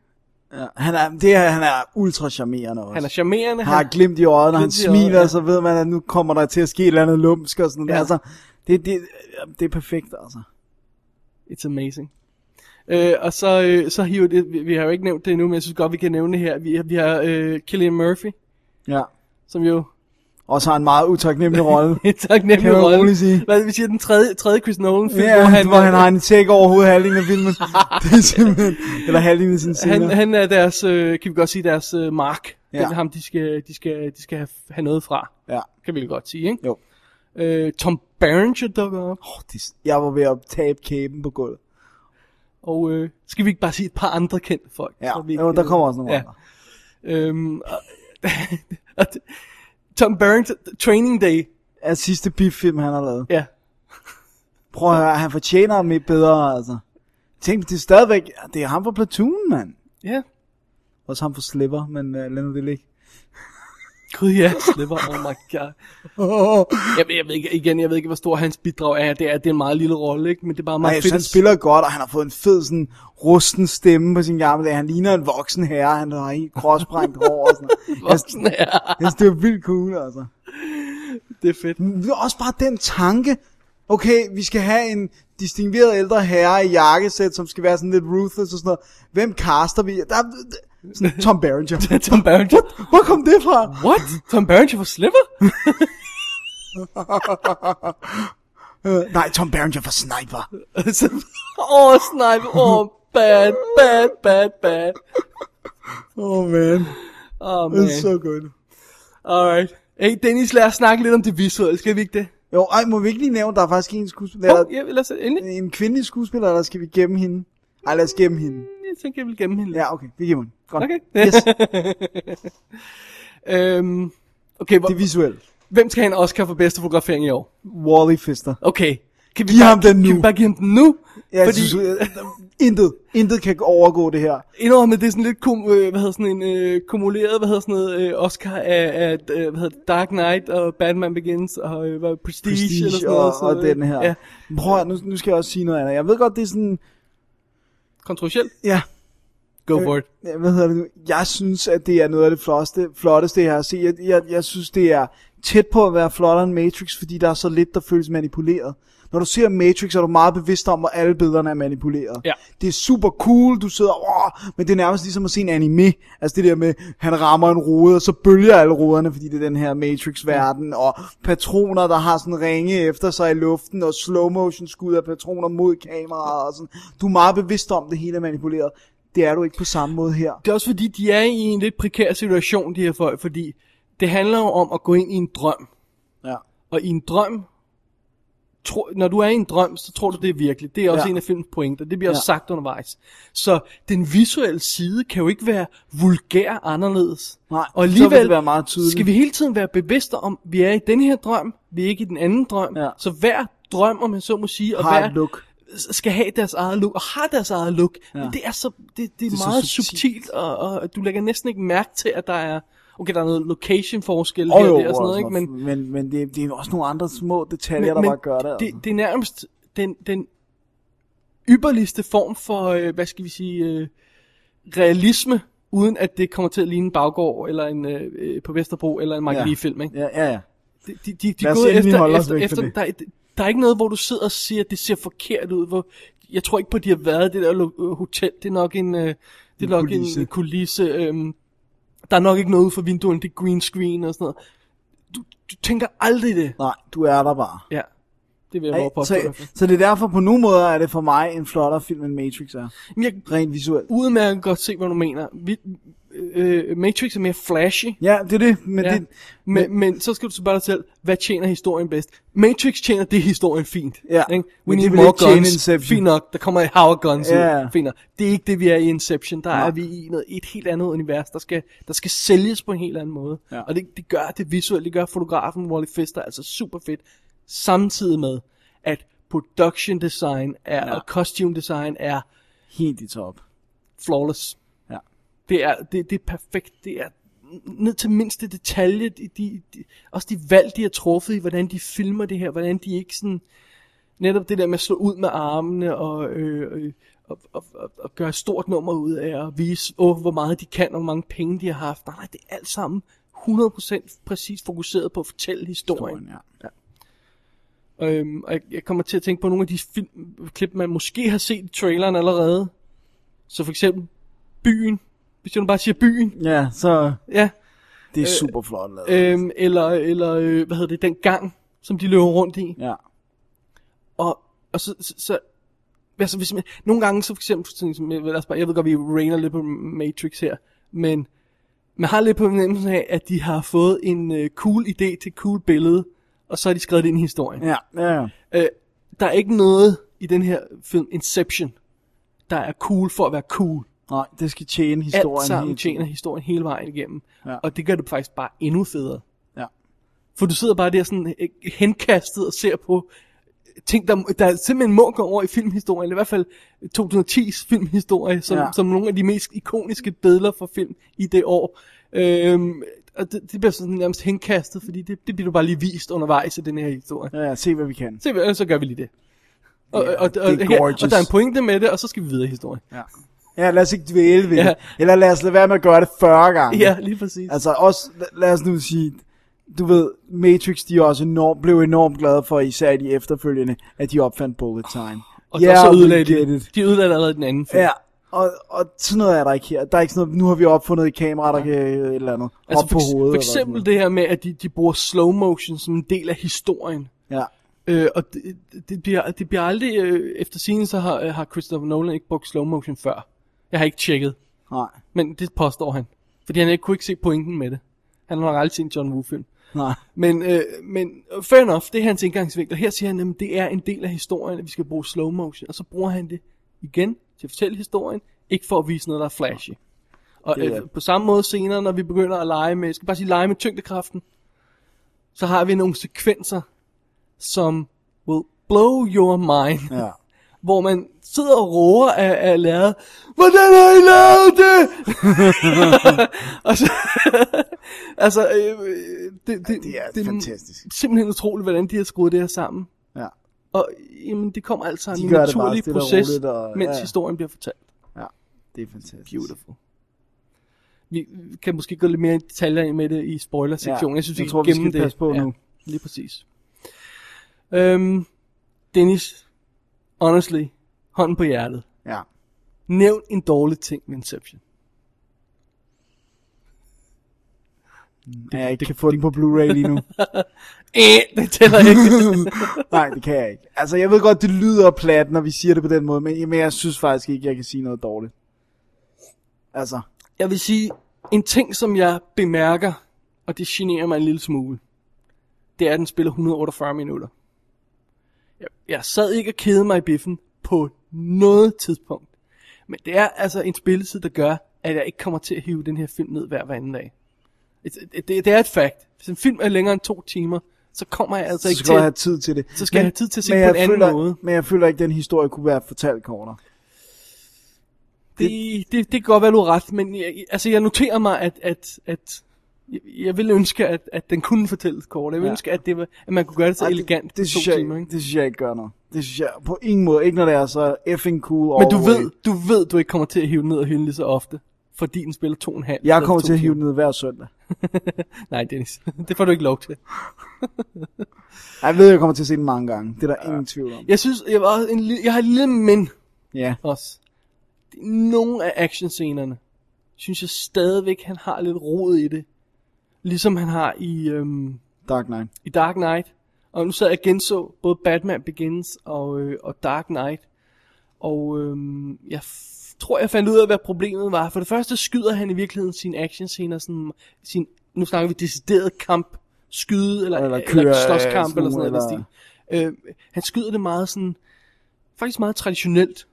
Speaker 3: ja. Han, er, det er, han er ultra charmerende også.
Speaker 4: Han er charmerende.
Speaker 3: har glimt i øjet, når han
Speaker 4: Glimt i øjet,
Speaker 3: smiler,
Speaker 4: ja.
Speaker 3: så ved man, at nu kommer der til at ske et eller andet lumsk og sådan ja.
Speaker 4: Ja.
Speaker 3: der. Altså, det, det, det er perfekt, altså.
Speaker 4: It's amazing. Øh, og så, øh, så hiver det, vi, vi har jo ikke nævnt det endnu, men jeg synes godt, vi kan nævne det her. Vi, vi har øh, Killian Murphy,
Speaker 3: Ja.
Speaker 4: som jo
Speaker 3: Og så har han en meget utaknemmelig rolle.
Speaker 4: en taknemmelig
Speaker 3: Kan man
Speaker 4: rolle.
Speaker 3: roligt sige.
Speaker 4: Hvad vil sige, den tredje, tredje Chris Nolan film, øh,
Speaker 3: ja, hvor, han, hvor han har en tæk over hovedet halvdelen af filmen. det er simpelthen... Eller halvdelen af sine scener.
Speaker 4: han, han er deres, øh, kan vi godt sige, deres øh, mark. Ja. Det
Speaker 3: Ja.
Speaker 4: er ham, de skal, de skal, de skal have, have noget fra,
Speaker 3: Ja.
Speaker 4: kan vi vel godt sige, ikke?
Speaker 3: Jo.
Speaker 4: Øh, Tom Berenger dukker op,
Speaker 3: Oh, det, jeg var ved at tabe kæben på gulvet.
Speaker 4: og øh, skal vi ikke bare sige et par andre kendte folk?
Speaker 3: Ja,
Speaker 4: så vi
Speaker 3: jo, der kommer også nogle
Speaker 4: ja.
Speaker 3: ja. andre.
Speaker 4: Øhm, og, og, Tom Berenger, Training Day,
Speaker 3: Er sidste biffilm, han har lavet.
Speaker 4: ja.
Speaker 3: Prøv at høre, han fortjener ham lidt bedre, altså. Tænk, det er stadigvæk... Det er ham fra Platoon, mand.
Speaker 4: Ja,
Speaker 3: Også ham fra Slipper, men uh, lad nu det ligge.
Speaker 4: gud ja, slipper, oh my god.
Speaker 3: Oh.
Speaker 4: Jeg, ved- jeg ved ikke, igen, jeg ved ikke, hvor stor hans bidrag er. Det er, det er en meget lille rolle, ikke? Men det er bare meget
Speaker 3: Nej, jeg synes,
Speaker 4: fedt.
Speaker 3: han
Speaker 4: at-
Speaker 3: spiller godt, og han har fået en fed sådan, rusten stemme på sin gamle dag. Han ligner en voksen herre, han har helt krossbrændt hår og sådan noget. Jeg,
Speaker 4: Voksen, ja.
Speaker 3: jeg synes, det er vildt cool, altså.
Speaker 4: Det er fedt.
Speaker 3: Men det er Også bare den tanke, okay, vi skal have en distingueret ældre herre i jakkesæt, som skal være sådan lidt ruthless og sådan noget. Hvem caster vi? Der, er- sådan Tom Berenger.
Speaker 4: Tom Berenger.
Speaker 3: Hvor kom det fra?
Speaker 4: What? Tom Berenger for slipper?
Speaker 3: Øh, nej, Tom Berenger fra Sniper.
Speaker 4: Så- Åh, oh, snipe. Åh, oh, bad, bad, bad, bad.
Speaker 3: Oh man,
Speaker 4: Åh, oh, man.
Speaker 3: it's so good.
Speaker 4: Alright. Hey, Dennis, lad os snakke lidt om det visuelle. Skal vi ikke det?
Speaker 3: Jo, ej, må vi ikke lige nævne, der er faktisk en skuespiller,
Speaker 4: Jo,
Speaker 3: der-
Speaker 4: ja, lad os endelig.
Speaker 3: en kvindelig skuespiller, eller skal vi gemme hende? Ej, lad os gemme hende.
Speaker 4: Jeg tænker, jeg vil gemme hende. lidt.
Speaker 3: Ja, okay, vi gemmer hende. Godt.
Speaker 4: Okay.
Speaker 3: Yes,
Speaker 4: øhm, okay, hvor,
Speaker 3: det er visuelt.
Speaker 4: hvem skal have en Oscar for bedste fotografering i år?
Speaker 3: Wally Fister.
Speaker 4: Okay. Kan vi
Speaker 3: Giv
Speaker 4: bare,
Speaker 3: ham den nu.
Speaker 4: Kan vi bare give ham den nu?
Speaker 3: Jeg
Speaker 4: Fordi
Speaker 3: Fordi... synes, øh, intet, intet kan overgå det her.
Speaker 4: indrømmet, det er sådan lidt kom, øh, hvad hedder sådan en øh, kumuleret, hvad hedder sådan noget, øh, Oscar af, af øh, hvad hedder det, Dark Knight og Batman Begins og øh, hvad, Prestige,
Speaker 3: Prestige
Speaker 4: eller sådan
Speaker 3: og,
Speaker 4: noget.
Speaker 3: og den her.
Speaker 4: Ja,
Speaker 3: Ja. Prøv at, nu, nu skal jeg også sige noget andet. Jeg ved godt, det er sådan...
Speaker 4: kontroversielt.
Speaker 3: Ja,
Speaker 4: Go for it.
Speaker 3: Ja, hvad hedder det nu? Jeg synes, at det er noget af det flotteste, flotteste jeg har set. Jeg, jeg, jeg synes, det er tæt på at være flottere end Matrix, fordi der er så lidt, der føles manipuleret. Når du ser Matrix, er du meget bevidst om, at alle billederne er manipuleret.
Speaker 4: Ja.
Speaker 3: Det er super cool, du sidder, Åh! men det er nærmest ligesom at se en anime. Altså det der med, han rammer en rode, og så bølger alle roderne, fordi det er den her Matrix-verden, og patroner, der har sådan ringe efter sig i luften, og slow motion skud af patroner mod kameraet, og sådan. Du er meget bevidst om, at det hele er manipuleret. Det er du ikke på samme måde her.
Speaker 4: Det er også fordi, de er i en lidt prekær situation, de her folk, fordi det handler jo om at gå ind i en drøm.
Speaker 3: Ja.
Speaker 4: Og i en drøm, tro, når du er i en drøm, så tror du, det er virkeligt. Det er også ja.
Speaker 3: Ja.
Speaker 4: en af filmens pointer. Det bliver ja.
Speaker 3: Ja.
Speaker 4: også sagt undervejs. Så den visuelle side kan jo ikke være vulgær anderledes.
Speaker 3: Nej,
Speaker 4: og
Speaker 3: så vil
Speaker 4: alligevel
Speaker 3: det være meget tydeligt.
Speaker 4: skal vi hele tiden være bevidste om, at vi er i den her drøm, vi er ikke i den anden drøm.
Speaker 3: Ja.
Speaker 4: Så hver drøm, om jeg så må sige, og
Speaker 3: Har
Speaker 4: hver
Speaker 3: et look.
Speaker 4: skal have deres eget look, og har deres eget look. Ja.
Speaker 3: Ja.
Speaker 4: Men det er så det, det er, det
Speaker 3: er
Speaker 4: er
Speaker 3: så
Speaker 4: meget subtilt,
Speaker 3: subtilt.
Speaker 4: subtilt og, og du lægger næsten ikke mærke til, at der er okay, der er noget location forskel
Speaker 3: Åh,
Speaker 4: her
Speaker 3: jo,
Speaker 4: og der og sådan noget, ikke?
Speaker 3: altså,
Speaker 4: Men,
Speaker 3: men, men det, det er også nogle andre små detaljer,
Speaker 4: men,
Speaker 3: der bare
Speaker 4: men
Speaker 3: gør det. Altså.
Speaker 4: det, det er nærmest den, den ypperligste form for, øh, hvad skal vi sige, øh, realisme, uden at det kommer til at ligne en baggård, eller en øh, øh, på Vesterbro, eller en Mike
Speaker 3: Ja.
Speaker 4: Lee-film, ikke?
Speaker 3: Ja, ja, ja.
Speaker 4: De, de, de, de
Speaker 3: Lad os
Speaker 4: går
Speaker 3: endelig
Speaker 4: efter,
Speaker 3: holde os
Speaker 4: efter,
Speaker 3: væk fra
Speaker 4: efter
Speaker 3: det.
Speaker 4: der, er, der er ikke noget, hvor du sidder og siger, at det ser forkert ud. Hvor, jeg tror ikke på, at de har været i det der lo- øh, hotel. Det er nok en, øh, det er nok kulisse. en
Speaker 3: kulisse.
Speaker 4: kulisse. Øhm, der er nok ikke noget ude for vinduerne. Det er green screen og sådan noget. Du, du tænker aldrig det.
Speaker 3: Nej, du er der bare.
Speaker 4: Ja, det vil jeg
Speaker 3: Ej,
Speaker 4: bare påstå. i hvert
Speaker 3: så,
Speaker 4: fald.
Speaker 3: så det er derfor, på nogle måder er det for mig en flottere film, end Matrix er.
Speaker 4: Men jeg kan
Speaker 3: Rent visuelt.
Speaker 4: udmærket godt se, hvad du mener. Vi, øh, Matrix er mere flashy.
Speaker 3: Ja, det er det. Men,
Speaker 4: Ja.
Speaker 3: det,
Speaker 4: Men, men så skal du spørge dig selv, hvad tjener historien bedst? Matrix tjener det historien fint.
Speaker 3: Ja,
Speaker 4: Ikke? We
Speaker 3: men
Speaker 4: need
Speaker 3: det vil
Speaker 4: more
Speaker 3: ikke tjene
Speaker 4: guns.
Speaker 3: Inception.
Speaker 4: Fint nok, der kommer et hav af guns
Speaker 3: Ja.
Speaker 4: ud. Fint nok. Det er ikke det, vi er i Inception. Der er vi i noget, et helt andet univers, der skal, der skal sælges på en helt anden måde.
Speaker 3: Ja.
Speaker 4: Og det, det gør det visuelt, det gør fotografen Wally Fister altså super fedt. Samtidig med, at production design er, og costume design er
Speaker 3: helt i top.
Speaker 4: flawless.
Speaker 3: Ja.
Speaker 4: Det er, det, det er perfekt. Det er ned til mindste detalje. De, de, de, også de valg, de har truffet i, hvordan de filmer det her. Hvordan de ikke sådan... Netop det der med at slå ud med armene og, øh, øh, og, og, og, og gøre et stort nummer ud af at vise, åh, hvor meget de kan og hvor mange penge de har haft. Nej, nej, det er alt sammen 100% præcis fokuseret på at fortælle historien.
Speaker 3: Ja.
Speaker 4: Øhm, og jeg, jeg kommer til at tænke på nogle af de film, klip, man måske har set i traileren allerede. Så for eksempel byen. Hvis jeg nu bare siger byen.
Speaker 3: ja, så
Speaker 4: Ja.
Speaker 3: det
Speaker 4: Øh,
Speaker 3: er super flot lavet.
Speaker 4: Øhm, eller, eller øh, hvad hedder det, den gang, som de løber rundt i.
Speaker 3: ja.
Speaker 4: Og, og så, så, så altså, hvis man, nogle gange så for eksempel, sådan, som, jeg, lad os bare, jeg ved godt, vi rainer lidt på Matrix her, men man har lidt på fornemmelsen af, at de har fået en øh, cool idé til et cool billede, og så har de skrevet det ind i historien.
Speaker 3: Ja, ja, ja.
Speaker 4: Øh, der er ikke noget i den her film Inception, der er cool for at være cool.
Speaker 3: Nej, det skal tjene historien.
Speaker 4: Alt sammen
Speaker 3: helt.
Speaker 4: tjener historien hele vejen igennem.
Speaker 3: Ja.
Speaker 4: Ja. Og det gør det faktisk bare endnu federe.
Speaker 3: Ja.
Speaker 4: For du sidder bare der sådan øh, henkastet og ser på ting, der, der simpelthen må gå over i filmhistorien, eller i hvert fald 2010's filmhistorie, som,
Speaker 3: Ja.
Speaker 4: ja. som nogle af de mest ikoniske billeder for film i det år. Øhm, og det, det bliver sådan nærmest henkastet, fordi det, det bliver du bare lige vist undervejs i den her historie.
Speaker 3: Ja, ja, se hvad vi kan.
Speaker 4: Se, hvad- så gør vi lige det. Og, og, og,
Speaker 3: det er
Speaker 4: og, her,
Speaker 3: gorgeous.
Speaker 4: og der er en pointe med det, og så skal vi videre i historien.
Speaker 3: Ja, lad os ikke dvæle ved
Speaker 4: Ja.
Speaker 3: det. Eller lad os lade være med at gøre det 40 gange.
Speaker 4: Ja, lige præcis. Altså,
Speaker 3: Altså også, la- lad os nu sige, du ved, Matrix, de er også enormt, blev enormt glade for, især i de efterfølgende, at de opfandt Bullet Time.
Speaker 4: og yeah, så
Speaker 3: we
Speaker 4: ødelagde
Speaker 3: get
Speaker 4: de,
Speaker 3: it.
Speaker 4: de ødelagde allerede den anden film.
Speaker 3: Ja, og, og sådan noget er der ikke her. Der er ikke sådan noget, nu har vi opfundet et kamera, der kan et eller andet altså op
Speaker 4: for,
Speaker 3: på
Speaker 4: eks-
Speaker 3: hovedet.
Speaker 4: for
Speaker 3: eller sådan
Speaker 4: eksempel det her med, at de, de bruger slow motion som en del af historien.
Speaker 3: noget. Ja.
Speaker 4: Øh, og det, det, bliver, det bliver aldrig, øh, efter scenen, så har, øh, har Christopher Nolan ikke brugt slow motion før. Jeg har ikke tjekket,
Speaker 3: Nej,
Speaker 4: men det påstår han. Fordi han ikke kunne ikke se pointen med det. Han har nok aldrig set en John Woo-film.
Speaker 3: nej.
Speaker 4: Men, øh, men fair enough, det er hans indgangsvinkel. Her siger han, at det er en del af historien, at vi skal bruge slow motion. Og så bruger han det igen til at fortælle historien, ikke for at vise noget, der er flashy. Og
Speaker 3: Det er-
Speaker 4: øh, på samme måde senere, når vi begynder at lege med, jeg skal bare sige lege med tyngdekraften, så har vi nogle sekvenser, som will blow your mind
Speaker 3: Ja.
Speaker 4: hvor man sidder og roer af, af lærret, hvordan har I lavet det? og så, altså, øh, øh, det, det,
Speaker 3: det er fantastisk.
Speaker 4: simpelthen utroligt, hvordan de har skruet det her sammen.
Speaker 3: Ja.
Speaker 4: Og jamen, det kommer alt sammen i
Speaker 3: De
Speaker 4: en
Speaker 3: gør det bare
Speaker 4: naturlig
Speaker 3: stille og
Speaker 4: proces,
Speaker 3: roligt, og-
Speaker 4: mens
Speaker 3: ja.
Speaker 4: ja. historien bliver fortalt.
Speaker 3: ja, det er fantastisk.
Speaker 4: Beautiful. Vi kan måske gå lidt mere i detaljer ind med det i
Speaker 3: Ja,
Speaker 4: spoiler-sektionen. jeg synes,
Speaker 3: jeg
Speaker 4: vi
Speaker 3: tror,
Speaker 4: tror,
Speaker 3: vi
Speaker 4: gemme
Speaker 3: skal
Speaker 4: det.
Speaker 3: passe på
Speaker 4: ja,
Speaker 3: nu.
Speaker 4: Lige præcis. Øhm, Dennis, honestly, hånden på hjertet.
Speaker 3: Ja.
Speaker 4: Nævn en dårlig ting med Inception.
Speaker 3: ja, jeg ikke kan få den på Blu-ray lige nu.
Speaker 4: Øh, det tæller ikke.
Speaker 3: Nej, det kan jeg ikke. Altså, jeg ved godt, det lyder plat, når vi siger det på den måde, men, men jeg synes faktisk ikke, jeg kan sige noget dårligt. Altså,
Speaker 4: jeg vil sige, en ting, som jeg bemærker, og det generer mig en lille smule, det er, at den spiller 148 minutter. Jeg, jeg sad ikke og kede mig i biffen på noget tidspunkt. Men det er altså en spilletid, der gør, at jeg ikke kommer til at hive den her film ned hver, hver anden dag. Det, det, det er et fact. Hvis en film er længere end to timer, så kommer jeg altså
Speaker 3: så
Speaker 4: ikke
Speaker 3: skal jeg have
Speaker 4: til...
Speaker 3: tid til det.
Speaker 4: så skal jeg have tid til at se
Speaker 3: men
Speaker 4: den på
Speaker 3: jeg
Speaker 4: en anden
Speaker 3: føler,
Speaker 4: måde.
Speaker 3: Men jeg føler ikke, den historie kunne være fortalt kortere.
Speaker 4: Det, det, det kan godt være, du har ret, men jeg, altså, jeg noterer mig, at, at, at jeg, jeg vil ønske, at, at den kunne fortælles kort. Jeg vil
Speaker 3: Ja.
Speaker 4: ja. ønske, at, det var, at man kunne gøre det så
Speaker 3: Ej,
Speaker 4: Ej, elegant
Speaker 3: det,
Speaker 4: på
Speaker 3: det,
Speaker 4: to
Speaker 3: synes jeg,
Speaker 4: timer. Ikke?
Speaker 3: det synes jeg ikke gør noget. Det synes jeg på ingen måde. Ikke når det er så effing cool
Speaker 4: Men du
Speaker 3: all
Speaker 4: ved,
Speaker 3: way.
Speaker 4: du ved, du ikke kommer til at hive den ned og hylde lige så ofte, fordi den spiller to og en halv.
Speaker 3: Jeg
Speaker 4: eller
Speaker 3: kommer
Speaker 4: to
Speaker 3: til at hive
Speaker 4: timer.
Speaker 3: den ned hver søndag.
Speaker 4: Nej, Dennis, det får du ikke lov til.
Speaker 3: Jeg ved, jeg kommer til at se den mange gange. Det er der ingen tvivl om.
Speaker 4: Jeg synes, jeg, var en, lille- jeg har et lille men
Speaker 3: Ja.
Speaker 4: også. Nogle af actionscenerne, synes jeg stadigvæk, han har lidt rod i det. Ligesom han har i... Øhm,
Speaker 3: Dark Knight.
Speaker 4: i Dark Knight. Og nu sad jeg og genså både Batman Begins og, øh, og Dark Knight. Og øh, jeg f- tror, jeg fandt ud af, hvad problemet var. For det første skyder han i virkeligheden sine actionscener, sådan, sin, nu snakker vi decideret kamp, skyde eller,
Speaker 3: Eller
Speaker 4: eller,
Speaker 3: køre,
Speaker 4: eller slåskamp
Speaker 3: sådan
Speaker 4: eller sådan noget.
Speaker 3: nogle,
Speaker 4: Eller... Øh, han skyder det meget sådan, faktisk meget traditionelt.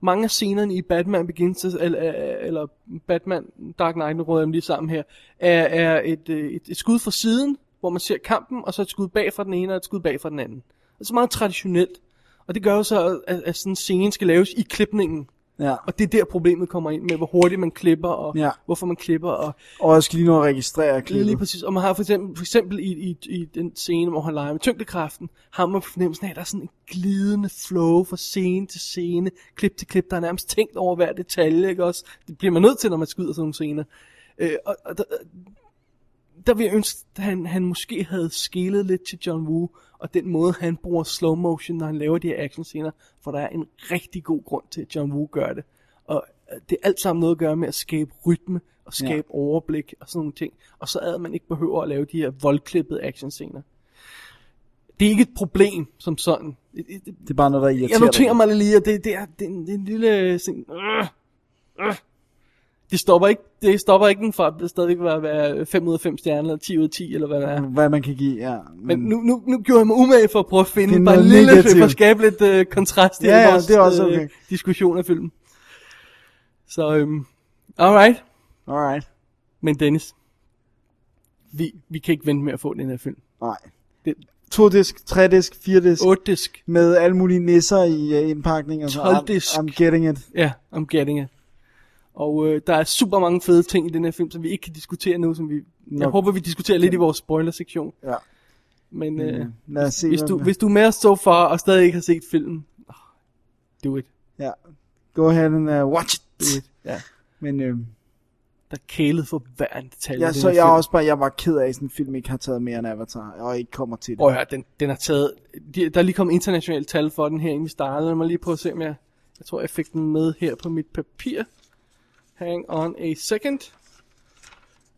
Speaker 4: Mange af scenerne i Batman Begins, eller, eller Batman Dark Knight, nu råder jeg dem lige sammen her, er, er et, øh, et, et skud fra siden, hvor man ser kampen, og så et skud bag fra den ene, og et skud bag fra den anden. Det er så meget traditionelt. Og det gør jo så, at, at sådan scenen skal laves i klipningen.
Speaker 3: Ja.
Speaker 4: Og det er der problemet kommer ind med, hvor hurtigt man klipper, og
Speaker 3: Ja.
Speaker 4: ja. hvorfor man klipper, og
Speaker 3: Og jeg skal lige nå at registrere klippet.
Speaker 4: Lige præcis. Og man har for eksempel, for eksempel i, i, i den scene, hvor han leger med tyngdekraften, har man fornemmelsen af, at der er sådan en glidende flow fra scene til scene, klip til klip, der er nærmest tænkt over hver detalje, ikke også? Det bliver man nødt til, når man skyder sådan nogle scener. Øh, og, og der, der vil jeg ønske, at han, han måske havde skælet lidt til John Woo, og den måde, han bruger slow motion, når han laver de her actionscener, for der er en rigtig god grund til, at John Woo gør det. Og øh, det er alt sammen noget at gøre med at skabe rytme, og skabe ja. overblik, og sådan nogle ting. Og så ad, at man ikke behøver at lave de her voldklippede actionscener. Det er ikke et problem, som sådan. Det- det- det-
Speaker 3: Det er bare noget, der irriterer
Speaker 4: Jeg noterer
Speaker 3: dig.
Speaker 4: mig det lige, at det, det, er, det, er en, det er en lille... Sådan, øh, øh. Det stopper ikke, det stopper ikke den fra at stadigvæk være, være 5 ud af 5 stjerner, eller 10 ud af 10, eller hvad det er.
Speaker 3: Hvad man kan give, ja.
Speaker 4: Men nu, nu, nu gjorde jeg mig umage for at prøve at
Speaker 3: Det er
Speaker 4: finde bare en
Speaker 3: noget
Speaker 4: lille,
Speaker 3: negativt.
Speaker 4: for at skabe lidt øh, kontrast i
Speaker 3: Ja, ja,
Speaker 4: vores
Speaker 3: det er også okay.
Speaker 4: øh, diskussion af filmen. Så, øhm, alright.
Speaker 3: Alright.
Speaker 4: Men Dennis, vi, vi kan ikke vente med at få den her film.
Speaker 3: Nej.
Speaker 4: Det-
Speaker 3: To disk, tre disk, fire disk.
Speaker 4: 8 disk.
Speaker 3: Med alle mulige nisser i uh, indpakningen. Altså,
Speaker 4: 12
Speaker 3: I'm-
Speaker 4: disk.
Speaker 3: I'm getting it.
Speaker 4: Ja, I'm getting it. Og øh, der er super mange fede ting i den her film, som vi ikke kan diskutere nu, som vi... Jeg
Speaker 3: Nok.
Speaker 4: håber, vi diskuterer lidt i vores spoiler-sektion.
Speaker 3: Ja.
Speaker 4: Men øh,
Speaker 3: Lad os se,
Speaker 4: hvis,
Speaker 3: hvad
Speaker 4: du,
Speaker 3: man-
Speaker 4: hvis du er med os så far og stadig ikke har set filmen, åh, Oh, do it.
Speaker 3: Ja. Go ahead and uh, watch
Speaker 4: Do
Speaker 3: it.
Speaker 4: it. Ja.
Speaker 3: Men øh,
Speaker 4: Der er kælet for hver en detalje. i
Speaker 3: ja,
Speaker 4: den
Speaker 3: så
Speaker 4: her
Speaker 3: jeg er
Speaker 4: film.
Speaker 3: også bare, jeg var ked af, at sådan en film ikke har taget mere end Avatar, og ikke kommer til det.
Speaker 4: Prøv at høre, den, den har taget... De, der er lige kommet internationalt tal for den her, inden vi startede. Lad mig lige prøve at se, om jeg... Jeg tror, jeg fik den med her på mit papir. Hang on a second.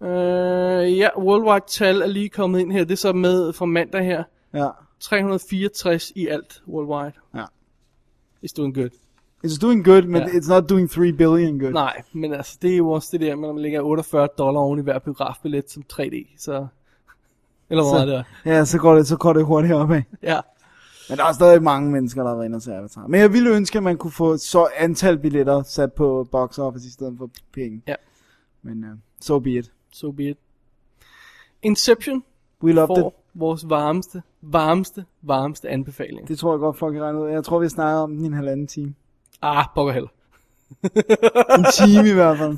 Speaker 4: Øh, ja, worldwide tal er lige kommet ind her. Det er så med fra mandag her.
Speaker 3: Ja.
Speaker 4: 364 i alt worldwide.
Speaker 3: Ja.
Speaker 4: It's doing good.
Speaker 3: It's doing good, men
Speaker 4: Ja.
Speaker 3: it's not doing 3 billion good.
Speaker 4: Nej, men altså, det er jo også det der, med, når man lægger 48 dollar oven i hver biografbillet som 3D, så... Eller hvor
Speaker 3: Så-
Speaker 4: meget det er.
Speaker 3: Ja, så går det, så går det hurtigt opad.
Speaker 4: Ja.
Speaker 3: Men der er stadig mange mennesker, der rinder til Avatar. Men jeg ville ønske, at man kunne få så antal billetter sat på box office i stedet for penge.
Speaker 4: Ja.
Speaker 3: Men uh, so be it.
Speaker 4: So be it. Inception
Speaker 3: We love
Speaker 4: får
Speaker 3: it.
Speaker 4: vores varmeste, varmeste, varmeste anbefaling.
Speaker 3: Det tror jeg godt, folk kan regne ud. Jeg tror, vi snakker om den i en halvanden time.
Speaker 4: Ah, pokker heller.
Speaker 3: En time i hvert fald.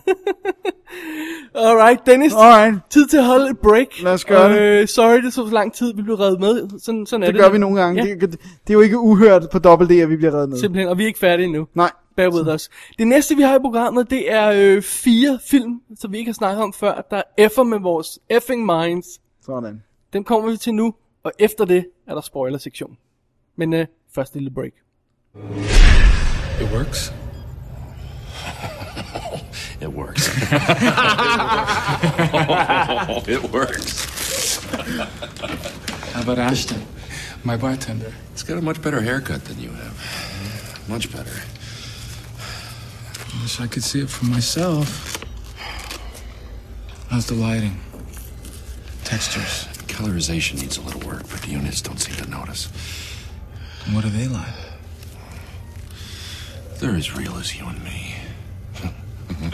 Speaker 4: Alright, Dennis. Oh.
Speaker 3: Alright,
Speaker 4: Tid til at holde et break.
Speaker 3: Lad os gøre
Speaker 4: øh, det. Sorry, det tog så lang tid, vi blev reddet med. Sådan, sådan er
Speaker 3: det
Speaker 4: det.
Speaker 3: gør vi nogle gange.
Speaker 4: Ja,
Speaker 3: Det, det, det er jo ikke uhørt på dobbelt D, at vi bliver reddet med.
Speaker 4: simpelthen. Og vi er ikke færdige endnu.
Speaker 3: Nej,
Speaker 4: Bear with us. Det næste, vi har i programmet, det er øh, fire film, som vi ikke har snakket om før, der effer med vores effing minds.
Speaker 3: sådan.
Speaker 4: Dem kommer vi til nu, og efter det er der spoiler-sektion. Men øh, først lille break.
Speaker 8: It works.
Speaker 2: It works. it works.
Speaker 8: How about Ashton, my bartender?
Speaker 2: It's got a much better haircut than you have. Much better.
Speaker 8: Wish I could see it for myself. How's the lighting? Textures.
Speaker 2: Colorization needs a little work, but the units don't seem to notice.
Speaker 8: And what are they like?
Speaker 2: They're as real as you and me.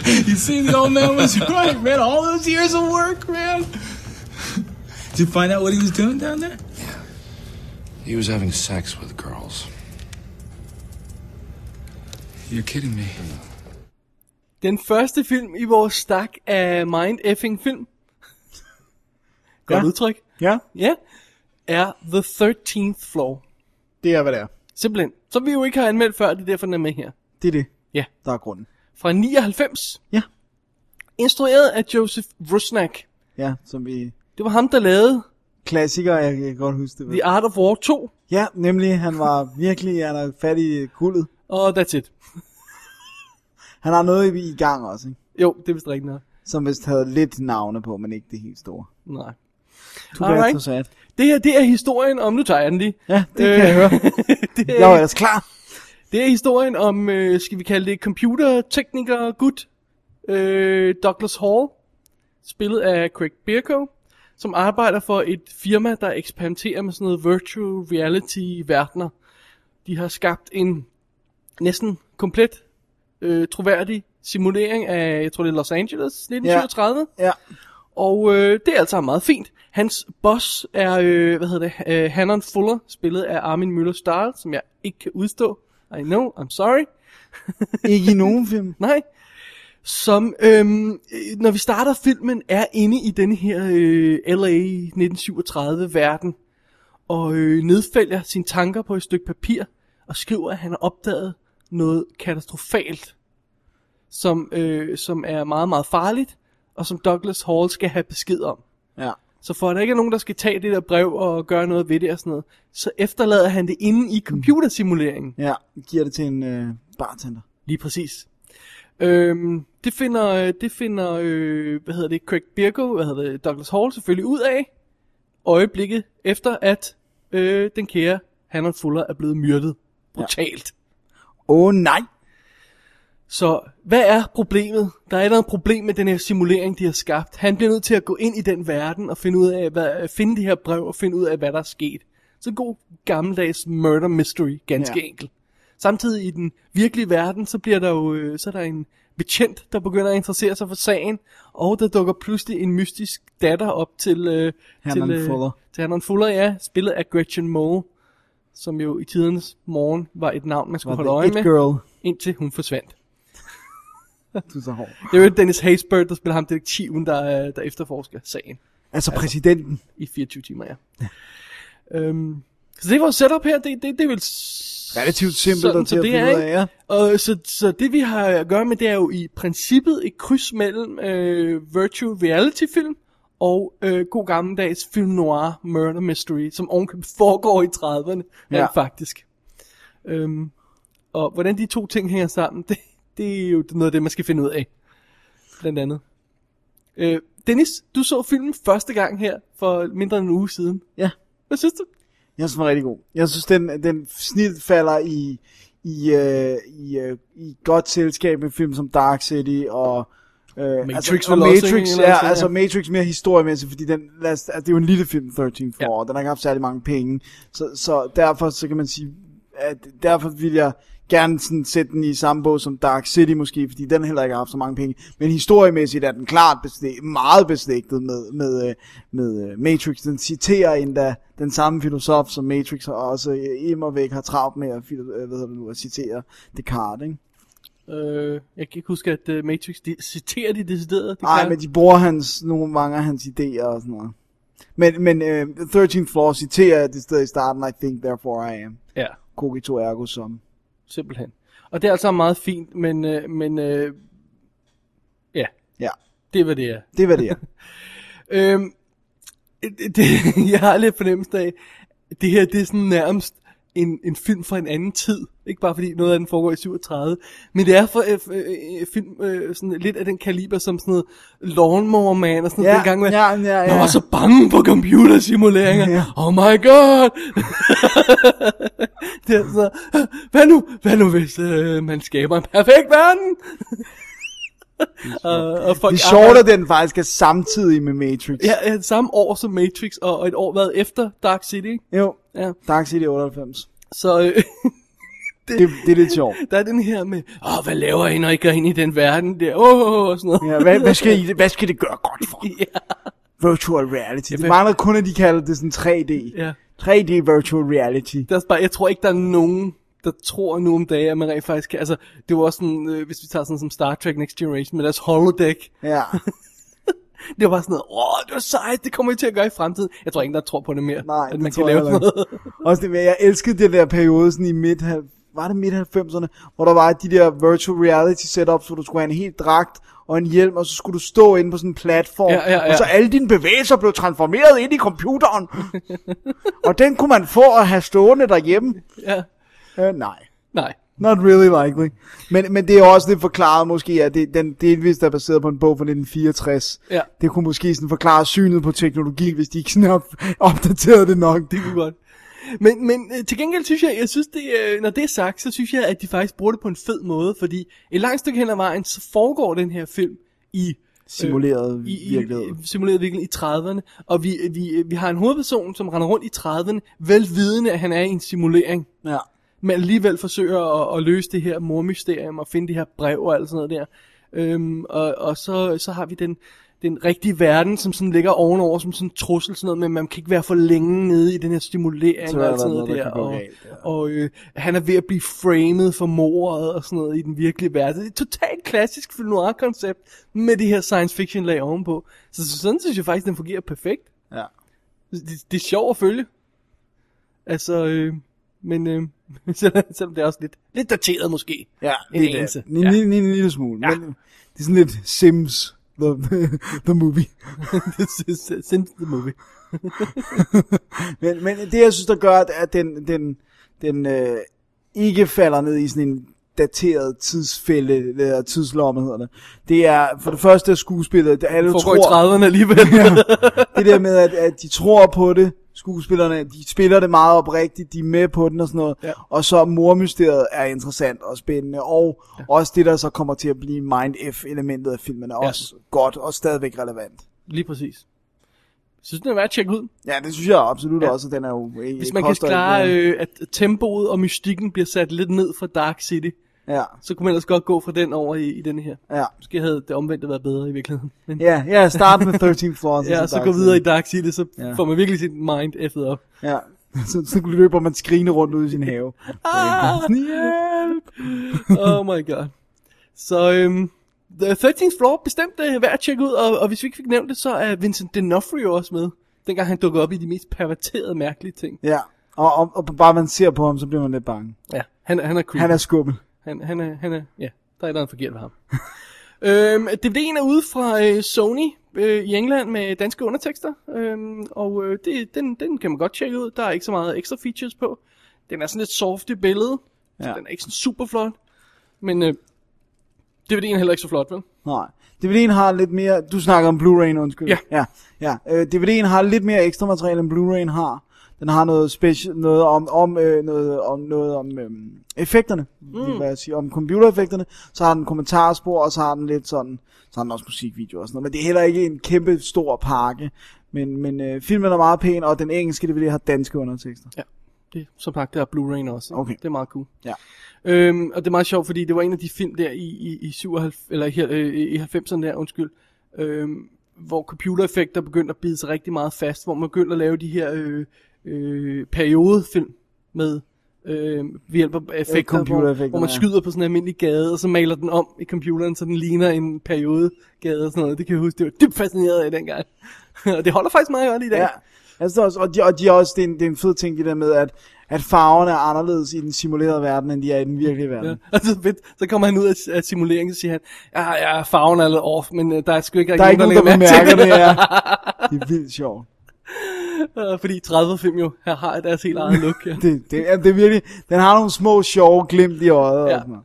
Speaker 8: You see, the old man was right, man. All those years of work, man. Did you find out what he was doing down there?
Speaker 2: He was having sex with girls.
Speaker 8: You're kidding me.
Speaker 4: Den første film i vores stak af Mind Effing Film.
Speaker 3: Ja.
Speaker 4: Godt ja. udtryk.
Speaker 3: Ja,
Speaker 4: Ja. Er The 13th Floor.
Speaker 3: det er, hvad det er.
Speaker 4: Simpelthen. Som vi jo ikke har anmeldt før, det er derfor, den er med her.
Speaker 3: Det er det.
Speaker 4: Ja.
Speaker 3: Der er grunden.
Speaker 4: Fra 99.
Speaker 3: Ja.
Speaker 4: Instrueret af Joseph Rusnak.
Speaker 3: Ja, som vi...
Speaker 4: Det var ham, der lavede
Speaker 3: Klassiker, jeg kan godt huske det. vel?
Speaker 4: The Art of War 2.
Speaker 3: Ja, nemlig, han var virkelig, han er fat i kuldet.
Speaker 4: Og that's it.
Speaker 3: Han har noget i, i gang også, ikke?
Speaker 4: Jo, det er vist rigtigt nok.
Speaker 3: Som vist havde lidt navne på, men ikke det helt store.
Speaker 4: Nej.
Speaker 3: Too bad,
Speaker 4: Alright.
Speaker 3: too sad.
Speaker 4: Det her, det er historien om, nu tager jeg den lige. Øh,
Speaker 3: Ja, det kan jeg høre.
Speaker 4: det,
Speaker 3: Jeg var
Speaker 4: er,
Speaker 3: ellers klar.
Speaker 4: Det er historien om, øh, skal vi kalde det, computertekniker gut, øh, Douglas Hall, spillet af Craig Bierko, som arbejder for et firma, der eksperimenterer med sådan noget virtual reality-verdener. De har skabt en næsten komplet øh, troværdig simulering af, jeg tror det er Los Angeles, 1937.
Speaker 3: Ja.
Speaker 4: Og øh, det er altså meget fint. Hans boss er, øh, hvad hedder det, øh, Hannon Fuller, spillet af Armin Müller Stahl, som jeg ikke kan udstå. I know, I'm sorry.
Speaker 3: Ikke i nogen film.
Speaker 4: Nej. Som, øhm, øh, når vi starter filmen, er inde i den her øh, LA 1937-verden. Og øh, nedfælder sine tanker på et stykke papir, og skriver, at han har opdaget noget katastrofalt. Som, øh, som er meget, meget farligt, og som Douglas Hall skal have besked om.
Speaker 3: Ja.
Speaker 4: Så for at der ikke er nogen, der skal tage det der brev og gøre noget ved det og sådan noget, så efterlader han det inde i computersimuleringen.
Speaker 3: Ja, giver det til en øh, bartender.
Speaker 4: Lige præcis. Øhm, det finder, det finder øh, hvad hedder det, Craig Birko, hvad hedder det, Douglas Hall selvfølgelig ud af, øjeblikket efter at øh, den kære Hannah Fuller er blevet myrdet. Brutalt. Ja.
Speaker 3: Åh oh, nej!
Speaker 4: Så hvad er problemet? Der er et eller andet problem med den her simulering, de har skabt. Han bliver nødt til at gå ind i den verden og finde ud af, hvad, finde det her brev og finde ud af, hvad der er sket. Så en god gammeldags murder mystery, ganske ja.
Speaker 3: Ja.
Speaker 4: enkelt. Samtidig i den virkelige verden, så bliver der jo øh, så er der en betjent, der begynder at interessere sig for sagen, og der dukker pludselig en mystisk datter op til øh,
Speaker 3: Herman
Speaker 4: til, øh,
Speaker 3: Fuller.
Speaker 4: Til Herman Fuller, ja, spillet af Gretchen Mol, som jo i tidens morgen var et navn, man skulle
Speaker 3: Var
Speaker 4: holde
Speaker 3: det
Speaker 4: øje
Speaker 3: It
Speaker 4: med,
Speaker 3: Girl?
Speaker 4: indtil hun forsvandt.
Speaker 3: Du er så hård.
Speaker 4: Det er jo Dennis Haysbert, der spiller ham detektiven, der, øh, der efterforsker sagen
Speaker 3: Altså præsidenten.
Speaker 4: i 24 timer, ja. øhm, så det var setup her, det, det, det er vel s-
Speaker 3: Relativt simpelt at til
Speaker 4: så
Speaker 3: at
Speaker 4: det
Speaker 3: finde
Speaker 4: er,
Speaker 3: ud af,
Speaker 4: ikke?
Speaker 3: ja.
Speaker 4: Og så, så det vi har at gøre med, det er jo i princippet et kryds mellem øh, virtual reality film og øh, god gammeldags film noir murder mystery, som ovenkøbet foregår i 30'erne, ja.
Speaker 3: Ja.
Speaker 4: rent faktisk. Øhm, og hvordan de to ting hænger sammen, det, det er jo noget af det, man skal finde ud af. Blandt andet. Øh, Dennis, du så filmen første gang her for mindre end en uge siden.
Speaker 3: Ja.
Speaker 4: Hvad synes du?
Speaker 3: Jeg synes, den var rigtig god. Jeg synes, den, den snit falder i, i, øh, i, øh, i godt selskab med film som Dark City og... Øh,
Speaker 4: Matrix
Speaker 3: altså, og
Speaker 4: vel også, ikke?
Speaker 3: Matrix,
Speaker 4: Eller
Speaker 3: ja,
Speaker 4: sådan, ja.
Speaker 3: altså Matrix mere historiemæssigt, fordi den, lad os, altså, det er jo en lille film, 13 for
Speaker 4: Ja.
Speaker 3: ja. år, den har ikke haft særlig mange penge, så, så derfor så kan man sige, at derfor vil jeg gerne sådan sætte den i samme bog som Dark City måske, fordi den heller ikke har haft så mange penge, men historiemæssigt er den klart beslæ- meget beslægtet med, med, øh, med øh, Matrix, den citerer endda den samme filosof, som Matrix har også øh, immer væk har travlt med at, filo- øh, hvad hedder det nu, at citere Descartes, ikke?
Speaker 4: Øh, jeg kan ikke huske, at uh, Matrix de, citerer de decideret.
Speaker 3: Nej, men de bruger hans, nogle mange af hans idéer og sådan noget. Men, men uh, 13 Floor citerer jeg det sted i starten, I think therefore I am.
Speaker 4: Ja,
Speaker 3: Cogito ergo sum.
Speaker 4: simpelthen. Og det er altså meget fint, men, øh, men øh, ja,
Speaker 3: Ja,
Speaker 4: det er, hvad det er.
Speaker 3: det var det. er.
Speaker 4: Øhm, det, det, jeg har lidt fornemmelse af, at det her det er sådan nærmest en, en film fra en anden tid. Ikke bare fordi noget af den foregår i 37, men det er for, øh, øh, film øh, sådan lidt af den kaliber som sådan noget Lawnmower Man og sådan noget
Speaker 3: Ja,
Speaker 4: dengang. hvor jeg-
Speaker 3: ja, ja,
Speaker 4: Jeg var
Speaker 3: ja.
Speaker 4: så bange for computersimuleringer.
Speaker 3: Ja.
Speaker 4: Oh my god! det er sådan, noget, hvad nu, hvad nu hvis øh, man skaber en perfekt verden? og, og folk
Speaker 3: Det er sjovt, at den faktisk er samtidig med Matrix.
Speaker 4: Ja, ja, samme år som Matrix, og, og et år været efter Dark City. ikke?
Speaker 3: Jo,
Speaker 4: Ja.
Speaker 3: Dark City 98.
Speaker 4: Så øh,
Speaker 3: Det, det er lidt sjovt.
Speaker 4: der er den her med, åh, hvad laver I, når I går ind i den verden der? Åh, og sådan noget.
Speaker 3: Ja, hvad, hvad, skal I, hvad skal det gøre godt for?
Speaker 4: Ja.
Speaker 3: Virtual reality.
Speaker 4: men-
Speaker 3: Det mangler kun, at de kalder det sådan 3D.
Speaker 4: ja.
Speaker 3: 3D virtual reality.
Speaker 4: Der er bare, jeg tror ikke, der er nogen, der tror nu om dagen, at man rent faktisk kan. Altså, det var også sådan, øh, hvis vi tager sådan som Star Trek Next Generation med deres holodeck.
Speaker 3: Ja,
Speaker 4: Det var bare sådan noget, åh, det var sejt, det kommer I til at gøre i fremtiden. Jeg tror ingen, der tror på det mere,
Speaker 3: nej,
Speaker 4: at
Speaker 3: det
Speaker 4: man
Speaker 3: tror
Speaker 4: kan
Speaker 3: jeg
Speaker 4: lave
Speaker 3: heller
Speaker 4: sådan noget.
Speaker 3: ikke. Også det med, jeg elskede den der periode sådan i midt var det midt 90'erne, hvor der var de der virtual reality setups, hvor du skulle have en helt dragt og en hjelm, og så skulle du stå inde på sådan en platform,
Speaker 4: Ja, ja, ja.
Speaker 3: og så alle dine bevægelser blev transformeret ind i computeren. og den kunne man få at have stående derhjemme.
Speaker 4: Ja,
Speaker 3: Uh, nej.
Speaker 4: nej.
Speaker 3: Not really likely. Men, men det er jo også lidt forklaret måske, at det, den delvis der er baseret på en bog fra 1964.
Speaker 4: Ja.
Speaker 3: Det kunne måske sådan forklare synet på teknologi, hvis de ikke sådan har opdateret det nok.
Speaker 4: Det kunne godt. Men, men øh, til gengæld synes jeg, jeg synes det, øh, når det er sagt, så synes jeg, at de faktisk bruger det på en fed måde, fordi et langt stykke hen ad vejen, så foregår den her film i
Speaker 3: Simuleret
Speaker 4: Øh, i, i,
Speaker 3: virkelighed.
Speaker 4: i- Simuleret virkelighed i 30'erne. Og vi, vi, vi har en hovedperson, som render rundt i 30'erne, velvidende, at han er i en simulering.
Speaker 3: Ja.
Speaker 4: Men alligevel forsøger at, at løse det her mormysterium og finde det her brev og alt sådan noget der. Øhm, og og så, så har vi den, den rigtige verden, som sådan ligger ovenover som sådan en trussel, sådan noget, men man kan ikke være for længe nede i den her stimulering
Speaker 3: Så er
Speaker 4: og alt
Speaker 3: der
Speaker 4: sådan
Speaker 3: noget,
Speaker 4: noget der.
Speaker 3: der kan gå
Speaker 4: Og,
Speaker 3: galt, ja.
Speaker 4: og øh, han er ved at blive framed for mordet og sådan noget i den virkelige verden. Det er et totalt klassisk film noir-koncept med det her science fiction lag ovenpå. Så sådan synes jeg faktisk, den fungerer perfekt.
Speaker 3: Ja.
Speaker 4: Det, det er sjovt at følge. Altså, øh, men øh, selvom selvom det er også lidt, lidt dateret måske.
Speaker 3: Ja,
Speaker 4: En
Speaker 3: lidt,
Speaker 4: anelse.
Speaker 3: En, en,
Speaker 4: Ja.
Speaker 3: en, en lille smule. Ja. Men det er sådan lidt Sims, the, the movie.
Speaker 4: Since the movie.
Speaker 3: Men, men det, jeg synes, der gør, at- at den, den, den øh, ikke falder ned i sådan en dateret tidsfælde, eller tidslomme hedder det, det er for det første skuespillet, det alle
Speaker 4: Foregår i
Speaker 3: tror,
Speaker 4: 30'erne alligevel.
Speaker 3: det der med, at, at de tror på det, skuespillerne, de spiller det meget oprigtigt, de er med på den og sådan noget,
Speaker 4: Ja.
Speaker 3: ja. og så mormysteriet er interessant og spændende, og ja. også det, der så kommer til at blive mind-F-elementet af filmen, er
Speaker 4: Ja.
Speaker 3: ja. også godt og stadigvæk relevant.
Speaker 4: Lige præcis. Jeg synes, den er værd at tjekke ud.
Speaker 3: Ja, det synes jeg absolut
Speaker 4: Ja.
Speaker 3: ja. også, at den er jo... ikke-
Speaker 4: Hvis man kan
Speaker 3: koster ikke
Speaker 4: klare,
Speaker 3: noget.
Speaker 4: øh, at tempoet og mystikken bliver sat lidt ned fra Dark City,
Speaker 3: Ja,
Speaker 4: så kunne man ellers godt gå fra den over i, i den her.
Speaker 3: ja.
Speaker 4: Måske havde det omvendte været bedre i virkeligheden. Men,
Speaker 3: Ja, ja, start med 13 Floors.
Speaker 4: ja, og så gå videre i Dark City, så
Speaker 3: Ja.
Speaker 4: får man virkelig sit mind effet op.
Speaker 3: Ja. Så, så løber man skrigende rundt ud i sin have.
Speaker 4: Ah, hjælp! oh my god. Så øhm, The 13th Floor bestemt øh, værd at tjekke ud, og, og hvis vi ikke fik nævnt det, så er Vincent D'Onofrio også med. Dengang han dukker op i de mest perverterede, mærkelige ting.
Speaker 3: Ja. Og, og, og bare man ser på ham, så bliver man lidt bange.
Speaker 4: Ja, han, han er creepy.
Speaker 3: Han er skummel.
Speaker 4: Han, han er, han er, ja, der er noget forkert ved ham. øhm, DVD'en er ude fra øh, Sony øh, i England med danske undertekster, øhm, og øh, det, den, den kan man godt tjekke ud. Der er ikke så meget ekstra features på. Den er sådan lidt soft i billedet, ja. så
Speaker 3: Ja.
Speaker 4: den er ikke sådan super flot. Men øh, DVD'en er heller ikke så flot, vel?
Speaker 3: Nej. DVD'en har lidt mere... Du snakker om Blu-ray'en, undskyld.
Speaker 4: Ja.
Speaker 3: ja. ja. Øh, DVD'en har lidt mere ekstra materiale, end Blu-ray'en har. Den har noget special, noget om, om, øh, noget, om, noget om øh, effekterne, mm. hvad jeg siger, om computereffekterne. Så har den kommentarspor, og så har den lidt sådan, så har den også musikvideo og sådan noget. Men det er heller ikke en kæmpe stor pakke. Men, men øh, filmen er meget pæn, og den engelske DVD har danske undertekster.
Speaker 4: Ja, det, som sagt, der er Blu-ray'en også.
Speaker 3: Okay.
Speaker 4: Det er meget cool.
Speaker 3: Ja.
Speaker 4: Øhm, og det er meget sjovt, fordi det var en af de film der i, i, i 97, eller her, øh, i 90'erne der, undskyld, øhm, hvor computereffekter begyndte at bide sig rigtig meget fast, hvor man begyndte at lave de her øh, øh, periodefilm med øh, ved hjælp af effekter, hvor,
Speaker 3: computereffekter,
Speaker 4: hvor man
Speaker 3: ja.
Speaker 4: skyder på sådan en almindelig gade, og så maler den om i computeren, så den ligner en periodegade og sådan noget. Det kan jeg huske, det var jeg dybt fascineret af dengang. og det holder faktisk meget godt i dag.
Speaker 3: Ja. Altså, også, og, de, og de er også, det, er en, det er en fed ting, det der med, at, at farverne er anderledes i den simulerede verden, end de er i den virkelige verden.
Speaker 4: Ja. Og så, fedt, så kommer han ud af, af simuleringen, og siger han, ja, ja, farven er lidt off, men uh, der er sgu ikke
Speaker 3: Der er ikke nogen, der
Speaker 4: lægger mærke
Speaker 3: bemærker
Speaker 4: til
Speaker 3: det her. Det er vildt sjovt.
Speaker 4: det." Øh, Fordi 30 film jo her har deres helt eget look. Ja.
Speaker 3: Det, det, er, det er virkelig, den har nogle små sjove glimt i øjet.
Speaker 4: Ja.
Speaker 3: Og sådan noget.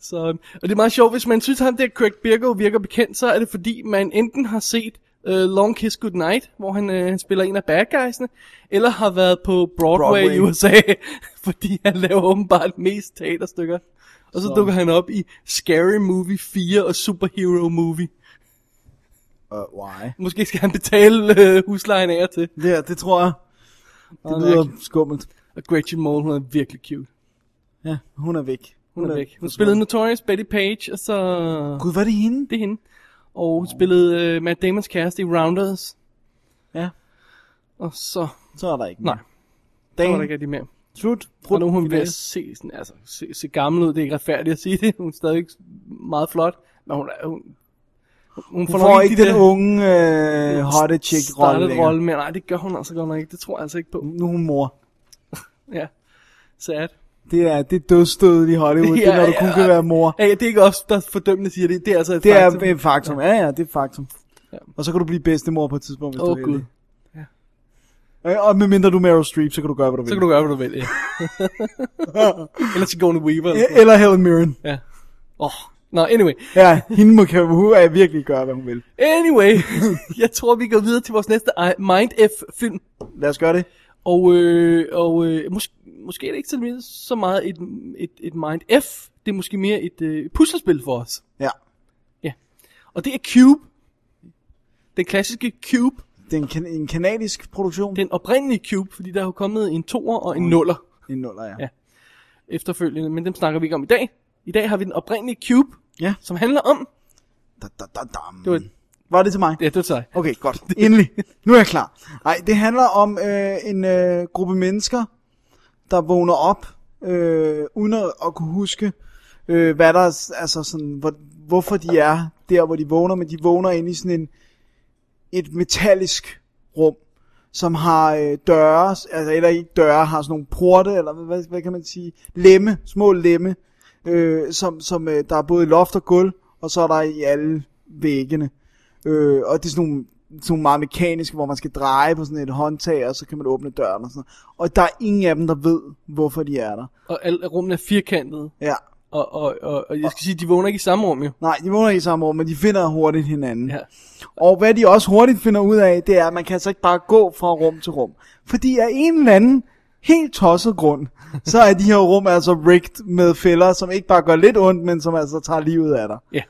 Speaker 4: så, øhm, og det er meget sjovt, hvis man synes, ham der Craig Birgo virker bekendt, så er det fordi, man enten har set uh, Long Kiss Goodnight, hvor han, uh, han spiller en af bad guysene, eller har været på Broadway, Broadway.
Speaker 3: Broadway.
Speaker 4: i USA, fordi han laver åbenbart mest teaterstykker. Og så, så dukker han op i Scary Movie 4 og Superhero Movie.
Speaker 3: Uh, why?
Speaker 4: Måske skal han betale øh, huslejen af og til.
Speaker 3: Ja, det tror jeg. Det
Speaker 4: Nå,
Speaker 3: lyder
Speaker 4: mærkeligt.
Speaker 3: skummelt.
Speaker 4: Og Gretchen Mol, hun er virkelig cute.
Speaker 3: Ja, hun er væk.
Speaker 4: Hun, hun er væk. Hun spillede Notorious Betty Page, og så...
Speaker 3: Gud, var det hende?
Speaker 4: Det er hende. Og hun spillede uh, Matt Damons kæreste i Rounders.
Speaker 3: Ja.
Speaker 4: Og så...
Speaker 3: Så er der ikke
Speaker 4: Nej,
Speaker 3: mere.
Speaker 4: der var der
Speaker 3: Dagen.
Speaker 4: ikke rigtig mere.
Speaker 3: Slut.
Speaker 4: Og nu er hun ved at
Speaker 3: Finale.
Speaker 4: se, sådan, altså, se, se gammel ud. Det er ikke retfærdigt at sige det. Hun er stadig meget flot. Men hun, er, hun, hun, hun
Speaker 3: Hun får ikke
Speaker 4: de
Speaker 3: den
Speaker 4: der
Speaker 3: unge, øh, hotte chick rolle
Speaker 4: startede
Speaker 3: længere.
Speaker 4: rolle mere. Nej, det gør hun altså godt nok ikke. Det tror jeg altså ikke på.
Speaker 3: Nu er hun mor.
Speaker 4: Ja. Sad.
Speaker 3: Det er, det er dødstødet i Hollywood, det er, når du kun kan være mor.
Speaker 4: Ja, ja, det er ikke os, der fordømmende siger det. Det er altså et
Speaker 3: Det er
Speaker 4: faktum.
Speaker 3: et faktum. Ja, ja, det er et faktum.
Speaker 4: Ja.
Speaker 3: Og så kan du blive bedstemor på et tidspunkt, hvis
Speaker 4: Åh,
Speaker 3: du
Speaker 4: Gud.
Speaker 3: vil. Ja. Øh, Og medmindre du er Meryl Streep, så kan du gøre, hvad du vil.
Speaker 4: Så kan du gøre, hvad du vil, ja. Eller Sigourney Weaver. Åh,
Speaker 3: E- Eller Helen Mirren.
Speaker 4: ja. oh. Nå, anyway.
Speaker 3: Ja, hende må kan, hun er virkelig gøre, hvad hun vil.
Speaker 4: Anyway. jeg tror, vi går videre til vores næste I- Mind F-film.
Speaker 3: Lad os gøre det.
Speaker 4: Og, øh, og øh, måske, måske er det ikke sådan så meget et, et, et Mind F, det er måske mere et øh, puslespil for os.
Speaker 3: Ja.
Speaker 4: Og det er Cube. Den klassiske Cube.
Speaker 3: Det er en, kan- en kanadisk produktion.
Speaker 4: Den oprindelige Cube, fordi der er jo kommet en toer og en nuller
Speaker 3: En nuller, ja.
Speaker 4: Ja. efterfølgende, men dem snakker vi ikke om i dag. I dag har vi den oprindelige Cube,
Speaker 3: Ja.
Speaker 4: som handler om...
Speaker 3: Da, da, da, dam.
Speaker 4: Det var,
Speaker 3: Var det til mig?
Speaker 4: ja, det var sig.
Speaker 3: Okay, godt. Endelig. Nu er jeg klar. Nej, det handler om øh, en øh, gruppe mennesker, der vågner op, øh, uden at, at kunne huske, øh, hvad der, er- altså sådan, hvor, hvorfor de er der, hvor de vågner, men de vågner ind i sådan en, et metallisk rum, som har øh, døre, altså, eller ikke døre, har sådan nogle porte, eller hvad, hvad, hvad kan man sige, lemme, små lemme, øh, som, som øh, der er både i loft og gulv, og så er der i alle væggene. Øh, og det er sådan nogle, sådan nogle meget mekaniske, hvor man skal dreje på sådan et håndtag, og så kan man åbne døren og sådan noget. Og der er ingen af dem, der ved, hvorfor de er der.
Speaker 4: Og al, rummen er firkantet.
Speaker 3: Ja.
Speaker 4: Og, og, og, og jeg skal sige, de vågner ikke i samme rum jo.
Speaker 3: Nej, de vågner ikke i samme rum, men de finder hurtigt hinanden.
Speaker 4: Ja.
Speaker 3: Og hvad de også hurtigt finder ud af, det er, at man kan altså ikke bare gå fra rum til rum. Fordi af en eller anden helt tosset grund, så er de her rum altså rigged med fælder, som ikke bare gør lidt ondt, men som altså tager livet af dig.
Speaker 4: Ja.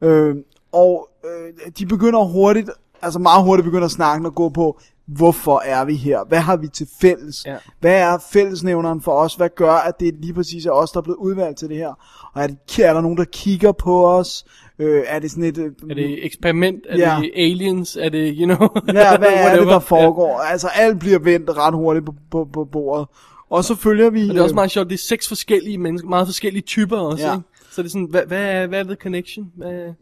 Speaker 3: Øh, og øh, de begynder hurtigt, altså meget hurtigt begynder at snakke og gå på, hvorfor er vi her? Hvad har vi til fælles?
Speaker 4: Ja.
Speaker 3: Hvad er fællesnævneren for os? Hvad gør, at det lige præcis er os, der er blevet udvalgt til det her? Og er, det, er der nogen, der kigger på os? Øh, er det sådan et... øh,
Speaker 4: Er det eksperiment? Er
Speaker 3: Ja.
Speaker 4: det aliens? Er det, you know...
Speaker 3: Ja, hvad er det,
Speaker 4: whatever?
Speaker 3: der foregår? Ja. Altså, alt bliver vendt ret hurtigt på, på, på bordet. Og så følger vi... øh,
Speaker 4: Og det er også meget sjovt, det er seks forskellige mennesker, meget forskellige typer også,
Speaker 3: Ja.
Speaker 4: ja. ikke? Så det er sådan, hvad, hvad, er, hvad er the connection? Hvad er...
Speaker 3: øh,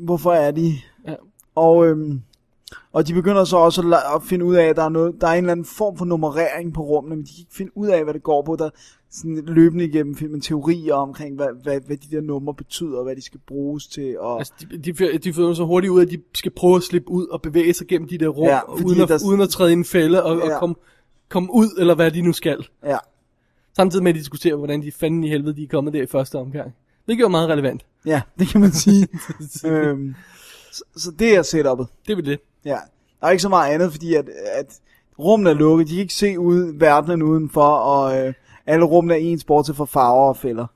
Speaker 3: hvorfor er de?
Speaker 4: Ja.
Speaker 3: Og, øhm, og de begynder så også at, la- at finde ud af, at der er, noget, der er en eller anden form for nummerering på rummene, men de kan ikke finde ud af, hvad det går på. Der er sådan løbende igennem filmen teorier omkring, hvad, hvad, hvad de der numre betyder, og hvad de skal bruges til. Og,
Speaker 4: Altså, de, de, fyr- de finder så hurtigt ud, at de skal prøve at slippe ud og bevæge sig gennem de der rum,
Speaker 3: Ja,
Speaker 4: ja,
Speaker 3: fordi
Speaker 4: uden, at,
Speaker 3: der-
Speaker 4: der... uden at træde i en fælde og, ja.
Speaker 3: Ja.
Speaker 4: og komme kom ud, eller hvad de nu skal.
Speaker 3: ja.
Speaker 4: Samtidig med at de diskuterer, hvordan de fanden i helvede de er kommet der i første omgang. Det gør meget relevant.
Speaker 3: ja, det kan man sige. øhm, så, så det er setup'et.
Speaker 4: Det er vel det.
Speaker 3: Ja, der er ikke så meget andet, fordi at, at rummene er lukket, de kan ikke se ud verdenen udenfor, og øh, alle rummene er ens bortset fra farver og fælder.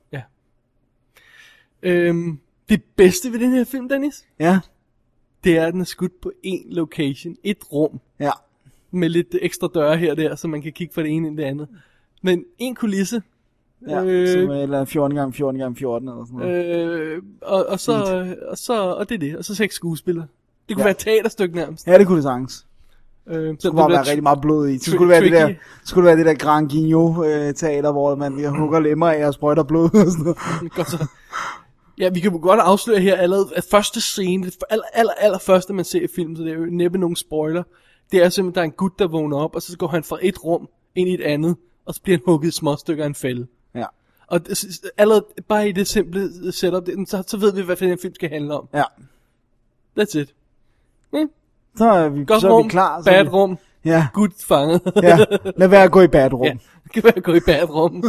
Speaker 4: Øhm, det bedste ved den her film, Dennis,
Speaker 3: Ja,
Speaker 4: det er, at den er skudt på én location, et rum,
Speaker 3: ja,
Speaker 4: med lidt ekstra døre her og der, så man kan kigge fra det ene ind i det andet. Men en kulisse,
Speaker 3: ja. Øh,
Speaker 4: Øh.
Speaker 3: som er et eller andet 14 gange 14 gange 14 eller sådan noget. Øh,
Speaker 4: øh, og, og, så, øh, og, så, og det er det, og så seks skuespillere. Det kunne ja. være et teaterstykke nærmest.
Speaker 3: ja, det kunne det sagtens.
Speaker 4: Øh,
Speaker 3: Det
Speaker 4: så
Speaker 3: kunne bare
Speaker 4: bliver
Speaker 3: være
Speaker 4: tw-
Speaker 3: rigtig meget blod i. Så
Speaker 4: tri-
Speaker 3: skulle det være det der,
Speaker 4: tricky.
Speaker 3: så skulle det være det der Gran Guignol øh, teater, hvor man lige hugger lemmer af og sprøjter blod og sådan noget.
Speaker 4: Godt så. Ja, vi kan jo godt afsløre her allerede, at første scene, det aller, aller, aller første, man ser i filmen, så det er jo næppe nogen spoiler, det er simpelthen, at der er en gut, der vågner op, og så går han fra et rum ind i et andet, og så bliver han hugget i små stykker af en fælde.
Speaker 3: Ja,
Speaker 4: Og det, s- allerede bare i det simple setup, det, så, så ved vi, hvad den her film skal handle om.
Speaker 3: ja.
Speaker 4: That's it.
Speaker 3: Så er vi,
Speaker 4: Godt
Speaker 3: så er
Speaker 4: rum,
Speaker 3: vi klar. Så er
Speaker 4: bad
Speaker 3: vi,
Speaker 4: rum,
Speaker 3: Ja,
Speaker 4: gut fanget.
Speaker 3: ja. Lad være at gå i bad rum.
Speaker 4: Ja, det kan være at gå i badrum.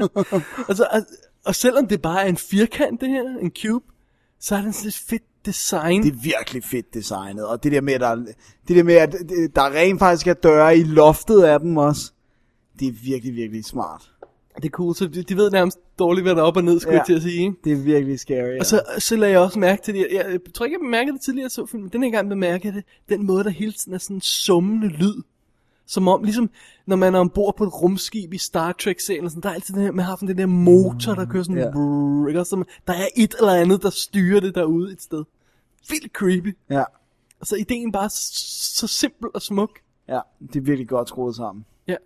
Speaker 4: altså, og, og selvom det bare er en firkant, det her, en cube, så er den sådan et fedt design.
Speaker 3: Det er virkelig fedt designet, og det der med, at der, det der med, at øh, der rent faktisk er døre i loftet af dem også, det er virkelig, virkelig smart.
Speaker 4: Det er cool, så de, de ved nærmest dårligt, hvad der er op og ned, skulle
Speaker 3: Ja.
Speaker 4: ja. jeg til at sige. Ikke?
Speaker 3: Det er virkelig scary. Ja.
Speaker 4: Og så, så lagde jeg også mærke til det. Jeg, jeg tror ikke, jeg bemærkede det tidligere, jeg så filmen, men den her gang bemærkede jeg det. Den måde, der hele tiden er sådan en summende lyd. Som om, ligesom når man er ombord på et rumskib i Star Trek-serien, eller sådan, der er altid den her, man har sådan den der motor, der kører sådan,
Speaker 3: Ja.
Speaker 4: yeah. brrr, ikke? Også, som, der er et eller andet, der styrer det derude et sted. Vildt creepy.
Speaker 3: ja,
Speaker 4: Og så er ideen bare så, så simpel og smuk.
Speaker 3: ja, det er virkelig godt skruet sammen.
Speaker 4: Ja.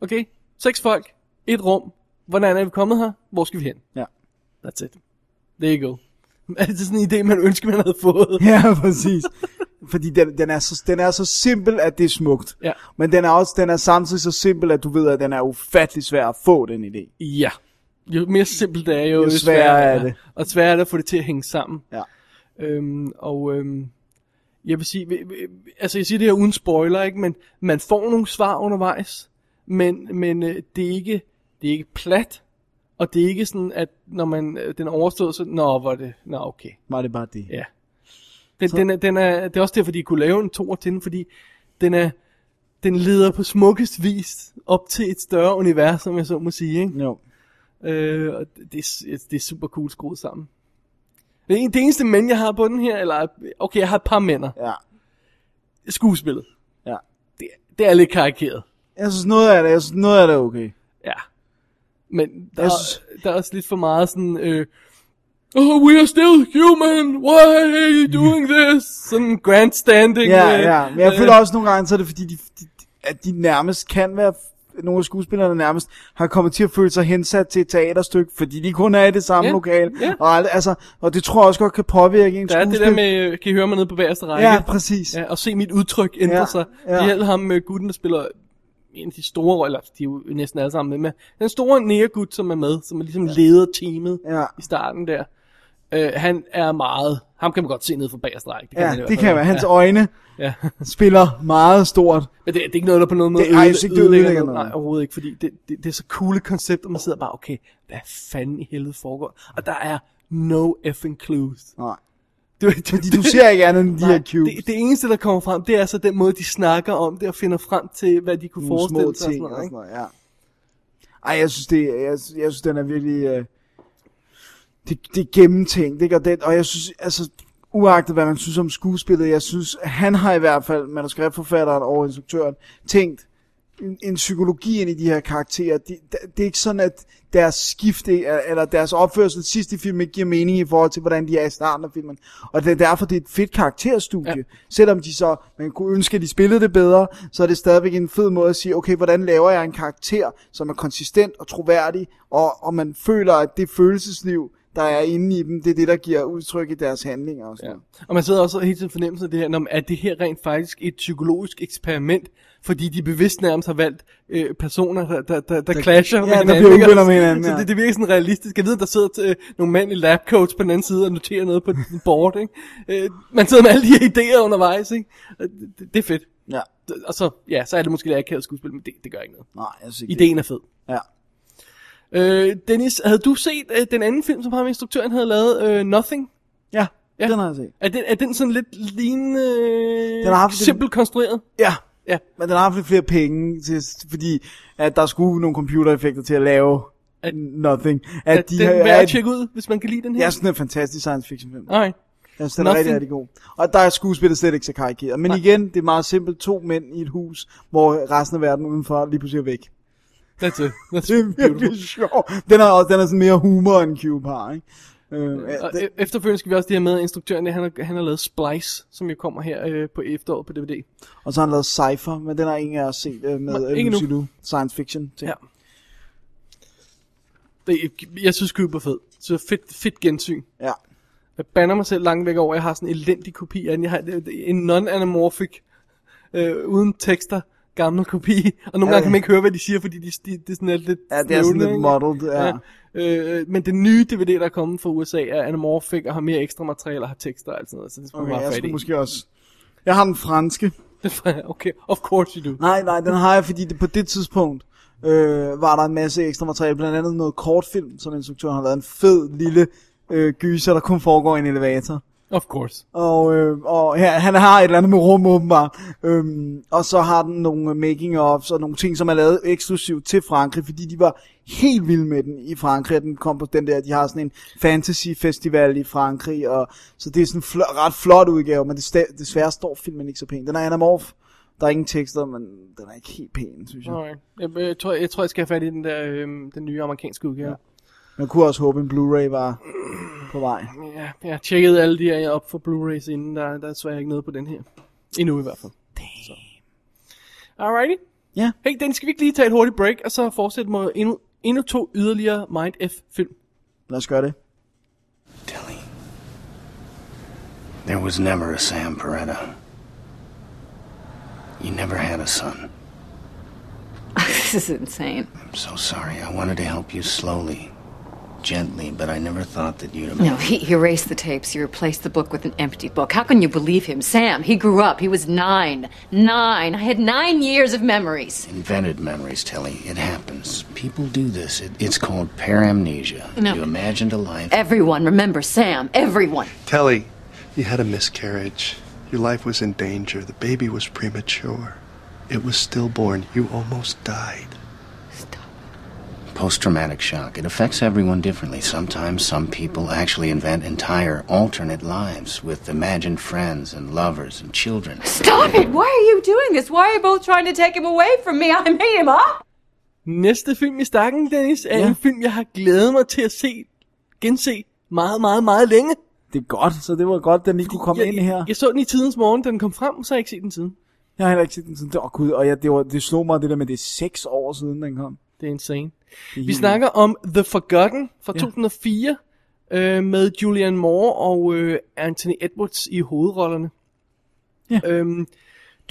Speaker 4: Okay, seks folk, et rum. Hvordan er vi kommet her? Hvor skal vi hen?
Speaker 3: Ja.
Speaker 4: That's it. There you go. Er det sådan en idé, man ønsker, man havde fået?
Speaker 3: Ja, præcis. Fordi den, den, er så, den er så simpel, at det er smukt.
Speaker 4: Ja.
Speaker 3: Men den er, også, den er samtidig så simpel, at du ved, at den er ufattelig svær at få, den idé.
Speaker 4: Ja. Jo mere simpelt det er, jo,
Speaker 3: Jo
Speaker 4: jo
Speaker 3: sværere er det.
Speaker 4: Og sværere er det at få det til at hænge sammen.
Speaker 3: Ja.
Speaker 4: Øhm, og øhm, jeg vil sige, vi- vi- altså jeg siger det her uden spoiler, ikke? men man får nogle svar undervejs, men, men øh, det, er ikke, det er ikke plat, og det er ikke sådan, at når man øh, den er overstået, så, nå, var det, nå, okay.
Speaker 3: Var det bare det?
Speaker 4: Ja. Den, den, er, den er, det er også derfor, de kunne lave en toer til den, fordi den er, den leder på smukkest vis op til et større univers, som jeg så må sige. Ikke?
Speaker 3: Jo.
Speaker 4: Øh, og det, det, er- det er super cool skruet sammen. Det, en, det eneste mænd, jeg har på den her, eller okay, jeg har et par mænder.
Speaker 3: Ja.
Speaker 4: Skuespillet.
Speaker 3: Ja.
Speaker 4: Det, det er lidt karikeret.
Speaker 3: Jeg synes, noget af det, jeg synes, noget af det er okay.
Speaker 4: Ja. Men der,
Speaker 3: Jeg
Speaker 4: synes...
Speaker 3: synes-
Speaker 4: der er også lidt for meget sådan... Øh, Oh, we are still human. Why are you doing this? Sådan grandstanding.
Speaker 3: Ja,
Speaker 4: øh,
Speaker 3: ja. Men jeg
Speaker 4: øh,
Speaker 3: føler også nogle gange, så er det fordi, de, de, at de nærmest kan være, nogle af skuespillerne nærmest har kommet til at føle sig hensat til et teaterstykke, fordi de kun er i det samme
Speaker 4: Ja,
Speaker 3: lokale.
Speaker 4: ja.
Speaker 3: Og, alt- altså, og det tror jeg også godt kan påvirke en
Speaker 4: Der er det
Speaker 3: skuespiller.
Speaker 4: der med, øh, kan I høre mig nede på bagerste række?
Speaker 3: Ja, præcis. Ja.
Speaker 4: Ja, og se mit udtryk ændre
Speaker 3: Ja,
Speaker 4: ja, sig.
Speaker 3: ja.
Speaker 4: Det gælder ham med gutten, der spiller en af de store roller, eller de er jo næsten alle sammen med, men den store næregut, som er med, som er ligesom ja. leder teamet
Speaker 3: Ja.
Speaker 4: ja. i starten der, øh, han er meget, ham kan man godt se nede for bagerste række. Det kan man
Speaker 3: Ja,
Speaker 4: i hvert
Speaker 3: det
Speaker 4: fald.
Speaker 3: kan være. Hans ja. øjne
Speaker 4: Ja.
Speaker 3: spiller meget stort.
Speaker 4: Men det, det er ikke noget, der på nogen måde
Speaker 3: Det- ej, jeg synes ikke, det ødelægger noget.
Speaker 4: Nej, overhovedet ikke, fordi det, det, det er så cool et koncept, og man sidder bare, okay, hvad fanden i helvede foregår? Og der er no effing clues.
Speaker 3: Nej.
Speaker 4: Det, det,
Speaker 3: Fordi du ser ikke andet end de
Speaker 4: Nej,
Speaker 3: her cubes.
Speaker 4: Det, det eneste, der kommer frem, det er så den måde, de snakker om det og finder frem til, hvad de kunne
Speaker 3: nogle
Speaker 4: forestille
Speaker 3: små
Speaker 4: sig.
Speaker 3: ting
Speaker 4: og sådan noget, ikke?
Speaker 3: noget, ja. Ej, jeg synes, det, jeg, jeg synes den er virkelig... Øh, det, det er gennemtænkt, ikke? Og, det, og jeg synes, altså, uagtet hvad man synes om skuespillet, jeg synes, han har i hvert fald, manuskriptforfatteren og instruktøren, tænkt en, en psykologi ind i de her karakterer. De, det, det er ikke sådan, at deres skifte, eller deres opførsel sidst i filmen ikke giver mening i forhold til, hvordan de er i starten af filmen. Og det er derfor, det er et fedt karakterstudie. Ja. Selvom de så, man kunne ønske, at de spillede det bedre, så er det stadigvæk en fed måde at sige, okay, hvordan laver jeg en karakter, som er konsistent og troværdig, og, og man føler, at det følelsesliv, der er inde i dem, det er det, der giver udtryk i deres handlinger og sådan ja.
Speaker 4: Og man sidder også helt til fornemmelse af det her, når man, er det her rent faktisk et psykologisk eksperiment, fordi de bevidst nærmest har valgt øh, personer, der, der, der, der clasher
Speaker 3: ja, der bliver
Speaker 4: ikke?
Speaker 3: uvenner med hinanden,
Speaker 4: Så
Speaker 3: ja.
Speaker 4: det, det virker sådan realistisk. Jeg ved, der sidder øh, nogle mænd i labcoats på den anden side og noterer noget på et board. Ikke? Øh, man sidder med alle de her idéer undervejs. Ikke? Og Det, det er fedt.
Speaker 3: Ja.
Speaker 4: Og så, ja, så er det måske lidt akavet skuespil, men det, det gør ikke noget.
Speaker 3: Nej, jeg synes ikke det.
Speaker 4: Ideen er fed.
Speaker 3: Ja.
Speaker 4: Øh, Dennis, havde du set øh, den anden film, som ham instruktøren havde lavet, øh, Nothing?
Speaker 3: Ja, ja,
Speaker 4: Ja.
Speaker 3: den har jeg set.
Speaker 4: Er den, er den sådan lidt lignende, øh,
Speaker 3: Den har haft
Speaker 4: simpelt konstrueret?
Speaker 3: Ja,
Speaker 4: Ja.
Speaker 3: men den har haft lidt flere penge, til, fordi at der skulle nogle computereffekter til at lave at,
Speaker 4: At-
Speaker 3: nothing.
Speaker 4: Er
Speaker 3: At,
Speaker 4: de, den værd
Speaker 3: at-
Speaker 4: at tjekke ud, hvis man kan lide den her?
Speaker 3: Jeg synes, den er en fantastisk science fiction film.
Speaker 4: Nej.
Speaker 3: Jeg synes, den er
Speaker 4: Nothing.
Speaker 3: rigtig, rigtig god. Og der er skuespillet slet ikke så karikeret. Men
Speaker 4: Nej.
Speaker 3: igen, det er meget simpelt. To mænd i et hus, hvor resten af verden udenfor lige pludselig er væk.
Speaker 4: That's it. That's
Speaker 3: Det er virkelig sjovt. Den er, den er sådan mere humor end Cube har, ikke? Øh, ja,
Speaker 4: Og
Speaker 3: det,
Speaker 4: e- efterfølgende skal vi også det her med, at instruktøren han har, han har lavet Splice, som jo kommer her øh, på efteråret på DVD.
Speaker 3: og så har han lavet Cypher, men den har ingen af os set øh, med
Speaker 4: Nej,
Speaker 3: øh,
Speaker 4: ikke
Speaker 3: Lucy
Speaker 4: endnu.
Speaker 3: Liu. Science fiction ting.
Speaker 4: Ja. Det, jeg synes, Cube er fed. Så fedt, fedt gensyn.
Speaker 3: ja.
Speaker 4: Jeg banner mig selv langt væk over, jeg har sådan en elendig kopi af den. Jeg har det- det- en non-anamorphic, øh, uden tekster, gammel kopi. Og nogle
Speaker 3: Ja,
Speaker 4: gange kan
Speaker 3: ja.
Speaker 4: man ikke høre, hvad de siger, fordi de, de, det er sådan er lidt
Speaker 3: Ja, det er sådan
Speaker 4: snøvlende,
Speaker 3: lidt
Speaker 4: ikke?
Speaker 3: muddled, ja.
Speaker 4: Øh, men den nye DVD, der er kommet fra USA, er anamorphic og har mere ekstra materiale og har tekster og alt sådan noget. Så det er okay,
Speaker 3: Okay,
Speaker 4: meget
Speaker 3: jeg
Speaker 4: fat
Speaker 3: skulle
Speaker 4: i.
Speaker 3: måske også... Jeg har den franske.
Speaker 4: okay, of course you do.
Speaker 3: Nej, nej, den har jeg, fordi det, på det tidspunkt øh, var der en masse ekstra materiale, blandt andet noget kortfilm, som instruktøren har lavet en fed lille øh, gyser, der kun foregår i en elevator.
Speaker 4: Of course.
Speaker 3: Og, øh, og ja, han har et eller andet med rum åbenbart. Øhm, og så har den nogle making-ofs og nogle ting, som er lavet eksklusivt til Frankrig, fordi de var helt vilde med den i Frankrig. at Den kom på den der, de har sådan en fantasy-festival i Frankrig, og så det er sådan en fl- ret flot udgave, men det sta- desværre står filmen ikke så pænt. Den er anamorf. Der er ingen tekster, men den er ikke helt pæn, synes jeg.
Speaker 4: Alright. Jeg, jeg, tror, jeg tror, jeg skal have fat i den, der, øh, den nye amerikanske udgave.
Speaker 3: Man kunne også håbe, en Blu-ray var på vej.
Speaker 4: Ja, jeg har tjekket alle de her op for Blu-rays inden, der, der er desværre ikke noget på den her. Endnu i hvert fald. Damn. Så. Alrighty.
Speaker 3: Ja.
Speaker 4: Hey, den skal vi ikke lige tage et hurtigt break, og så fortsætte med endnu, endnu to yderligere Mind F-film.
Speaker 3: Lad os gøre det.
Speaker 9: Dilly. There was never a Sam Peretta. You never had a son.
Speaker 5: This is insane.
Speaker 9: I'm so sorry. I wanted to help you slowly, gently, but I never thought that you'd.
Speaker 5: No, he, he erased the tapes. He replaced the book with an empty book. How can you believe him? Sam, he grew up. He was nine. Nine. I had nine years of memories.
Speaker 9: Invented memories, Tilly. It happens. People do this. It, it's called paramnesia.
Speaker 5: No.
Speaker 9: You imagined a life.
Speaker 5: Everyone remember Sam. Everyone.
Speaker 10: Telly, you had a miscarriage. Your life was in danger. The baby was premature. It was stillborn. You almost died.
Speaker 9: Post traumatic shock. It affects everyone differently. Sometimes some people actually invent entire alternate lives with imagined friends and lovers and children.
Speaker 5: Stop it! Why are you doing this? Why are you both trying to take him away from me? I made him up!
Speaker 4: Næste film i stakken, Dennis, er ja. en film, jeg har glædet mig til at se, gense meget, meget, meget længe.
Speaker 3: Det er godt, så det var godt, den lige kunne komme
Speaker 4: jeg,
Speaker 3: ind her.
Speaker 4: Jeg, jeg så den i tidens morgen, da den kom frem, så har jeg ikke set den siden.
Speaker 3: Jeg har heller ikke set den siden. Åh oh, gud, og jeg, det, var, det slog mig det der med, det er seks år siden, den kom.
Speaker 4: Det er insane.
Speaker 3: Det er
Speaker 4: Vi
Speaker 3: helt-
Speaker 4: snakker om The Forgotten fra 2004, øh, med Julianne Moore og øh, Anthony Edwards i hovedrollerne.
Speaker 3: Ja.
Speaker 4: Øhm,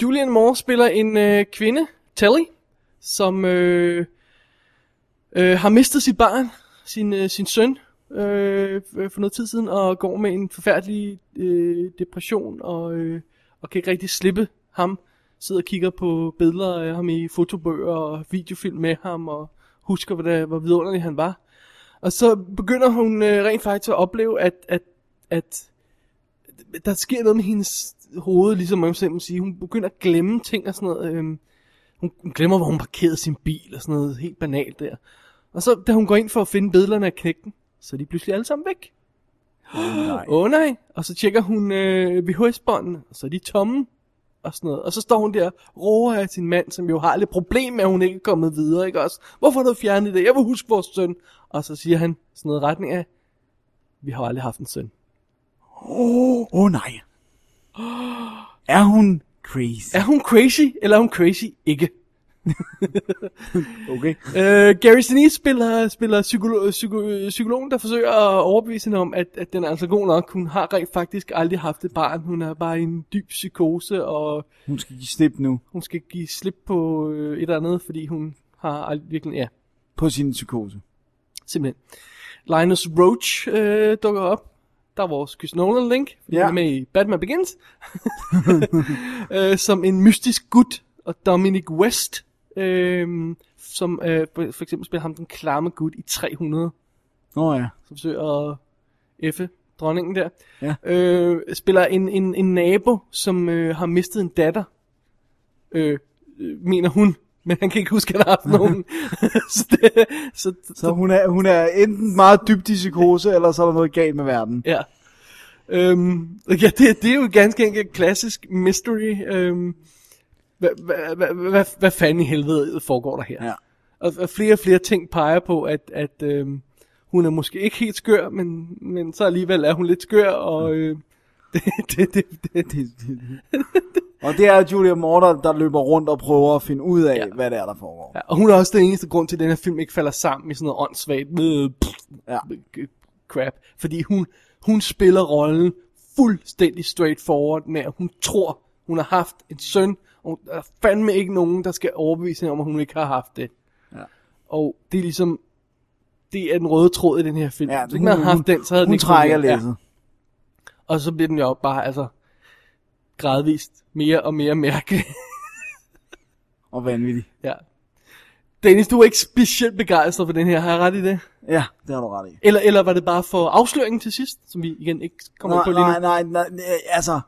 Speaker 4: Julianne Moore spiller en øh, kvinde, Telly, som øh, øh, har mistet sit barn, sin, øh, sin søn, øh, for noget tid siden, og går med en forfærdelig øh, depression, og, øh, og kan ikke rigtig slippe ham. Sidder og kigger på billeder af ham i fotobøger og videofilm med ham, og husker, hvor, der, hvor vidunderlig han var. Og så begynder hun øh, rent faktisk at opleve, at, at, at der sker noget med hendes hoved, ligesom man selv må sige. Hun begynder at glemme ting og sådan noget. Øhm, hun, hun glemmer, hvor hun parkerede sin bil og sådan noget helt banalt der. Og så, da hun går ind for at finde billederne af knægten, så er de pludselig alle sammen væk.
Speaker 3: Nej.
Speaker 4: Åh oh, nej. Og så tjekker hun øh, VHS-båndene, og så er de tomme. Og sådan noget. Og så står hun der og roer af sin mand, som jo har lidt problem med, at hun ikke er kommet videre, ikke også? Hvorfor har du fjernet det? Jeg vil huske vores søn. Og så siger han sådan noget i retning af, vi har aldrig haft en søn.
Speaker 3: Åh oh, nej. Er hun crazy?
Speaker 4: Er hun crazy, eller er hun crazy ikke?
Speaker 3: Okay.
Speaker 4: Øh, Gary Sinise spiller, spiller psykolo- psyko- øh, psykologen, der forsøger at overbevise hende om, at, at den er altså god nok. Hun har rent faktisk aldrig haft et barn. Hun er bare i en dyb psykose, og
Speaker 3: Hun skal give slip nu
Speaker 4: hun skal give slip på øh, et eller andet, fordi hun har aldrig virkelig... Ja,
Speaker 3: på sin psykose.
Speaker 4: simpelthen. Linus Roach øh, dukker op. Der er vores Chris Nolan-link. fordi
Speaker 3: Ja.
Speaker 4: Han er med i Batman Begins. øh, som en mystisk gut. Og Dominic West, øh, som øh, for for eksempel spiller ham den klamme gut i 300.
Speaker 3: Nå oh, ja.
Speaker 4: som forsøger at effe dronningen der,
Speaker 3: Ja.
Speaker 4: øh, spiller en, en, en nabo, som øh, har mistet en datter, øh, øh, mener hun, men han kan ikke huske, at han har haft nogen. så, det, så,
Speaker 3: Så hun er, hun er enten meget dybt i psykose, eller så er der noget galt med verden.
Speaker 4: ja. Øhm, ja, det, det er jo ganske enkelt klassisk mystery. Øhm, hvad, hvad, hvad, hvad, hvad fanden i helvede foregår der her?
Speaker 3: Ja.
Speaker 4: Og, og flere og flere ting peger på, at, at øhm, hun er måske ikke helt skør, men, men så alligevel er hun lidt skør, og øh, det, det, det, det,
Speaker 3: Det- det- og det er Julia Morter, der løber rundt og prøver at finde ud af, ja.
Speaker 4: Ja.
Speaker 3: hvad det er, der foregår.
Speaker 4: Ja, og hun er også den eneste grund til, at den her film ikke falder sammen i sådan noget åndssvagt øh, pff,
Speaker 3: Ja.
Speaker 4: øh, crap. Fordi hun, hun spiller rollen fuldstændig straightforward med, at hun tror, hun har haft en søn, og der er fandme ikke nogen, der skal overbevise hende om, at hun ikke har haft det.
Speaker 3: Ja.
Speaker 4: Og det er ligesom, det er den røde tråd i den her film. Hvis ikke man havde haft den, så havde
Speaker 3: hun
Speaker 4: den ikke
Speaker 3: trækker
Speaker 4: fungeret. Ja.
Speaker 3: læsset.
Speaker 4: Og så bliver den jo bare, altså, gradvist mere og mere mærkelig.
Speaker 3: Og vanvittig.
Speaker 4: Ja. Dennis, du er ikke specielt begejstret for den her, har jeg ret i det?
Speaker 3: Ja, det har du ret i.
Speaker 4: Eller, eller var det bare for afsløringen til sidst, som vi igen ikke kommer ind på lige nu?
Speaker 3: nej, nej, nej, nej, altså,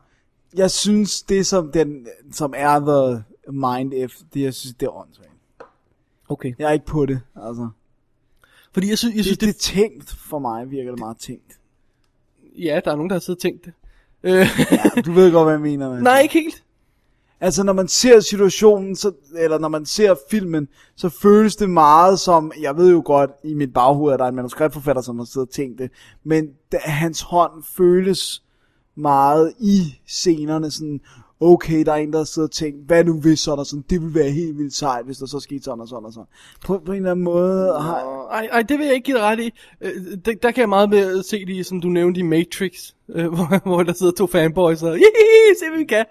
Speaker 3: jeg synes, det som, den, som er the mind if, det, jeg synes, det er åndssvagt.
Speaker 4: Okay.
Speaker 3: Jeg er ikke på det, altså.
Speaker 4: Fordi jeg synes, jeg synes
Speaker 3: Det, det
Speaker 4: det,
Speaker 3: er tænkt for mig, virker det meget tænkt.
Speaker 4: ja, der er nogen, der har siddet og tænkt det. Øh,
Speaker 3: Du ved godt, hvad jeg mener. Men.
Speaker 4: nej, ikke helt.
Speaker 3: Altså, når man ser situationen, så, eller når man ser filmen, så føles det meget som, jeg ved jo godt i mit baghoved, at der er en manuskriptforfatter, som har siddet og tænkt det, men da, hans hånd føles meget i scenerne, sådan, okay, der er en, der sidder og tænkt, hvad nu hvis sådan og sådan, det ville være helt vildt sejt, hvis der så skete sådan og sådan og sådan. På, på en eller anden måde, har,
Speaker 4: Ej, ej, det vil jeg ikke give dig ret i. Øh, det, der kan jeg meget mere se det, i, som du nævnte i Matrix, øh, hvor, hvor der sidder to fanboys og, "Jihihi, se hvad vi kan.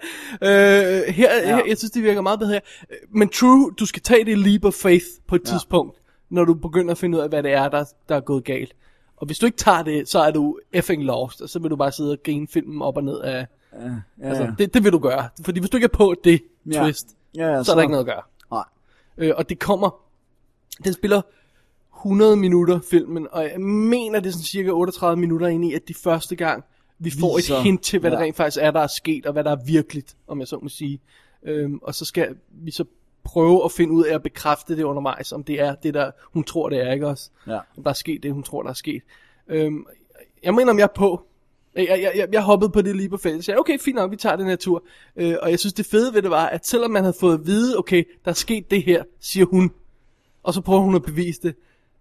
Speaker 4: Øh, her, ja. her, jeg synes, det virker meget bedre her. Øh, Men True, du skal tage det leap of faith på et ja. tidspunkt, når du begynder at finde ud af, hvad det er, der, der er gået galt. Og hvis du ikke tager det, så er du effing lost, og så vil du bare sidde og grine filmen op og ned af...
Speaker 3: ja,
Speaker 4: Altså, det, det vil du gøre. Fordi hvis du ikke er på det
Speaker 3: Ja.
Speaker 4: ja. twist,
Speaker 3: Ja, ja,
Speaker 4: ja, så,
Speaker 3: så-
Speaker 4: er der ikke noget at gøre.
Speaker 3: nej.
Speaker 4: Øh, og det kommer... Den spiller 100 minutter, filmen, og jeg mener, det er sådan cirka 38 minutter ind i, at de første gang, vi får
Speaker 3: Viser.
Speaker 4: et hint til, hvad ja.
Speaker 3: Ja.
Speaker 4: der rent faktisk er, der er sket, og hvad der er virkeligt, om jeg så må sige. Øhm, og så skal vi så prøve at finde ud af at bekræfte det undervejs, om det er det, der hun tror, det er, ikke også?
Speaker 3: Ja.
Speaker 4: Om der er sket det, hun tror, der er sket. Øhm, jeg mener, om jeg er på. Jeg, jeg, jeg, jeg hoppede på det lige på fælles. Jeg sagde, okay, fint nok, vi tager den her tur. Øh, og jeg synes, det fede ved det var, at selvom man havde fået at vide, okay, der er sket det her, siger hun, og så prøver hun at bevise det,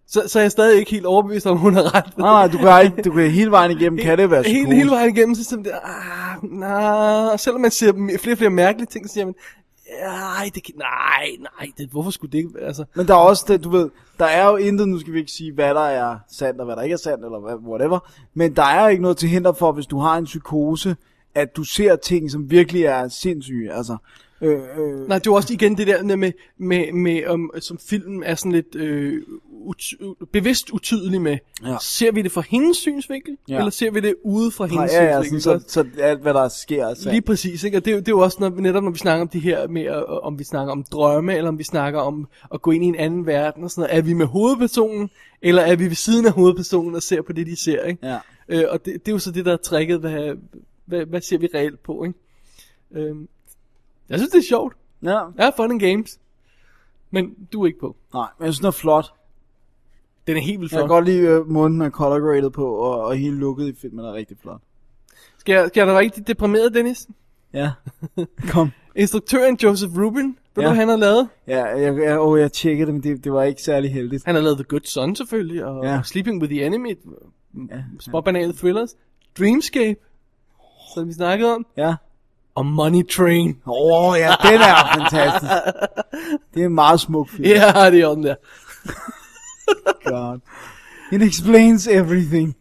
Speaker 4: så, så er jeg stadig ikke helt overbevist om, hun har ret.
Speaker 3: Nej, du kan, ikke, du kan hele vejen igennem, kan det være
Speaker 4: Hele,
Speaker 3: psykose?
Speaker 4: hele vejen igennem, så sådan der, ah, nah. Og selvom man ser m- flere og flere mærkelige ting, så siger man, nej, det kan, nej, nej, det, hvorfor skulle det ikke være? Altså,
Speaker 3: Men der er også det, du ved, der er jo intet, nu skal vi ikke sige, hvad der er sandt og hvad der ikke er sandt, eller hvad- whatever, men der er ikke noget til hinder for, hvis du har en psykose, at du ser ting, som virkelig er sindssyge, altså. Øh, øh,
Speaker 4: nej, det er jo også igen det der med, med, med om, som filmen er sådan lidt øh, ut- bevidst utydelig med.
Speaker 3: Ja.
Speaker 4: Ser vi det fra hendes synsvinkel,
Speaker 3: Ja.
Speaker 4: ja. eller ser vi det ude fra
Speaker 3: nej,
Speaker 4: hendes
Speaker 3: ja, ja, sådan,
Speaker 4: synsvinkel?
Speaker 3: så, så alt, hvad der sker, er sandt.
Speaker 4: Lige præcis, ikke? Og det, er jo- det er jo også når, netop, når vi snakker om de her med, øh, om vi snakker om drømme, eller om vi snakker om at gå ind i en anden verden og sådan noget. Er vi med hovedpersonen, eller er vi ved siden af hovedpersonen og ser på det, de ser, ikke?
Speaker 3: Ja.
Speaker 4: Øh, og det, det er jo så det, der er tricket, hvad, hvad, hvad ser vi reelt på, ikke? Øhm, jeg synes, det er sjovt.
Speaker 3: Ja,
Speaker 4: Jeg er fun and games. Men du er ikke på.
Speaker 3: nej, men jeg synes, den er flot.
Speaker 4: Den er helt vildt
Speaker 3: Jeg kan
Speaker 4: flot.
Speaker 3: godt lide øh, måden, den er color graded på, og, og hele lukket i filmen er rigtig flot.
Speaker 4: Skal jeg, skal jeg da være rigtig deprimeret, Dennis?
Speaker 3: Ja, kom.
Speaker 4: Instruktøren Joseph Rubin, ved ja. du,
Speaker 3: Ja.
Speaker 4: hvad han har lavet?
Speaker 3: Ja, jeg, jeg, åh, jeg tjekkede det, men det, det var ikke særlig heldigt.
Speaker 4: Han har lavet The Good Son selvfølgelig, og
Speaker 3: Ja.
Speaker 4: ja. Sleeping with the Enemy, ja. småbanale thrillers, Dreamscape, som vi snakkede om,
Speaker 3: Ja.
Speaker 4: og Money Train.
Speaker 3: Åh oh, ja, den er fantastisk. Det er en meget smuk film.
Speaker 4: Ja, yeah, det er den der.
Speaker 3: God. It explains everything.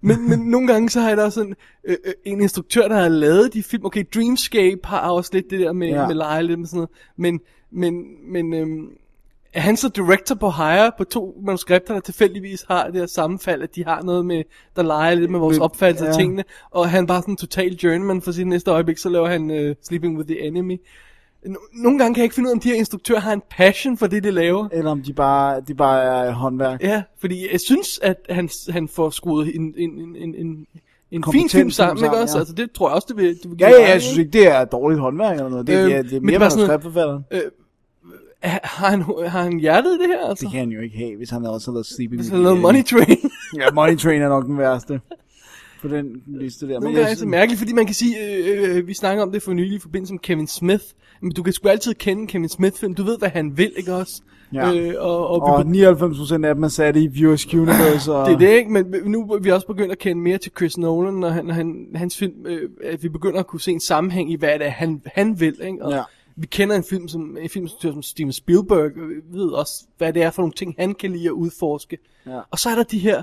Speaker 4: Men, men nogle gange så har jeg da også sådan, øh, øh, en instruktør, der har lavet de film. Okay, Dreamscape har også lidt det der med,
Speaker 3: Ja.
Speaker 4: ja. med lege lidt med sådan noget. Men, men, men øhm, er han så director på Hire på to manuskripter, der tilfældigvis har det her sammenfald, at de har noget med, der leger lidt med vores
Speaker 3: Med-
Speaker 4: opfattelse af
Speaker 3: ja.
Speaker 4: tingene. Og han er bare sådan en total journeyman for sit næste øjeblik, så laver han øh, Sleeping with the Enemy. N- nogle gange kan jeg ikke finde ud af, om de her instruktører har en passion for det, de laver.
Speaker 3: Eller om de bare, de bare er håndværk.
Speaker 4: Ja, fordi jeg synes, at han, han får skruet en, en, en, en, en, en fin
Speaker 3: Kompetent
Speaker 4: film sammen, ikke
Speaker 3: sammen,
Speaker 4: også?
Speaker 3: ja.
Speaker 4: Ja. Altså, det tror jeg også, det vil, det vil
Speaker 3: Ja,
Speaker 4: give
Speaker 3: ja,
Speaker 4: ret
Speaker 3: jeg
Speaker 4: i,
Speaker 3: synes ikke, det er dårligt håndværk eller noget. Det,
Speaker 4: Øhm,
Speaker 3: øhm, det, er, det er
Speaker 4: men det
Speaker 3: mere
Speaker 4: var sådan noget-
Speaker 3: manuskriptforfatteren.
Speaker 4: Ha- Har han, har han hjertet i det her, altså?
Speaker 3: Det kan han jo ikke have, hvis han også har lavet Sleeping
Speaker 4: Hvis
Speaker 3: with
Speaker 4: han lavede
Speaker 3: the
Speaker 4: Money
Speaker 3: Enemy.
Speaker 4: Train.
Speaker 3: Ja, Money Train er nok den værste. På den liste der.
Speaker 4: Men
Speaker 3: Men
Speaker 4: det er
Speaker 3: jeg,
Speaker 4: altså mærkeligt, fordi man kan sige, øh, øh, vi snakker om det for nylig i forbindelse med Kevin Smith. Men du kan sgu altid kende Kevin Smith-film. Du ved, hvad han vil, ikke også?
Speaker 3: Ja.
Speaker 4: Øh, og, og,
Speaker 3: og 99% af dem er sat i Viewers Universe. Og...
Speaker 4: Det er det, ikke? Men nu er vi også begyndt at kende mere til Chris Nolan, når, han, når han, hans film, øh, at vi begynder at kunne se en sammenhæng i, hvad det er, han, han vil, ikke? Og
Speaker 3: Ja.
Speaker 4: vi kender en film som en film som Steven Spielberg, og vi ved også, hvad det er for nogle ting, han kan lide at udforske.
Speaker 3: Ja.
Speaker 4: Og så er der de her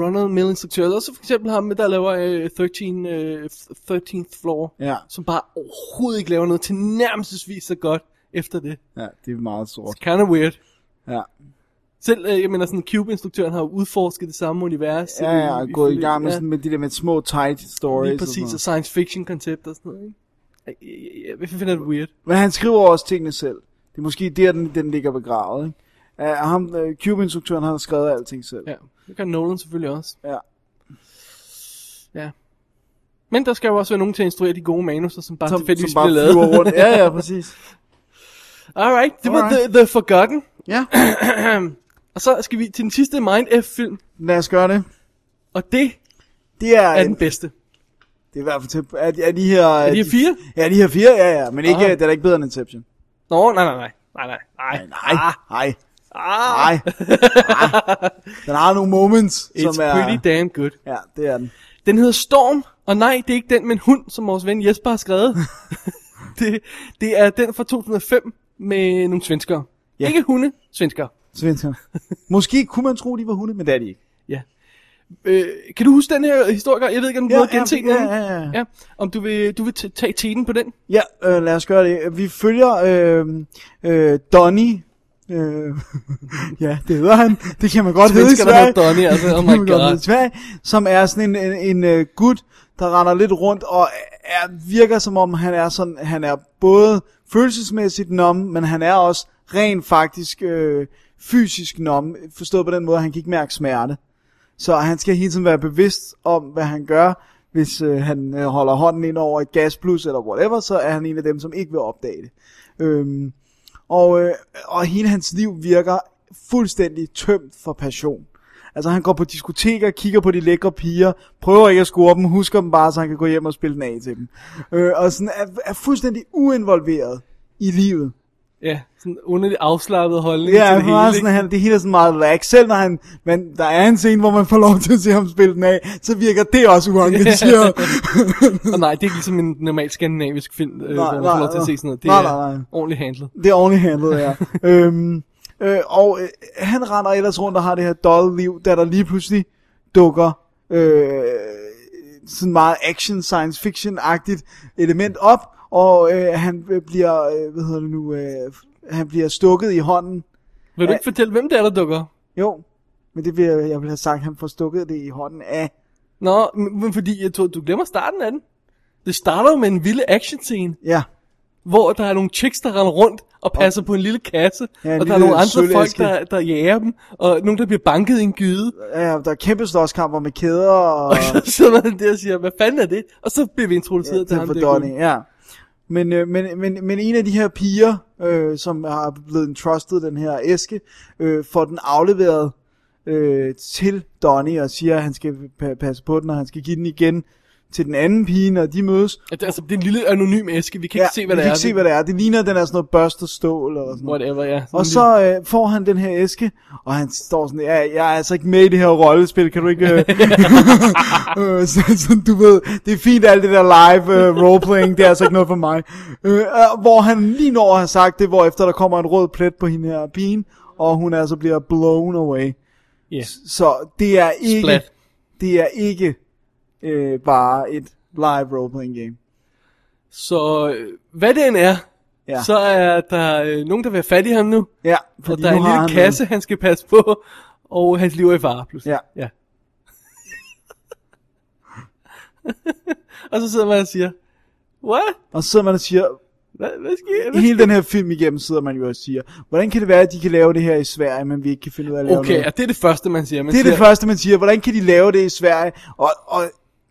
Speaker 4: Ronald Mill instruktører, også for eksempel ham, der laver øh, 13, øh, 13th Floor,
Speaker 3: Ja.
Speaker 4: som bare overhovedet ikke laver noget til nærmestvis så godt efter det.
Speaker 3: Ja, det er meget sort.
Speaker 4: It's kind of weird.
Speaker 3: Ja.
Speaker 4: Selv, øh, jeg mener sådan, Cube-instruktøren har jo udforsket det samme univers. øh,
Speaker 3: Ja, ja, og gået i gang med,
Speaker 4: ja,
Speaker 3: sådan, med de der med små tight stories.
Speaker 4: Lige
Speaker 3: og sådan
Speaker 4: præcis, og
Speaker 3: noget.
Speaker 4: science fiction-koncept og sådan noget, ikke? Jeg- jeg- Jeg, jeg finder det weird.
Speaker 3: Men han skriver også tingene selv. Det er måske der, den, den ligger begravet. Ikke? Uh, ham, uh, Cube-instruktøren, han har skrevet alting selv.
Speaker 4: Ja, det gør Nolan selvfølgelig også.
Speaker 3: Ja.
Speaker 4: Ja. Men der skal jo også være nogen til at instruere de gode manuser, som bare
Speaker 3: Som,
Speaker 4: tilfældigvis
Speaker 3: som bare
Speaker 4: bliver lavet.
Speaker 3: flyver rundt. Ja, ja, præcis.
Speaker 4: Alright, det var
Speaker 3: Alright.
Speaker 4: the, the Forgotten.
Speaker 3: Ja,
Speaker 4: Og så skal vi til den sidste Mind F-film,
Speaker 3: lad os gøre det.
Speaker 4: og det
Speaker 3: Det er,
Speaker 4: er den bedste.
Speaker 3: det er i hvert fald til, er, er de her...
Speaker 4: Er de her fire? Ah.
Speaker 3: Ja, de her fire, ja, ja. Men ikke,
Speaker 4: Aha.
Speaker 3: det er da ikke bedre end Inception.
Speaker 4: Nå, nej, nej, nej. Nej, nej, nej.
Speaker 3: Nej, nej. Nej. Ah. Den har nogle moments, som
Speaker 4: It's
Speaker 3: er...
Speaker 4: pretty damn good.
Speaker 3: Ja, det er den.
Speaker 4: Den hedder Storm, og nej, det er ikke den med en hund, som vores ven Jesper har skrevet. det, det er den fra 2005 med nogle svenskere.
Speaker 3: Ja.
Speaker 4: Ja. Ikke hunde, svenskere.
Speaker 3: Svensker. Måske kunne man tro, de var hunde, men det er de ikke.
Speaker 4: Ja. Øh, kan du huske den her historiker? Jeg ved ikke, om du
Speaker 3: Ja,
Speaker 4: har
Speaker 3: ja,
Speaker 4: genset
Speaker 3: ja,
Speaker 4: den.
Speaker 3: ja, ja.
Speaker 4: ja. Om du vil, du vil t- tage teten på den?
Speaker 3: Ja, øh, lad os gøre det. Vi følger øh, øh, Donny. Øh, ja, det hedder han. Det kan man godt hedde i
Speaker 4: Svensker, der
Speaker 3: Sverige.
Speaker 4: hedder Donny, altså. Oh
Speaker 3: Det kan
Speaker 4: my
Speaker 3: man godt hedde i
Speaker 4: god.
Speaker 3: Sverige, som er sådan en, en, en uh, gut, der render lidt rundt og er, virker som om han er sådan, han er både følelsesmæssigt nom, men han er også rent faktisk øh, fysisk nom, forstået på den måde, at han kan ikke mærke smerte. Så han skal hele tiden være bevidst om, hvad han gør, hvis øh, han øh, holder hånden ind over et gasplus eller whatever, så er han en af dem, som ikke vil opdage det. Øhm, og, øh, og hele hans liv virker fuldstændig tømt for passion. Altså han går på diskoteker, kigger på de lækre piger, prøver ikke at score dem, husker dem bare, så han kan gå hjem og spille den af til dem. Øh, og sådan er, er fuldstændig uinvolveret i livet.
Speaker 4: Ja, sådan underligt afslappet holdning
Speaker 3: Ja,
Speaker 4: til det
Speaker 3: han
Speaker 4: hele.
Speaker 3: var
Speaker 4: ikke?
Speaker 3: sådan, han, det hele er sådan meget lag. Selv når han, men der er en scene, hvor man får lov til at se ham spille den af, så virker det også uengageret.
Speaker 4: Og nej, det er ikke ligesom en normal skandinavisk film, øh, hvor man får
Speaker 3: nej,
Speaker 4: lov til at
Speaker 3: nej.
Speaker 4: se sådan noget. Det
Speaker 3: Nej,
Speaker 4: er
Speaker 3: nej, nej.
Speaker 4: ordentligt handlet.
Speaker 3: Det er ordentligt handlet, ja. øhm, øh, og øh, han render ellers rundt og har det her dolle liv, da der lige pludselig dukker øh, sådan meget action, science fiction-agtigt element op, og øh, han øh, bliver, øh, hvad hedder det nu, øh, han bliver stukket i hånden.
Speaker 4: Vil du ikke fortælle, hvem det er, der dukker?
Speaker 3: Jo, men det vil jeg, jeg vil have sagt, han får stukket det i hånden af
Speaker 4: Nå, men men fordi jeg tror, du glemmer starten af den. Det starter jo med en vild action scene,
Speaker 3: Ja,
Speaker 4: hvor der er nogle chicks, der render rundt og passer på en lille kasse,
Speaker 3: Ja, en
Speaker 4: og der er
Speaker 3: lille
Speaker 4: nogle andre folk,
Speaker 3: sølvæske.
Speaker 4: der, der jager dem, og nogle, der bliver banket i en gyde.
Speaker 3: ja, der er kæmpe slåskamper med kæder og...
Speaker 4: Og så sidder man der og siger, hvad fanden er det? Og så bliver vi introduceret ja, til ham.
Speaker 3: for
Speaker 4: der
Speaker 3: Donnie,
Speaker 4: gutten.
Speaker 3: ja. Men, øh, men, men, men en af de her piger, øh, som har blevet entrusted den her æske, øh, får den afleveret øh, til Donnie og siger, at han skal pa- passe på den, og han skal give den igen til den anden pige, når de mødes.
Speaker 4: At det- Altså, det er en lille anonym æske, vi kan ikke se, hvad
Speaker 3: vi
Speaker 4: det
Speaker 3: kan
Speaker 4: er.
Speaker 3: ikke se, hvad det er. Det ligner, at den er sådan noget børstet stål eller sådan noget.
Speaker 4: Whatever, ja. Sådan en
Speaker 3: Og så øh, får han den her æske, og han står sådan, ja, jeg er altså ikke med i det her rollespil, kan du ikke... Øh, øh, så, så, du ved, det er fint alt det der live øh, roleplaying, det er altså ikke noget for mig. Øh, øh, hvor han lige når at have sagt det, hvor efter der kommer en rød plet på hende her pigen, og hun altså bliver blown away.
Speaker 4: Ja.
Speaker 3: Så det er ikke,
Speaker 4: Splat.
Speaker 3: det er ikke øh, bare et live roleplaying game.
Speaker 4: Så øh, hvad det end er, ja.
Speaker 3: Ja.
Speaker 4: så er der øh, nogen, der vil have fat i ham nu.
Speaker 3: Ja,
Speaker 4: Og
Speaker 3: fordi
Speaker 4: der er
Speaker 3: nu
Speaker 4: en
Speaker 3: har
Speaker 4: lille
Speaker 3: han-
Speaker 4: kasse, han skal passe på, og hans liv er i fare pludselig.
Speaker 3: Ja.
Speaker 4: ja. og så sidder man og siger, what?
Speaker 3: Og så sidder man og siger,
Speaker 4: Hvad, hvad sker
Speaker 3: I
Speaker 4: der?
Speaker 3: hele den her film igennem sidder man jo og siger, hvordan kan det være, at de kan lave det her i Sverige, men vi ikke kan finde ud af at lave
Speaker 4: Okay,
Speaker 3: noget?
Speaker 4: og det er det første, man siger. Man
Speaker 3: Det er
Speaker 4: siger,
Speaker 3: det første, man siger. Hvordan kan de lave det i Sverige? Og, og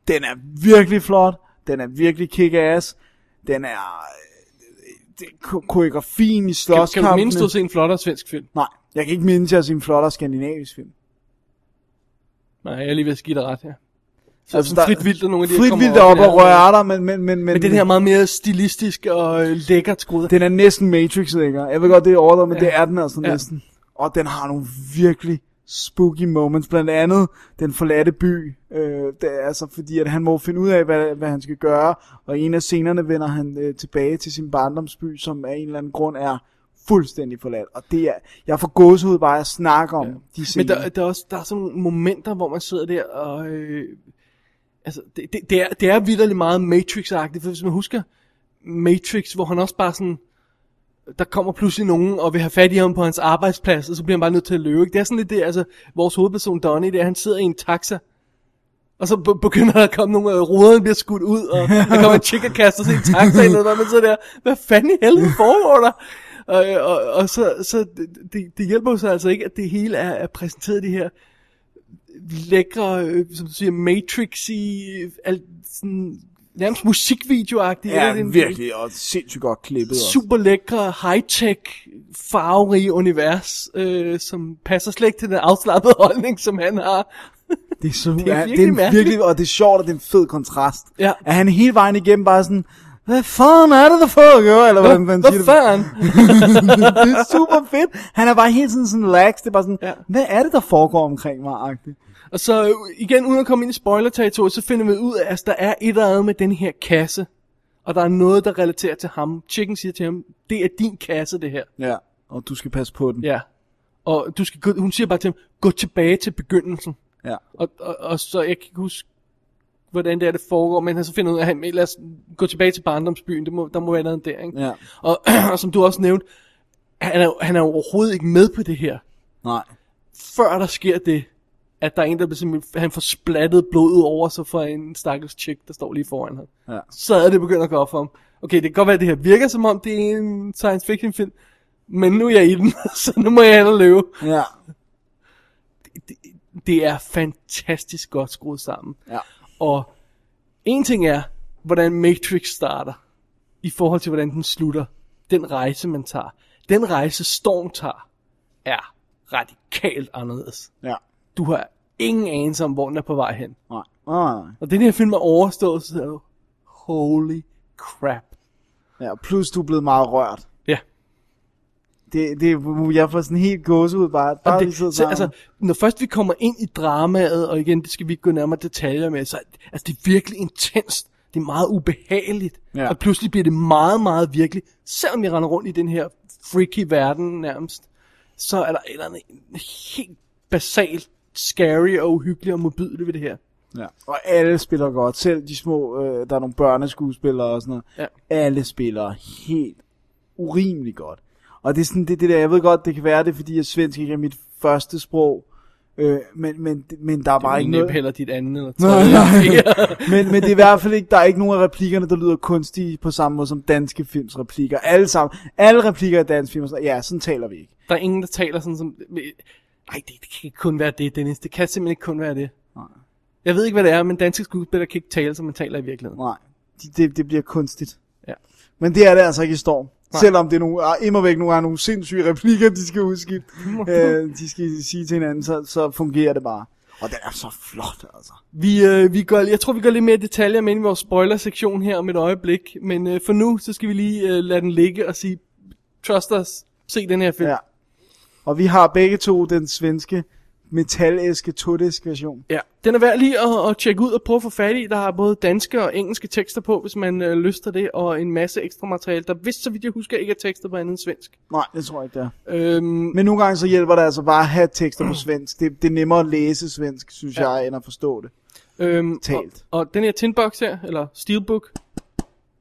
Speaker 3: den er virkelig flot. Den er virkelig kick-ass. Den er... øh, Det, ko- koreografien i
Speaker 4: Kan, kan du
Speaker 3: slåskampene.
Speaker 4: mindst du se en flottere svensk film?
Speaker 3: Nej, jeg kan ikke mindes, at jeg har set en flottere skandinavisk film.
Speaker 4: Nej, jeg er lige ved at give dig ret her.
Speaker 3: Altså,
Speaker 4: Så altså,
Speaker 3: der-
Speaker 4: frit vildt og nogle af de
Speaker 3: Frit
Speaker 4: kommer
Speaker 3: vildt op
Speaker 4: ja.
Speaker 3: og rører dig, men, men, men, men,
Speaker 4: Men den her er meget mere stilistisk og øh, lækkert skruet.
Speaker 3: den er næsten Matrix længere. Jeg ved godt, det er over, men ja. det er den altså
Speaker 4: Ja.
Speaker 3: ja. næsten. Og den har nogle virkelig spooky moments. Blandt andet den forladte by. Øh, det er altså fordi, at han må finde ud af, hvad, hvad han skal gøre. Og i en af scenerne vender han øh, tilbage til sin barndomsby, som af en eller anden grund er fuldstændig forladt. Og det er, jeg får gåsehud bare at snakke om ja. de scener.
Speaker 4: Men der, der er også der er sådan nogle momenter, hvor man sidder der og... Øh, altså, det, det, det, er, det er vidderligt meget Matrix-agtigt, for hvis man husker Matrix, hvor han også bare sådan... Der kommer pludselig nogen og vil have fat i ham på hans arbejdsplads, og så bliver han bare nødt til at løbe. ikke? Det er sådan lidt det, altså vores hovedperson Donnie, der han sidder i en taxa, og så be- begynder der at komme nogle, øh, ruderne bliver skudt ud, og der kommer en chick og kaster sig i en taxa ind, og man sidder der, hvad fanden i helvede foregår der? Og, øh, og, og så, så det- det, det hjælper jo så altså ikke, at det hele er, er præsenteret i det her lækre, øh, som du siger, matrixy, alt sådan, nærmest musikvideoagtigt.
Speaker 3: ja,
Speaker 4: Det er en-
Speaker 3: virkelig, og sindssygt godt klippet. også.
Speaker 4: super lækre, high-tech, farverige univers, øh, som passer slet ikke til den afslappede holdning, som han har.
Speaker 3: Det er, så, det
Speaker 4: er
Speaker 3: er,
Speaker 4: virkelig
Speaker 3: det er en
Speaker 4: mærkeligt.
Speaker 3: virkelig, og det er sjovt, og det er en fed kontrast.
Speaker 4: Ja.
Speaker 3: At han hele vejen igennem bare sådan, hvad fanden er det, der foregår? Eller hvordan man
Speaker 4: Hvad
Speaker 3: siger det.
Speaker 4: fanden?
Speaker 3: det er super fedt. Han er bare hele tiden sådan lax. Det er bare sådan,
Speaker 4: Ja.
Speaker 3: ja. hvad er det, der foregår omkring mig? -agtigt?
Speaker 4: Og så øh, igen, uden at komme ind i spoiler-territoriet, så finder vi ud af, at der er et eller andet med den her kasse. Og der er noget, der relaterer til ham. Chicken siger til ham, det er din kasse, det her.
Speaker 3: Ja. Og du skal passe på den.
Speaker 4: Ja. Og du skal gå, hun siger bare til ham, gå tilbage til begyndelsen.
Speaker 3: ja.
Speaker 4: Og, og, og så, jeg kan ikke huske, hvordan det er, det foregår, men han så finder ud af, at han, lad os gå tilbage til barndomsbyen, det må, der må være noget der, ikke?
Speaker 3: Ja.
Speaker 4: Og, og som du også nævnte, han er, jo- han er jo overhovedet ikke med på det her.
Speaker 3: Nej.
Speaker 4: Før der sker det, at der er en, der bliver simpelthen, han får splattet blod ud over sig fra en stakkels chick, der står lige foran ham.
Speaker 3: Ja.
Speaker 4: Så er det begyndt at gå op for ham. Okay, det kan godt være, at det her virker som om, det er en science fiction film, men nu er jeg i den, så nu må jeg hen og løbe.
Speaker 3: Ja.
Speaker 4: det, det er fantastisk godt skruet sammen.
Speaker 3: Ja.
Speaker 4: Og En ting er, hvordan Matrix starter, i forhold til hvordan den slutter. Den rejse, man tager. Den rejse, Storm tager, er radikalt anderledes.
Speaker 3: Ja.
Speaker 4: Du har ingen anelse om, hvor den er på vej hen.
Speaker 3: Nej. Nej.
Speaker 4: Og den her film er overstået, så er du, holy crap.
Speaker 3: Ja, plus du er blevet meget rørt.
Speaker 4: Ja.
Speaker 3: Det, det, jeg får sådan helt gåsehud bare,
Speaker 4: Og
Speaker 3: bare det, vi
Speaker 4: det,
Speaker 3: sidder
Speaker 4: så,
Speaker 3: sammen.
Speaker 4: altså, når først vi kommer ind i dramaet, og igen, det skal vi ikke gå nærmere detaljer med, så er- altså, det er virkelig intenst. Det er meget ubehageligt.
Speaker 3: Ja.
Speaker 4: Og pludselig bliver det meget, meget virkeligt. Selvom jeg render rundt i den her freaky verden nærmest, så er der et eller andet helt basalt scary og uhyggeligt og modbydeligt ved det her.
Speaker 3: Ja. Og alle spiller godt, selv de små, øh, der er nogle børneskuespillere og sådan noget.
Speaker 4: Ja.
Speaker 3: Alle spiller helt urimelig godt. Og det er sådan det, det der, jeg ved godt, det kan være det, er, fordi jeg svensk ikke er mit første sprog. Øh, men, men, men der er bare
Speaker 4: Og
Speaker 3: ikke
Speaker 4: ikke
Speaker 3: noget...
Speaker 4: heller dit andet eller
Speaker 3: Nej,
Speaker 4: tredje.
Speaker 3: nej. men, men det er i hvert fald ikke, der er ikke nogen af replikkerne, der lyder kunstige på samme måde som danske films replikker. Alle sammen, alle replikker i danske film, er sådan, ja, sådan taler vi ikke.
Speaker 4: Der er ingen, der taler sådan som... Nej, det, det kan ikke kun være det, Dennis. Det kan simpelthen ikke kun være det. Nej. Jeg ved ikke, hvad det er, men danske skuespillere kan ikke tale, som man taler i virkeligheden.
Speaker 3: Nej, det, det, det bliver kunstigt.
Speaker 4: Ja.
Speaker 3: Men det er det altså ikke i Storm.
Speaker 4: Nej.
Speaker 3: Nej. Selvom det er nogle, er immer væk nogle gange nogle sindssyge replikker, de skal udskifte. øh, de skal sige til hinanden, så, så fungerer det bare. Og den er så flot, altså.
Speaker 4: Vi, øh, vi går, jeg tror, vi går lidt mere i detaljer med ind i vores spoiler-sektion her om et øjeblik. Men øh, for nu, så skal vi lige øh, lade den ligge og sige, trust us, se den her film.
Speaker 3: Ja. Og vi har begge to den svenske metalæske tuttisk version.
Speaker 4: ja. Den er værd lige at, at tjekke ud og prøve at få fat i. Der er både danske og engelske tekster på, hvis man øh, lyster det, og en masse ekstra materiale, der vist, så vidt jeg husker, ikke er tekster på andet end svensk.
Speaker 3: Nej, det tror jeg ikke, det er.
Speaker 4: Øhm,
Speaker 3: Men nogle gange så hjælper det altså bare at have tekster på svensk. Det, det er nemmere at læse svensk, synes ja. jeg, end at forstå det.
Speaker 4: Øhm,
Speaker 3: Talt.
Speaker 4: Og, og den her tinbox her, eller steelbook,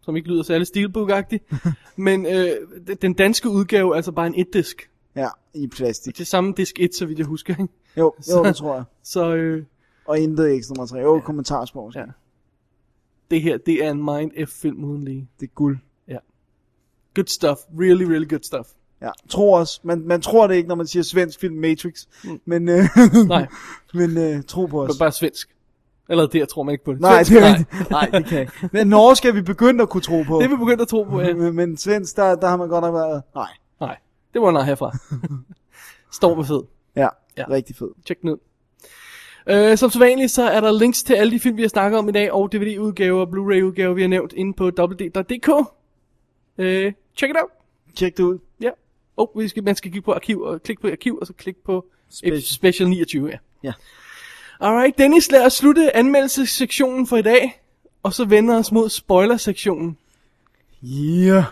Speaker 4: som ikke lyder særlig steelbook-agtig, men øh, d- den danske udgave er altså bare en et-disk.
Speaker 3: Ja, i plastik.
Speaker 4: Det er samme disk 1, så vidt jeg husker. Ikke?
Speaker 3: Jo, jo det tror jeg.
Speaker 4: Så øh,
Speaker 3: Og intet ekstra materiale. Jo, kommentarspor.
Speaker 4: Ja. det her, det er en Mind F-film uden lige.
Speaker 3: Det er guld.
Speaker 4: Good stuff. Really, really good stuff.
Speaker 3: Ja, tro os. Man, man tror det ikke, når man siger svensk film Matrix. Mm. Men, øh,
Speaker 4: Nej.
Speaker 3: men øh, tro på os.
Speaker 4: Det er bare svensk. Eller der tror man ikke på det.
Speaker 3: Nej, det
Speaker 4: Svensk,
Speaker 3: er rigtigt. Nej, det kan jeg ikke. Men norsk er vi begyndt at kunne tro på.
Speaker 4: Det er vi begyndt at tro på, ja.
Speaker 3: men, men svensk, der, der har man godt nok været... Nej.
Speaker 4: Nej, det var nej herfra. Storm er fed.
Speaker 3: Ja,
Speaker 4: Ja.
Speaker 3: ja. rigtig fed.
Speaker 4: Tjek den ud. Øh, som sædvanligt så er der links til alle de film, vi har snakket om i dag, og DVD-udgaver og Blu-ray-udgaver, vi har nævnt inde på www.dk. Øh, check it out.
Speaker 3: Tjek det ud.
Speaker 4: Ja. Oh, vi skal, man skal kigge på arkiv, og klikke på arkiv, og så klikke på special,
Speaker 3: Special.
Speaker 4: special 29, ja.
Speaker 3: Ja.
Speaker 4: Alright, Dennis, lad os slutte anmeldelsessektionen for i dag, og så vender os mod spoiler-sektionen.
Speaker 3: Yeah.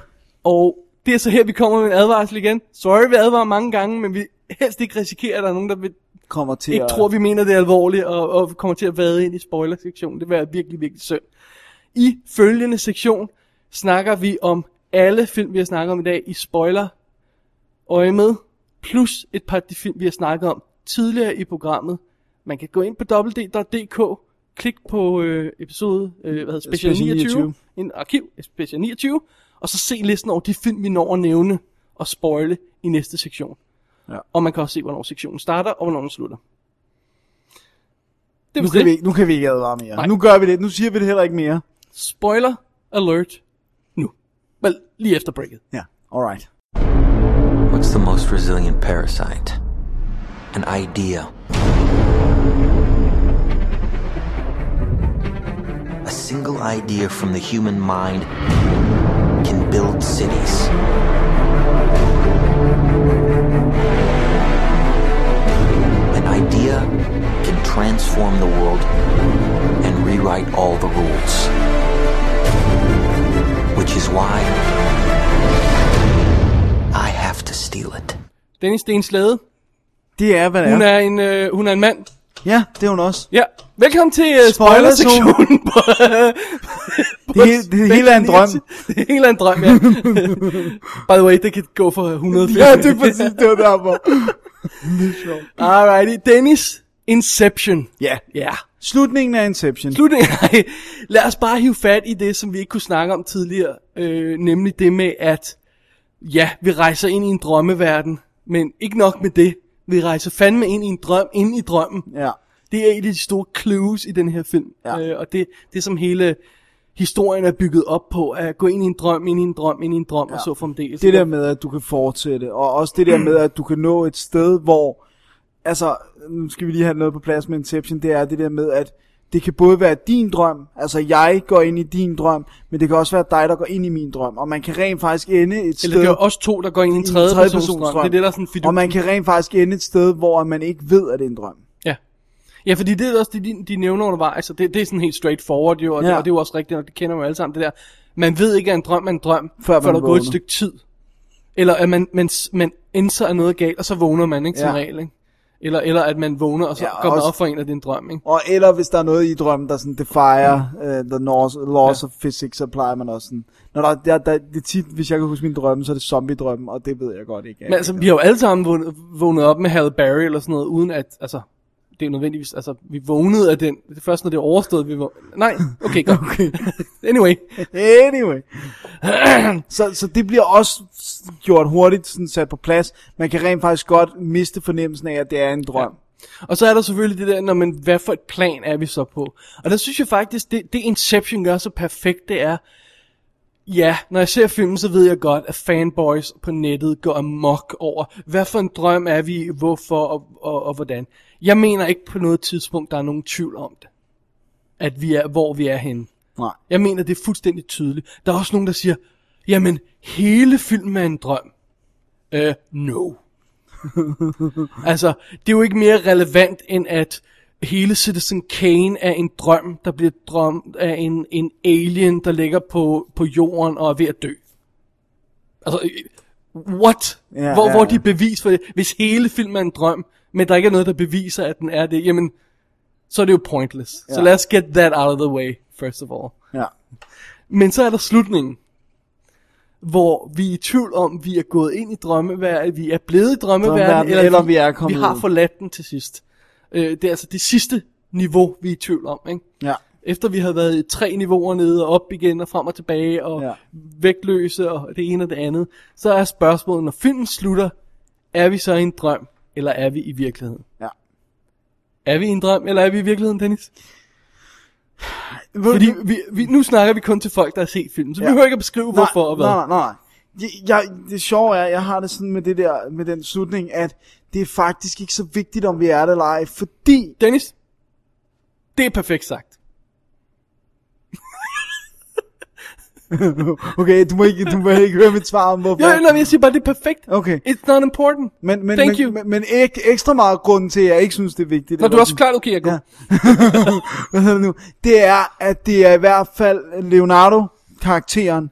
Speaker 4: Og det er så her, vi kommer med en advarsel igen. Sorry, vi advarer mange gange, men vi helst ikke risikerer, at der er nogen, der vil
Speaker 3: Kommer til
Speaker 4: ikke
Speaker 3: at...
Speaker 4: tror, vi mener det er alvorligt, og, og kommer til at vade ind i spoiler-sektionen. Det vil være virkelig, virkelig synd. I følgende sektion snakker vi om alle film, vi har snakket om i dag, i spoiler øje med, plus et par af de film, vi har snakket om tidligere i programmet. Man kan gå ind på www.dk, klik på øh, episode øh, hvad hedder, special,
Speaker 3: Special
Speaker 4: 29,
Speaker 3: 29.
Speaker 4: en arkiv, special 29, og så se listen over de film, vi når at nævne og spoile i næste sektion.
Speaker 3: Ja.
Speaker 4: Og man kan også se, hvornår sektionen starter, og hvornår den slutter.
Speaker 3: Nu
Speaker 4: Det var
Speaker 3: kan,
Speaker 4: det.
Speaker 3: vi, ikke- nu kan vi ikke advare mere.
Speaker 4: Nej.
Speaker 3: Nej. Nu gør vi det. Nu siger vi det heller ikke mere.
Speaker 4: Spoiler alert nu. Vel, lige efter breaket.
Speaker 3: Ja, alright.
Speaker 11: What's the most resilient parasite? An idea. A single idea from the human mind can build cities. An idea can transform the world and rewrite all the rules. Which is why I have to steal it.
Speaker 4: Dennis Sten Slade,
Speaker 3: Det er, hvad det
Speaker 4: hun,
Speaker 3: er.
Speaker 4: er en, øh, hun er en mand.
Speaker 3: Ja, det er hun også.
Speaker 4: Ja, velkommen til uh, spoiler-sektionen på, på
Speaker 3: Det hele- det hele er en drøm.
Speaker 4: Det hele er en drøm, ja. By the way, det kan gå for 100
Speaker 3: Ja, det er præcis, det var derfor.
Speaker 4: Alrighty, Dennis, Inception.
Speaker 3: Ja.
Speaker 4: Ja. Yeah.
Speaker 3: Slutningen af Inception.
Speaker 4: Slutningen, nej. Lad os bare hive fat i det, som vi ikke kunne snakke om tidligere. Øh, nemlig det med, at ja, vi rejser ind i en drømmeverden. Men ikke nok med det. Vi rejser fandme ind i en drøm, ind i drømmen.
Speaker 3: Ja.
Speaker 4: Det er et af de store clues i den her film. Ja. Øh, og det, det som hele historien er bygget op på, at gå ind i en drøm, ind i en drøm, ind i en drøm, ja. og så fremdeles.
Speaker 3: Det der med, at du kan fortsætte, og også det der med, at du kan nå et sted, hvor, altså, nu skal vi lige have noget på plads med Inception, det er det der med, at det kan både være din drøm, altså jeg går ind i din drøm, men det kan også være dig, der går ind i min drøm, og man kan rent faktisk ende et sted...
Speaker 4: Eller det er også to, der går ind i en tredje, tredje persons drøm. Det er det, der er sådan
Speaker 3: og man kan rent faktisk ende et sted, hvor man ikke ved, at det er en drøm.
Speaker 4: Ja. Ja, fordi det er også det, de, de nævner undervejs, og det, det er sådan helt straightforward jo, og, ja. det, og det er jo også rigtigt, og det kender man alle sammen, det der. Man ved ikke, at en drøm er en drøm, før, før der går et stykke tid. Eller at man, man, man indser, at noget er galt, og så vågner man, ikke, som
Speaker 3: Ja.
Speaker 4: regel, ikke? Eller, eller at man vågner, og så
Speaker 3: Ja,
Speaker 4: ja, går man
Speaker 3: også-
Speaker 4: op for en af din drøm, ikke?
Speaker 3: Og eller hvis der er noget i drømmen, der sådan defier mm. uh, the laws, laws ja. of physics, så plejer man også sådan... Når der, der, der, det er tit, hvis jeg kan huske min drømme, så er det zombie-drømmen, og det ved jeg godt ikke.
Speaker 4: Men altså, vi har jo alle sammen vågnet, vågnet op med Halle Berry eller sådan noget, uden at, altså, det er jo nødvendigvis, altså, vi vågnede af den, det er først når det er overstået, vi vågnede, nej, okay, godt. okay. anyway.
Speaker 3: anyway. så, så det bliver også gjort hurtigt sådan sat på plads. Man kan rent faktisk godt miste fornemmelsen af, at det er en drøm.
Speaker 4: Og så er der selvfølgelig det der, når man, hvad for et plan er vi så på? Og der synes jeg faktisk, det, det Inception gør så perfekt, det er, ja, når jeg ser filmen, så ved jeg godt, at fanboys på nettet går amok over, hvad for en drøm er vi, hvorfor og, og, og hvordan. Jeg mener ikke på noget tidspunkt, der er nogen tvivl om det. At vi er, hvor vi er henne.
Speaker 3: Nej.
Speaker 4: Jeg mener, det er fuldstændig tydeligt. Der er også nogen, der siger, jamen, hele filmen er en drøm. Øh, no. altså, det er jo ikke mere relevant, end at hele Citizen Kane er en drøm, der bliver drømt af en, en alien, der ligger på, på jorden og er ved at dø. Altså, øh, what?
Speaker 3: Ja,
Speaker 4: Ja, hvor,
Speaker 3: ja,
Speaker 4: ja, hvor er
Speaker 3: ja.
Speaker 4: de bevis for det? Hvis hele filmen er en drøm, men der ikke er noget, der beviser, at den er det, jamen, så er det jo pointless. Ja. Så
Speaker 3: Ja.
Speaker 4: lad os get that out of the way, first of all.
Speaker 3: Ja.
Speaker 4: Men så er der slutningen, hvor vi er i tvivl om, vi er gået ind i drømmeverdenen, vi er blevet i drømmeverdenen,
Speaker 3: Drømmeverdenen,
Speaker 4: eller,
Speaker 3: eller
Speaker 4: vi,
Speaker 3: vi er kommet
Speaker 4: vi har
Speaker 3: ud.
Speaker 4: forladt den til sidst. Øh, det er altså det sidste niveau, vi er i tvivl om. Ikke?
Speaker 3: Ja.
Speaker 4: Efter vi havde været i tre niveauer nede og op igen og frem og tilbage og ja. vægtløse og det ene og det andet, så er spørgsmålet, når filmen slutter, er vi så i en drøm, eller er vi i virkeligheden?
Speaker 3: Ja.
Speaker 4: Er vi i en drøm, eller er vi i virkeligheden, Dennis? Fordi vi, vi, nu snakker vi kun til folk, der har set filmen, så vi behøver ikke at beskrive,
Speaker 3: nej,
Speaker 4: hvorfor og hvad.
Speaker 3: Nej, nej, nej. Jeg, jeg, det sjove er, jeg har det sådan med det der, med den slutning, at det er faktisk ikke så vigtigt, om vi er det eller ej, fordi...
Speaker 4: Dennis, det er perfekt sagt.
Speaker 3: okay, du må, ikke, du må ikke høre mit svar om, hvorfor...
Speaker 4: Ja, nej, men jeg siger bare, det er perfekt.
Speaker 3: Okay.
Speaker 4: It's not important.
Speaker 3: Men, men,
Speaker 4: Thank
Speaker 3: men,
Speaker 4: you.
Speaker 3: Men, men ek, ekstra meget grund til, at jeg ikke synes, det er vigtigt.
Speaker 4: Når
Speaker 3: eller
Speaker 4: du er også
Speaker 3: sådan-
Speaker 4: klart, okay, jeg går. Ja.
Speaker 3: Hvad hedder det nu? Det er, at det er i hvert fald Leonardo-karakteren.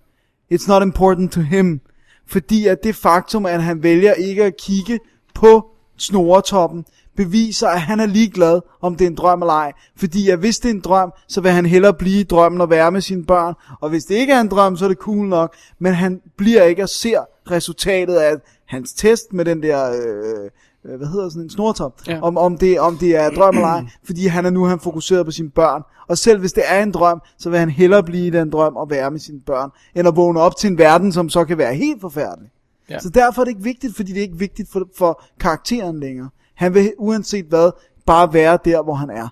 Speaker 3: It's not important to him. Fordi at det faktum, at han vælger ikke at kigge på snoretoppen, beviser, at han er ligeglad, om det er en drøm eller ej. Fordi at hvis det er en drøm, så vil han hellere blive i drømmen og være med sine børn. Og hvis det ikke er en drøm, så er det cool nok. Men han bliver ikke og ser resultatet af hans test med den der... Øh, øh, hvad hedder sådan en snortop, ja. om, om, det, om det er drøm eller
Speaker 4: Mm.
Speaker 3: ej, fordi han er nu han fokuseret på sine børn. Og selv hvis det er en drøm, så vil han hellere blive i den drøm og være med sine børn, end at vågne op til en verden, som så kan være helt forfærdelig.
Speaker 4: Ja.
Speaker 3: Så derfor er det ikke vigtigt, fordi det er ikke vigtigt for, for karakteren længere. Han vil uanset hvad, bare være der, hvor han er.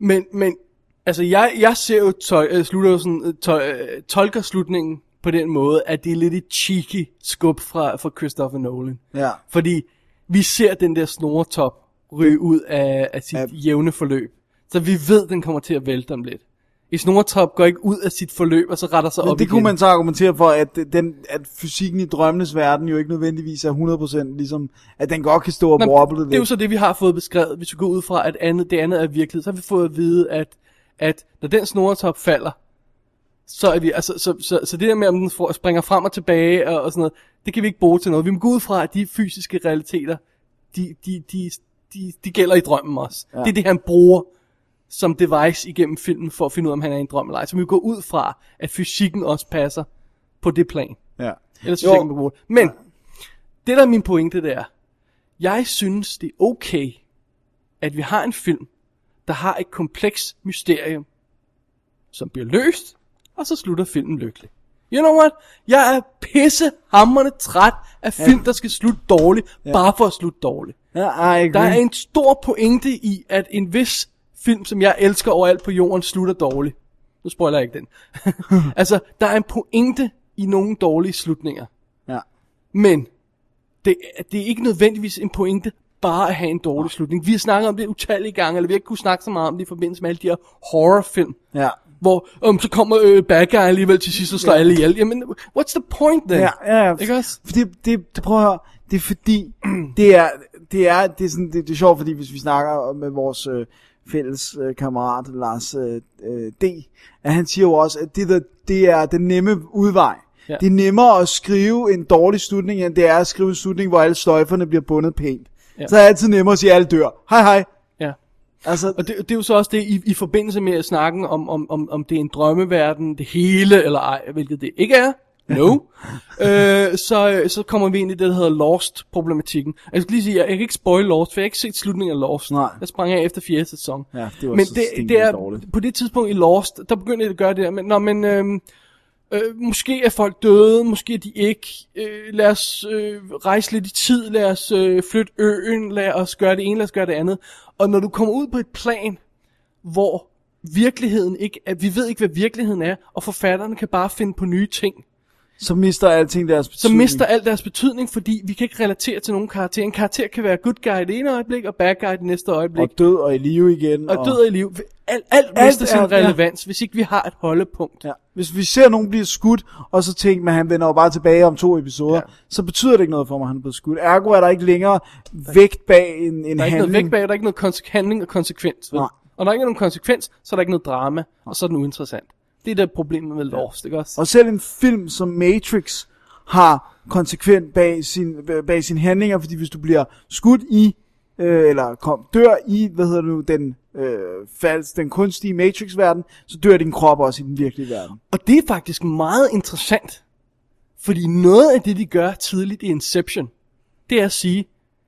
Speaker 4: Men, men altså, jeg, jeg ser jo tøj, øh, slutter jo sådan, øh, tøj, øh, tolker slutningen på den måde, at det er lidt et cheeky skub fra, fra Christopher Nolan.
Speaker 3: Ja.
Speaker 4: Fordi vi ser den der snoretop ryge ud af, af sit jævne forløb. Så vi ved, den kommer til at vælte om lidt. En snoretop går ikke ud af sit forløb, og så retter sig
Speaker 3: Men
Speaker 4: op
Speaker 3: det
Speaker 4: igen.
Speaker 3: kunne man så argumentere for, at, den, at fysikken i drømmenes verden jo ikke nødvendigvis er 100% ligesom, at den godt kan stå og
Speaker 4: Nå,
Speaker 3: warble lidt.
Speaker 4: Det er jo så det, vi har fået beskrevet. Hvis vi går ud fra, at andet, det andet er virkelighed, så har vi fået at vide, at, at når den snoretop falder, så, er vi, altså, så, så, så det der med, om den får- springer frem og tilbage og, og sådan noget, det kan vi ikke bruge til noget. Vi må gå ud fra, at de fysiske realiteter, de, de, de, de, de gælder i drømmen også.
Speaker 12: Ja.
Speaker 4: Ja. Det er det, han bruger som device igennem filmen for at finde ud af, om han er i en drøm eller ej. Så vi må gå ud fra, at fysikken også passer på det plan.
Speaker 3: Ja.
Speaker 4: Ellers
Speaker 3: Jo.
Speaker 4: jo. man bruge det. Men, det der er min pointe, det er, jeg synes, det er okay, at vi har en film, der har et kompleks mysterium, som bliver løst, og så slutter filmen lykkelig. You know what? Jeg er pissehammerende træt af film, der skal slutte dårligt, bare for at slutte dårligt.
Speaker 3: Ja, I
Speaker 4: Der er en stor pointe i, at en vis film, som jeg elsker overalt på jorden, slutter dårligt. Nu spoiler jeg ikke den. altså, der er en pointe i nogle dårlige slutninger.
Speaker 3: Ja.
Speaker 4: Men det, er- det er ikke nødvendigvis en pointe bare at have en dårlig slutning. Vi har snakket om det utallige gange, eller vi har ikke kunne snakke så meget om det i forbindelse med alle de her horrorfilm.
Speaker 3: Ja.
Speaker 4: Hvor, om så kommer øh, bad guy alligevel til sidst og slår
Speaker 3: Ja.
Speaker 4: alle ihjel. Jamen, what's the point then?
Speaker 3: Ja, ja, ja.
Speaker 4: Ikke også?
Speaker 3: Fordi, det, det, prøv at høre, det er fordi, det er, det er, det er, sådan, det, det er sjovt, fordi hvis vi snakker med vores øh, fælles øh, kammerat, Lars øh, øh, D., at han siger jo også, at det, der, det er den nemme udvej.
Speaker 4: Ja.
Speaker 3: Ja. Det er nemmere at skrive en dårlig slutning, end det er at skrive en slutning, hvor alle sløjferne bliver bundet pænt.
Speaker 4: Ja.
Speaker 3: Ja. Så er det altid nemmere at sige, at alle dør. Hej hej.
Speaker 4: Ja.
Speaker 3: Altså,
Speaker 4: Og det, det er jo så også det, i, i forbindelse med at snakke om, om, om, om det er en drømmeverden, det hele, eller ej, hvilket det ikke er. No. øh, så, så kommer vi ind i det, der hedder Lost-problematikken. Og Jeg skal lige sige, jeg, jeg kan ikke spoil Lost, for jeg har ikke set slutningen af Lost.
Speaker 3: Nej.
Speaker 4: Jeg sprang af efter fjerde sæson.
Speaker 3: Ja, det var
Speaker 4: men
Speaker 3: så
Speaker 4: det,
Speaker 3: stinkende
Speaker 4: det er,
Speaker 3: dårligt.
Speaker 4: På det tidspunkt i Lost, der begyndte jeg at gøre det der, men, nå, men øhm, øh, måske er folk døde, måske er de ikke. Øh, lad os øh, rejse lidt i tid, lad os øh, flytte øen, lad os gøre det ene, lad os gøre det andet. Og når du kommer ud på et plan, hvor virkeligheden ikke er, vi ved ikke, hvad virkeligheden er, og forfatterne kan bare finde på nye ting.
Speaker 3: så mister alting deres
Speaker 4: Så
Speaker 3: betydning.
Speaker 4: mister al deres betydning, fordi vi kan ikke relatere til nogen karakter. En karakter kan være good guy det ene øjeblik, og bad guy det næste øjeblik.
Speaker 3: Og død og i live igen.
Speaker 4: Og, og død og i liv. Alt, alt, alt
Speaker 3: Alt
Speaker 4: mister sin
Speaker 3: er- ja.
Speaker 4: relevans, hvis ikke vi har et holdepunkt.
Speaker 3: Ja. Hvis vi ser nogen blive skudt, og så tænker man, at han vender jo bare tilbage om to episoder, ja. så betyder det ikke noget for mig, at han er blevet skudt. Ergo er der ikke længere vægt bag en, en
Speaker 4: Der er ikke noget
Speaker 3: handling.
Speaker 4: vægt bag, der er ikke noget konse- handling og konsekvens. Vel?
Speaker 3: Nej.
Speaker 4: Og når der ikke er nogen konsekvens, så er der ikke noget drama, og så er den uinteressant. Det er det problemet med Lost, ikke også?
Speaker 3: Og selv en film som Matrix har konsekvent bag, sin, bag sine handlinger, fordi hvis du bliver skudt i, øh, eller kom, dør i, hvad hedder det nu, den, øh, falsk, den kunstige Matrix-verden, så dør din krop også i den virkelige verden.
Speaker 4: Og det er faktisk meget interessant, fordi noget af det, de gør tidligt i Inception, det er at sige,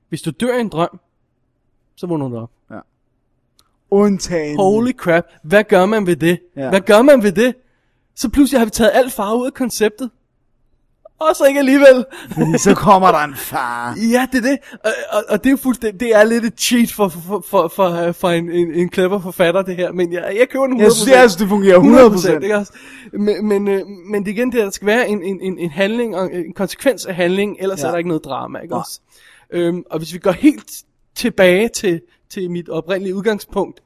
Speaker 4: hvis du dør i en drøm, så vågner du op.
Speaker 3: Undtagen.
Speaker 4: Holy crap, hvad gør man ved det?
Speaker 3: Ja.
Speaker 4: Hvad gør man ved det? Så pludselig har vi taget alt farve ud af konceptet. Og så ikke alligevel.
Speaker 3: Fordi så kommer der en far.
Speaker 4: Ja, det er det. Og, og, og det er jo fuldstændig, det er lidt et cheat for, for, for, for, øh, for en, en, en clever forfatter, det her. Men jeg, jeg køber den 100%.
Speaker 3: Jeg synes, jeg synes, det fungerer 100%.
Speaker 4: ikke også? Men, men, øh, men det er igen det, der skal være en, en, en, en handling og en konsekvens af handling, ellers ja.
Speaker 3: Ja.
Speaker 4: er der ikke noget drama, ikke også? Øhm, og hvis vi går helt tilbage til, til mit oprindelige udgangspunkt,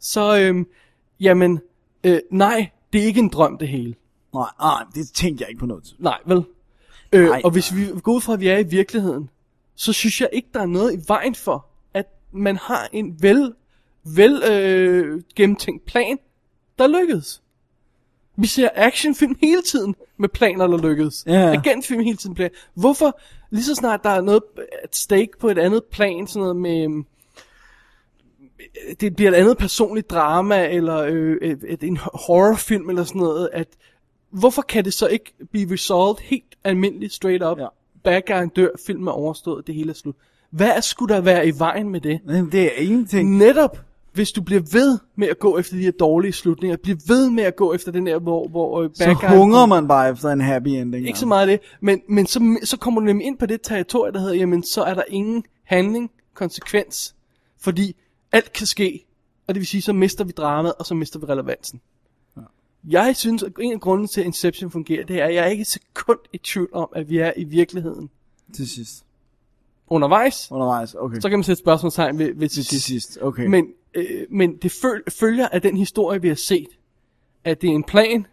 Speaker 4: så, øhm, jamen, øh, nej, det er ikke en drøm det hele.
Speaker 3: Nej, nej, det tænkte jeg ikke på noget. tidspunkt.
Speaker 4: Nej, vel? Øh,
Speaker 3: Nej.
Speaker 4: og hvis vi går ud fra, at vi er i virkeligheden, så synes jeg ikke, der er noget i vejen for, at man har en vel, vel øh, gennemtænkt plan, der lykkedes. Vi ser actionfilm hele tiden med planer, der lykkedes.
Speaker 3: Ja.
Speaker 4: Agentfilm hele tiden plan. Hvorfor, lige så snart der er noget at stake på et andet plan, sådan noget med... øhm, det bliver et andet personligt drama, eller øh, et, et, en horrorfilm, eller sådan noget, at hvorfor kan det så ikke blive resolved helt almindeligt, straight up, ja.
Speaker 3: Ja.
Speaker 4: bad guyen dør, filmen er overstået, det hele er slut. Hvad er- skulle der være i vejen med det?
Speaker 3: Men det er ingenting.
Speaker 4: Netop, hvis du bliver ved med at gå efter de her dårlige slutninger, bliver ved med at gå efter den der, hvor, hvor øh, bad
Speaker 3: Så
Speaker 4: guyen-
Speaker 3: hungrer man bare efter en happy ending.
Speaker 4: Ikke
Speaker 3: altså.
Speaker 4: så meget det, men, men så, så kommer du nemlig ind på det territorie, der hedder, jamen så er der ingen handling, konsekvens, fordi alt kan ske, og det vil sige, så mister vi dramaet, og så mister vi relevansen. Ja. Jeg synes, at en af grunden til, at Inception fungerer, det er, at jeg er ikke et sekund i tvivl om, at vi er i virkeligheden
Speaker 3: Til sidst.
Speaker 4: undervejs.
Speaker 3: Undervejs, okay.
Speaker 4: Så kan man sætte spørgsmålstegn ved, ved til
Speaker 3: Til
Speaker 4: sidst.
Speaker 3: sidst, okay.
Speaker 4: Men, øh, men det føl- følger af den historie, vi har set, at det er en plan,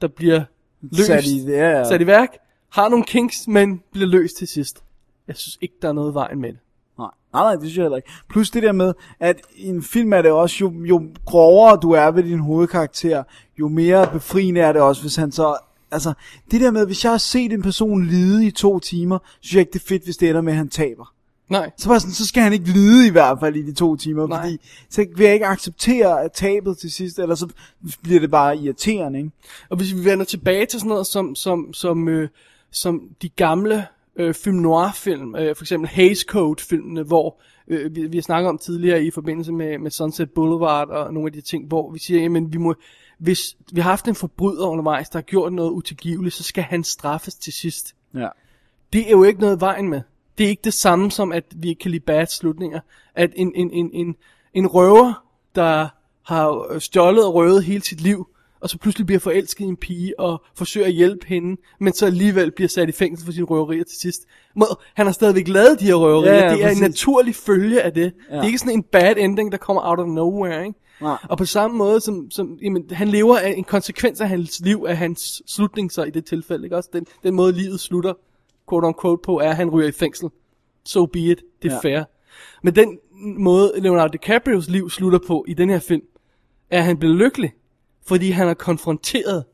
Speaker 4: der bliver løst,
Speaker 3: Sat i- ja, ja.
Speaker 4: sat i værk, har nogle kinks, men bliver løst til sidst. Jeg synes ikke, der er noget i vejen med det.
Speaker 3: Nej, nej, nej, det synes jeg heller ikke. Plus det der med, at i en film er det også, jo, jo grovere du er ved din hovedkarakter, jo mere befriende er det også, hvis han så... Altså, det der med, hvis jeg har set en person lide i to timer, synes jeg ikke, det er fedt, hvis det ender med, at han taber.
Speaker 4: Nej.
Speaker 3: Så bare sådan, så skal han ikke lide i hvert fald i de to timer,
Speaker 4: Nej.
Speaker 3: Nej. fordi så vil jeg ikke acceptere at tabet til sidst, eller så bliver det bare irriterende, ikke?
Speaker 4: Og hvis vi vender tilbage til sådan noget som, som, som, øh, som de gamle øh, film noir-film, øh, for eksempel Hays Code-filmene, hvor øh, vi, vi har snakket om tidligere i forbindelse med, med Sunset Boulevard og nogle af de ting, hvor vi siger, jamen vi må, hvis vi har haft en forbryder undervejs, der har gjort noget utilgiveligt, så skal han straffes til sidst.
Speaker 3: Ja.
Speaker 4: det er jo ikke noget i vejen med. Det er ikke det samme som, at vi ikke kan lide bad slutninger. At en, en, en, en, en røver, der har øh, stjålet og røvet hele sit liv, og så pludselig bliver forelsket i en pige og forsøger at hjælpe hende, men så alligevel bliver sat i fængsel for sine røverier til sidst. Må- Han har stadigvæk lavet de her røverier.
Speaker 3: Ja, ja,
Speaker 4: det er en
Speaker 3: præcis.
Speaker 4: naturlig følge af det.
Speaker 3: Ja.
Speaker 4: Det er ikke sådan en bad ending, der kommer out of nowhere, ikke?
Speaker 3: Nej.
Speaker 4: Og på samme måde, som, som jamen, han lever af en konsekvens af hans liv, af hans slutning så i det tilfælde, ikke også? Den, den måde livet slutter, quote on quote på, er, at han ryger i fængsel. So be it, det er
Speaker 3: Ja.
Speaker 4: ja. fair. Men den måde, Leonardo DiCaprios liv slutter på i den her film, er, at han bliver lykkelig, fordi han har konfronteret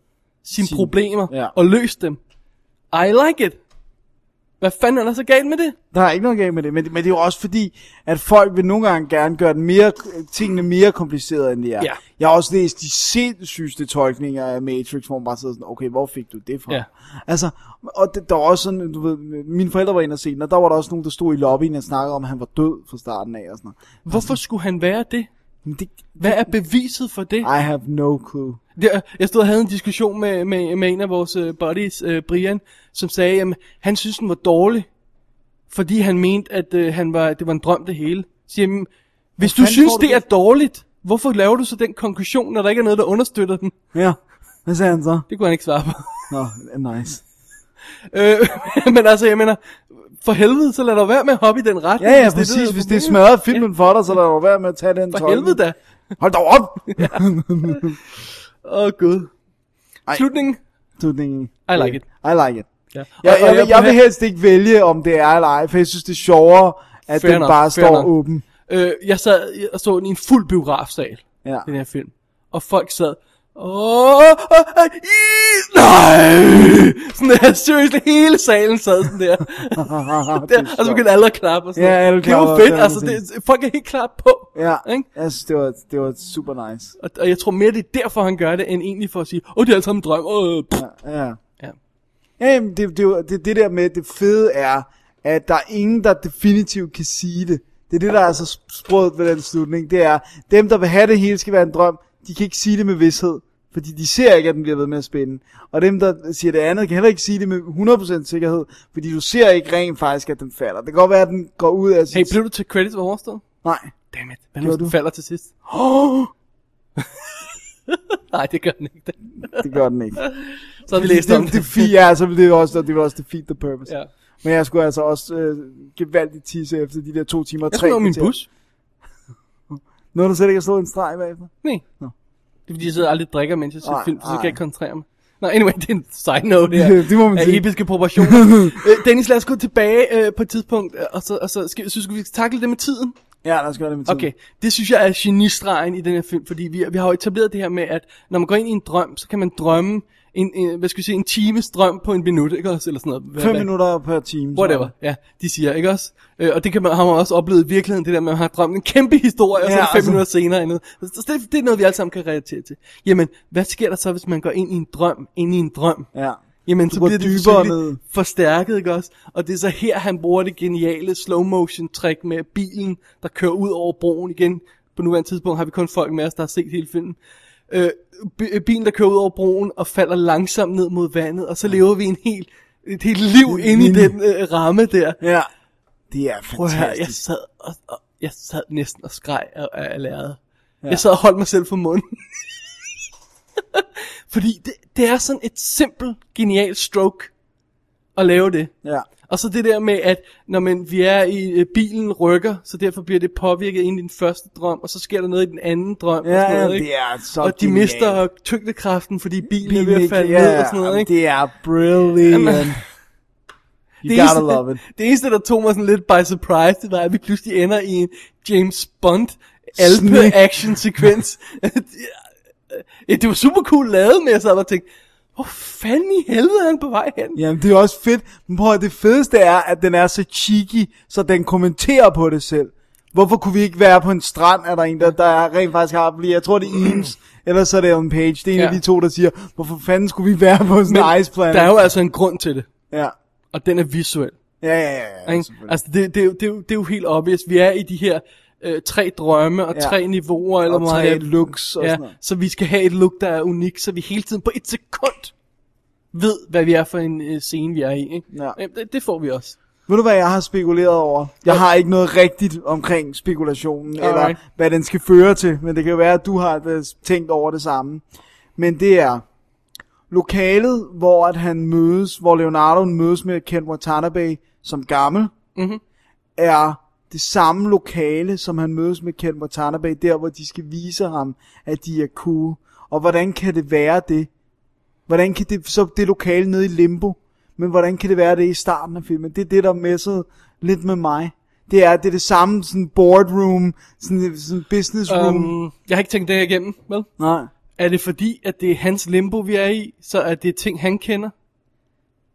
Speaker 3: Sin-
Speaker 4: sine Sin, problemer
Speaker 3: ja.
Speaker 4: ja. og løst dem. I like it. Hvad fanden er der så galt med det?
Speaker 3: Der er ikke noget galt med det, men, men det er jo også fordi, at folk vil nogle gange gerne gøre den mere, tingene mere komplicerede, end de er.
Speaker 4: Ja.
Speaker 3: Jeg har også læst de sindssygeste tolkninger af Matrix, hvor man bare sidder sådan, okay, hvor fik du det fra?
Speaker 4: Ja.
Speaker 3: Altså, og det, der var også sådan, du ved, mine forældre var inde og se den, og der var der også nogen, der stod i lobbyen og snakkede om, at han var død fra starten af og sådan
Speaker 4: Hvorfor
Speaker 3: Altså-
Speaker 4: skulle han være det?
Speaker 3: noget. Det,
Speaker 4: Hvad er beviset for det?
Speaker 3: I have no clue.
Speaker 4: Det, jeg stod og havde en diskussion med, med, med en af vores øh, buddies, øh, Brian, som sagde, at han synes, den var dårlig, fordi han mente, at øh, han var, det var en drøm det hele. Så siger, jeg, "Men hvis du
Speaker 3: fanden
Speaker 4: synes,
Speaker 3: tror du
Speaker 4: det er dårligt, hvorfor laver du så den konklusion, når der ikke er noget, der understøtter den?
Speaker 3: Ja, hvad sagde han så?
Speaker 4: Det kunne han ikke svare på.
Speaker 3: Nå, nice.
Speaker 4: Øh, men altså, jeg mener, for helvede, så lad dig være med at hoppe i den retning.
Speaker 3: Ja, ja,
Speaker 4: hvis det er
Speaker 3: præcis.
Speaker 4: det, der
Speaker 3: Hvis det
Speaker 4: problemet.
Speaker 3: smadrer filmen for dig, så lad dog være med at tage den
Speaker 4: For
Speaker 3: tolkning.
Speaker 4: helvede da.
Speaker 3: Hold dog op!
Speaker 4: Åh, oh, Gud. Slutningen.
Speaker 3: Slutningen.
Speaker 4: I like it.
Speaker 3: I like it.
Speaker 4: Ja.
Speaker 3: Jeg,
Speaker 4: Og-
Speaker 3: jeg,
Speaker 4: og
Speaker 3: jeg, jeg vil
Speaker 4: vil-
Speaker 3: helst ikke vælge, om det er eller ej, for jeg synes, det er sjovere, at
Speaker 4: Fair
Speaker 3: den
Speaker 4: nok,
Speaker 3: bare
Speaker 4: fair
Speaker 3: står
Speaker 4: nok.
Speaker 3: åben.
Speaker 4: Øh, jeg sad og så den i en fuld biografsal,
Speaker 3: ja.
Speaker 4: den her film. Og folk sad, åh, åh, åh, ih, nej! Sådan der, seriously, hele salen sad sådan der. der og så begyndte alle at klappe og sådan
Speaker 3: Ja,
Speaker 4: noget.
Speaker 3: alle
Speaker 4: Det var
Speaker 3: klapper,
Speaker 4: fedt,
Speaker 3: det er
Speaker 4: altså,
Speaker 3: præcis.
Speaker 4: det, folk er helt klar på.
Speaker 3: Ja,
Speaker 4: Ikke?
Speaker 3: jeg synes, det var, det var super nice.
Speaker 4: Og, og jeg tror mere, det er derfor, han gør det, end egentlig for at sige, åh, oh, det er altså en drøm, åh, pff.
Speaker 3: Ja.
Speaker 4: Ja.
Speaker 3: Ja, jamen, det, det, var- det, det der med det fede er, at der er ingen, der definitivt kan sige det. Det er det, der er så sprødt ved den slutning. Det er, dem, der vil have det hele skal være en drøm, de kan ikke sige det med vidshed. Fordi de ser ikke, at den bliver ved med at spænde. Og dem, der siger det andet, kan heller ikke sige det med 100% sikkerhed. Fordi du ser ikke rent faktisk, at den falder. Det kan godt være, at den går ud af
Speaker 4: Hey,
Speaker 3: sit...
Speaker 4: blev du til credits for overstået?
Speaker 3: Nej.
Speaker 4: Damn it. Hvad nu,
Speaker 3: Gjorde
Speaker 4: hvis den
Speaker 3: du?
Speaker 4: falder til sidst?
Speaker 3: Oh,
Speaker 4: Nej, det gør den ikke. det.
Speaker 3: det gør den ikke.
Speaker 4: Så har vi læst om
Speaker 3: det, det, det, ja, så ville det jo også, det ville også defeat the purpose.
Speaker 4: Ja.
Speaker 3: Men jeg skulle altså også øh, gevaldigt tisse efter de der to timer og
Speaker 4: Jeg
Speaker 3: tre
Speaker 4: skulle nå min
Speaker 3: kvarter.
Speaker 4: bus.
Speaker 3: Noget, der slet ikke har slået en streg bagefter.
Speaker 4: Nej.
Speaker 3: Nå.
Speaker 4: Det er fordi, jeg sidder og aldrig drikker, mens jeg ser
Speaker 3: Ej,
Speaker 4: film, så, så
Speaker 3: ej.
Speaker 4: kan jeg ikke koncentrere mig. Nå, anyway, det er en side note det her.
Speaker 3: Det må man
Speaker 4: Af
Speaker 3: sige.
Speaker 4: episke proportioner. øh, Dennis, lad os gå tilbage øh, på et tidspunkt, øh, og så, og så skal, synes du, vi skal takle det med tiden?
Speaker 3: Ja, lad os gøre det med tiden.
Speaker 4: Okay, det synes jeg er genistregen i den her film, fordi vi, vi har jo etableret det her med, at når man går ind i en drøm, så kan man drømme en, en hvad skal vi sige, en times drøm på en minut, ikke også? Eller sådan noget. Hvad-
Speaker 3: Fem
Speaker 4: hvad-
Speaker 3: minutter per time. tror
Speaker 4: Whatever,
Speaker 3: jeg.
Speaker 4: ja, de siger, ikke også? Øh, og det kan man, har man også oplevet i virkeligheden, det der med, at man har drømt en kæmpe historie, og så
Speaker 3: Ja,
Speaker 4: er det fem
Speaker 3: altså.
Speaker 4: minutter senere. Endnu. Så så det, det er noget, vi alle sammen kan relatere til. Jamen, hvad sker der så, hvis man går ind i en drøm, ind i en drøm?
Speaker 3: Ja.
Speaker 4: Jamen,
Speaker 3: Du
Speaker 4: så
Speaker 3: går
Speaker 4: bliver det
Speaker 3: dybere
Speaker 4: selvfølgelig
Speaker 3: ned.
Speaker 4: forstærket, ikke også? Og det er så her, han bruger det geniale slow motion trick med bilen, der kører ud over broen igen. På nuværende tidspunkt har vi kun folk med os, der har set hele filmen. Øh, bi- øh, bilen, der kører ud over broen og falder langsomt ned mod vandet, og så lever vi en hel, et helt liv inde i den øh, ramme der.
Speaker 3: Ja. Det er
Speaker 4: Prøv at høre, jeg
Speaker 3: fantastisk.
Speaker 4: sad, og, og, jeg sad næsten og skreg af, af, af lærret.
Speaker 3: Ja.
Speaker 4: Ja. Jeg sad og holdt mig selv for munden. Fordi det, det er sådan et simpelt, genialt stroke at lave det.
Speaker 3: Ja.
Speaker 4: Og så det der med, at når man, vi er i øh, bilen rykker, så derfor bliver det påvirket ind i den første drøm, og så sker der noget i den anden drøm.
Speaker 3: Ja,
Speaker 4: og sådan noget,
Speaker 3: ja,
Speaker 4: ikke?
Speaker 3: det er så
Speaker 4: Og de
Speaker 3: genialt.
Speaker 4: mister tyngdekraften, fordi bilen, bilen er ved
Speaker 3: Bilen
Speaker 4: at falde
Speaker 3: ikke-
Speaker 4: ja, ned og sådan noget. Ikke?
Speaker 3: Det er brilliant. You gotta
Speaker 4: eneste,
Speaker 3: love it.
Speaker 4: Det eneste, der tog mig sådan lidt by surprise, det var, at vi pludselig ender i en James Bond alpe
Speaker 3: Sne.
Speaker 4: action sekvens. det var super cool lavet, men jeg sad bare og tænkte, hvor fanden i helvede er han på vej hen?
Speaker 3: Jamen, det er også fedt. Men prøv at høre, det fedeste er, at den er så cheeky, så den kommenterer på det selv. Hvorfor kunne vi ikke være på en strand, er der en, der, der er rent faktisk har, fordi jeg tror, det er Eames, eller så er det on page. Det er en ja.
Speaker 4: Ja.
Speaker 3: af de to, der siger, hvorfor fanden skulle vi være på sådan en ice planet?
Speaker 4: der er jo altså en grund til det,
Speaker 3: Ja,
Speaker 4: og den er visuel.
Speaker 3: ja, ja. ja, ja
Speaker 4: Ikke?
Speaker 3: selvfølgelig.
Speaker 4: Altså, det, det, er jo- det, er jo- det er jo helt obvious. Vi er i de her øh, tre drømme og
Speaker 3: Ja.
Speaker 4: ja. tre niveauer. Eller
Speaker 3: Og
Speaker 4: hvor meget
Speaker 3: tre
Speaker 4: det er.
Speaker 3: looks og
Speaker 4: ja,
Speaker 3: sådan noget.
Speaker 4: Så vi skal have et look, der er unik, så vi hele tiden på et sekund ved, hvad vi er for en øh, scene, vi er i. Ikke?
Speaker 3: Ja.
Speaker 4: Jamen, Det, det får vi også.
Speaker 3: Ved du, hvad jeg har spekuleret over? Jeg har ikke noget rigtigt omkring spekulationen, Alright. eller
Speaker 4: Alright.
Speaker 3: hvad den skal føre til, men det kan jo være, at du har øh, tænkt over det samme. Men det er lokalet, hvor at han mødes, hvor Leonardo mødes med Ken Watanabe som gammel,
Speaker 4: Mhm.
Speaker 3: er det samme lokale, som han mødes med Ken Watanabe, der hvor de skal vise ham, at de er cool. Og hvordan kan det være det? Hvordan kan det, så det lokale nede i Limbo, men hvordan kan det være det i starten af filmen? Det er det, der messede lidt med mig. Det er, det er det samme sådan boardroom, sådan, sådan business room. Um,
Speaker 4: Øhm, jeg har ikke tænkt det her igennem, vel?
Speaker 3: Nej.
Speaker 4: Er det fordi, at det er hans limbo, vi er i, så er det ting, han kender?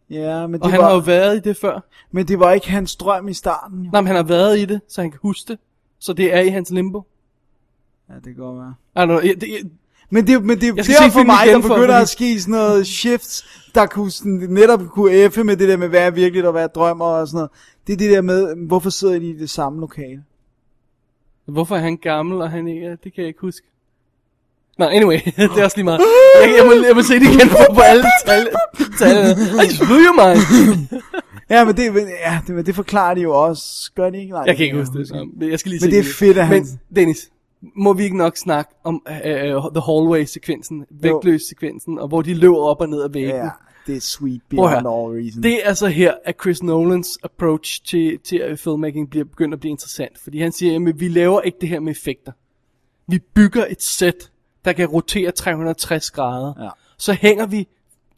Speaker 3: ja, men
Speaker 4: Og
Speaker 3: det
Speaker 4: han
Speaker 3: var,
Speaker 4: har jo været i det før.
Speaker 3: men det var ikke hans drøm i starten. Jo.
Speaker 4: Nej, men han har været i det, så han kan huske det. Så det er i hans limbo.
Speaker 3: Ja, det kan godt være.
Speaker 4: I don't know, jeg, det,
Speaker 3: Men det, men det er
Speaker 4: Jeg skal se
Speaker 3: der for
Speaker 4: filmen
Speaker 3: mig,
Speaker 4: igen
Speaker 3: der
Speaker 4: for-
Speaker 3: begynder
Speaker 4: fordi-
Speaker 3: at ske sådan noget shifts, der kunne sådan, netop kunne effe med det der med, hvad er virkeligt og hvad er drømmer og sådan noget. Det er det der med, hvorfor sidder de i det samme lokale?
Speaker 4: Hvorfor er han gammel, og han ikke er, det kan jeg ikke huske. Nå, anyway, det er også lige meget. Jeg, jeg, må, jeg må se det igen på, på alle tal. tal. Ej, slew you mig.
Speaker 3: Ja, men det, men- ja, det, men det forklarer de jo også. Gør de ikke? Nej,
Speaker 4: Jeg kan ikke huske det. Så. men Jeg skal lige
Speaker 3: Men
Speaker 4: se
Speaker 3: det er fedt, at han-
Speaker 4: Men Dennis, må vi ikke nok snakke om uh, The Hallway-sekvensen, vægtløs-sekvensen, og hvor de løber op og ned ad væggen?
Speaker 3: Ja, det er sweet
Speaker 4: Prøv at
Speaker 3: beyond
Speaker 4: høre.
Speaker 3: all reason.
Speaker 4: Det er så her, at Chris Nolans approach til, til øh, filmmaking bliver begyndt at blive interessant. Fordi han siger, at vi laver ikke det her med effekter. Vi bygger et sæt, der kan rotere 360 grader.
Speaker 3: Ja.
Speaker 4: Så hænger vi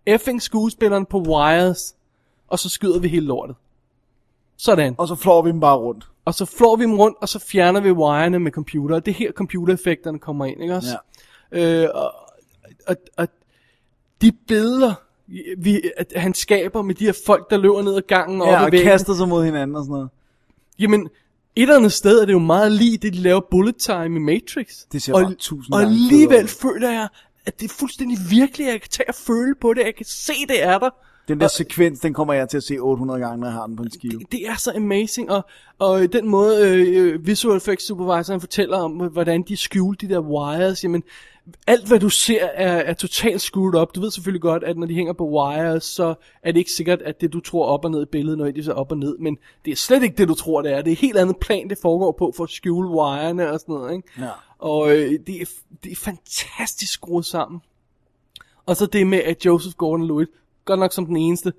Speaker 4: effing skuespilleren på wires, og så skyder vi hele lortet. Sådan.
Speaker 3: Og så flår vi dem bare rundt.
Speaker 4: Og så flår vi dem rundt, og så fjerner vi wirene med computer. Det er her computereffekterne kommer ind, ikke også? Ja. Øh, og, og, og de billeder, vi, at han skaber med de her folk, der løber ned ad gangen og
Speaker 3: Ja,
Speaker 4: op
Speaker 3: og
Speaker 4: ad væggen.
Speaker 3: kaster sig mod hinanden og sådan noget.
Speaker 4: Jamen, et eller andet sted er det jo meget lige det, de laver bullet time i Matrix.
Speaker 3: Det ser
Speaker 4: og,
Speaker 3: bare tusind
Speaker 4: Og
Speaker 3: gange
Speaker 4: alligevel
Speaker 3: federe
Speaker 4: føler jeg, at det er fuldstændig virkeligt. Jeg kan tage og føle på det. Jeg kan se, det er der.
Speaker 3: Den der sekvens, den kommer jeg til at se 800 gange, når jeg har den på en skive.
Speaker 4: det er så amazing, og, og den måde øh, visual effects supervisoren fortæller om, hvordan de skjulte de der wires, jamen alt hvad du ser er, er totalt screwed up. Du ved selvfølgelig godt, at når de hænger på wires, så er det ikke sikkert, at det du tror op og ned i billedet, når det er op og ned, men det er slet ikke det, du tror, det er. Det er et helt andet plan, det foregår på for at skjule wirene og sådan noget, ikke?
Speaker 3: Ja.
Speaker 4: Og øh, det, er, det er fantastisk skruet sammen. Og så det med, at Joseph Gordon-Levitt, godt nok som den eneste,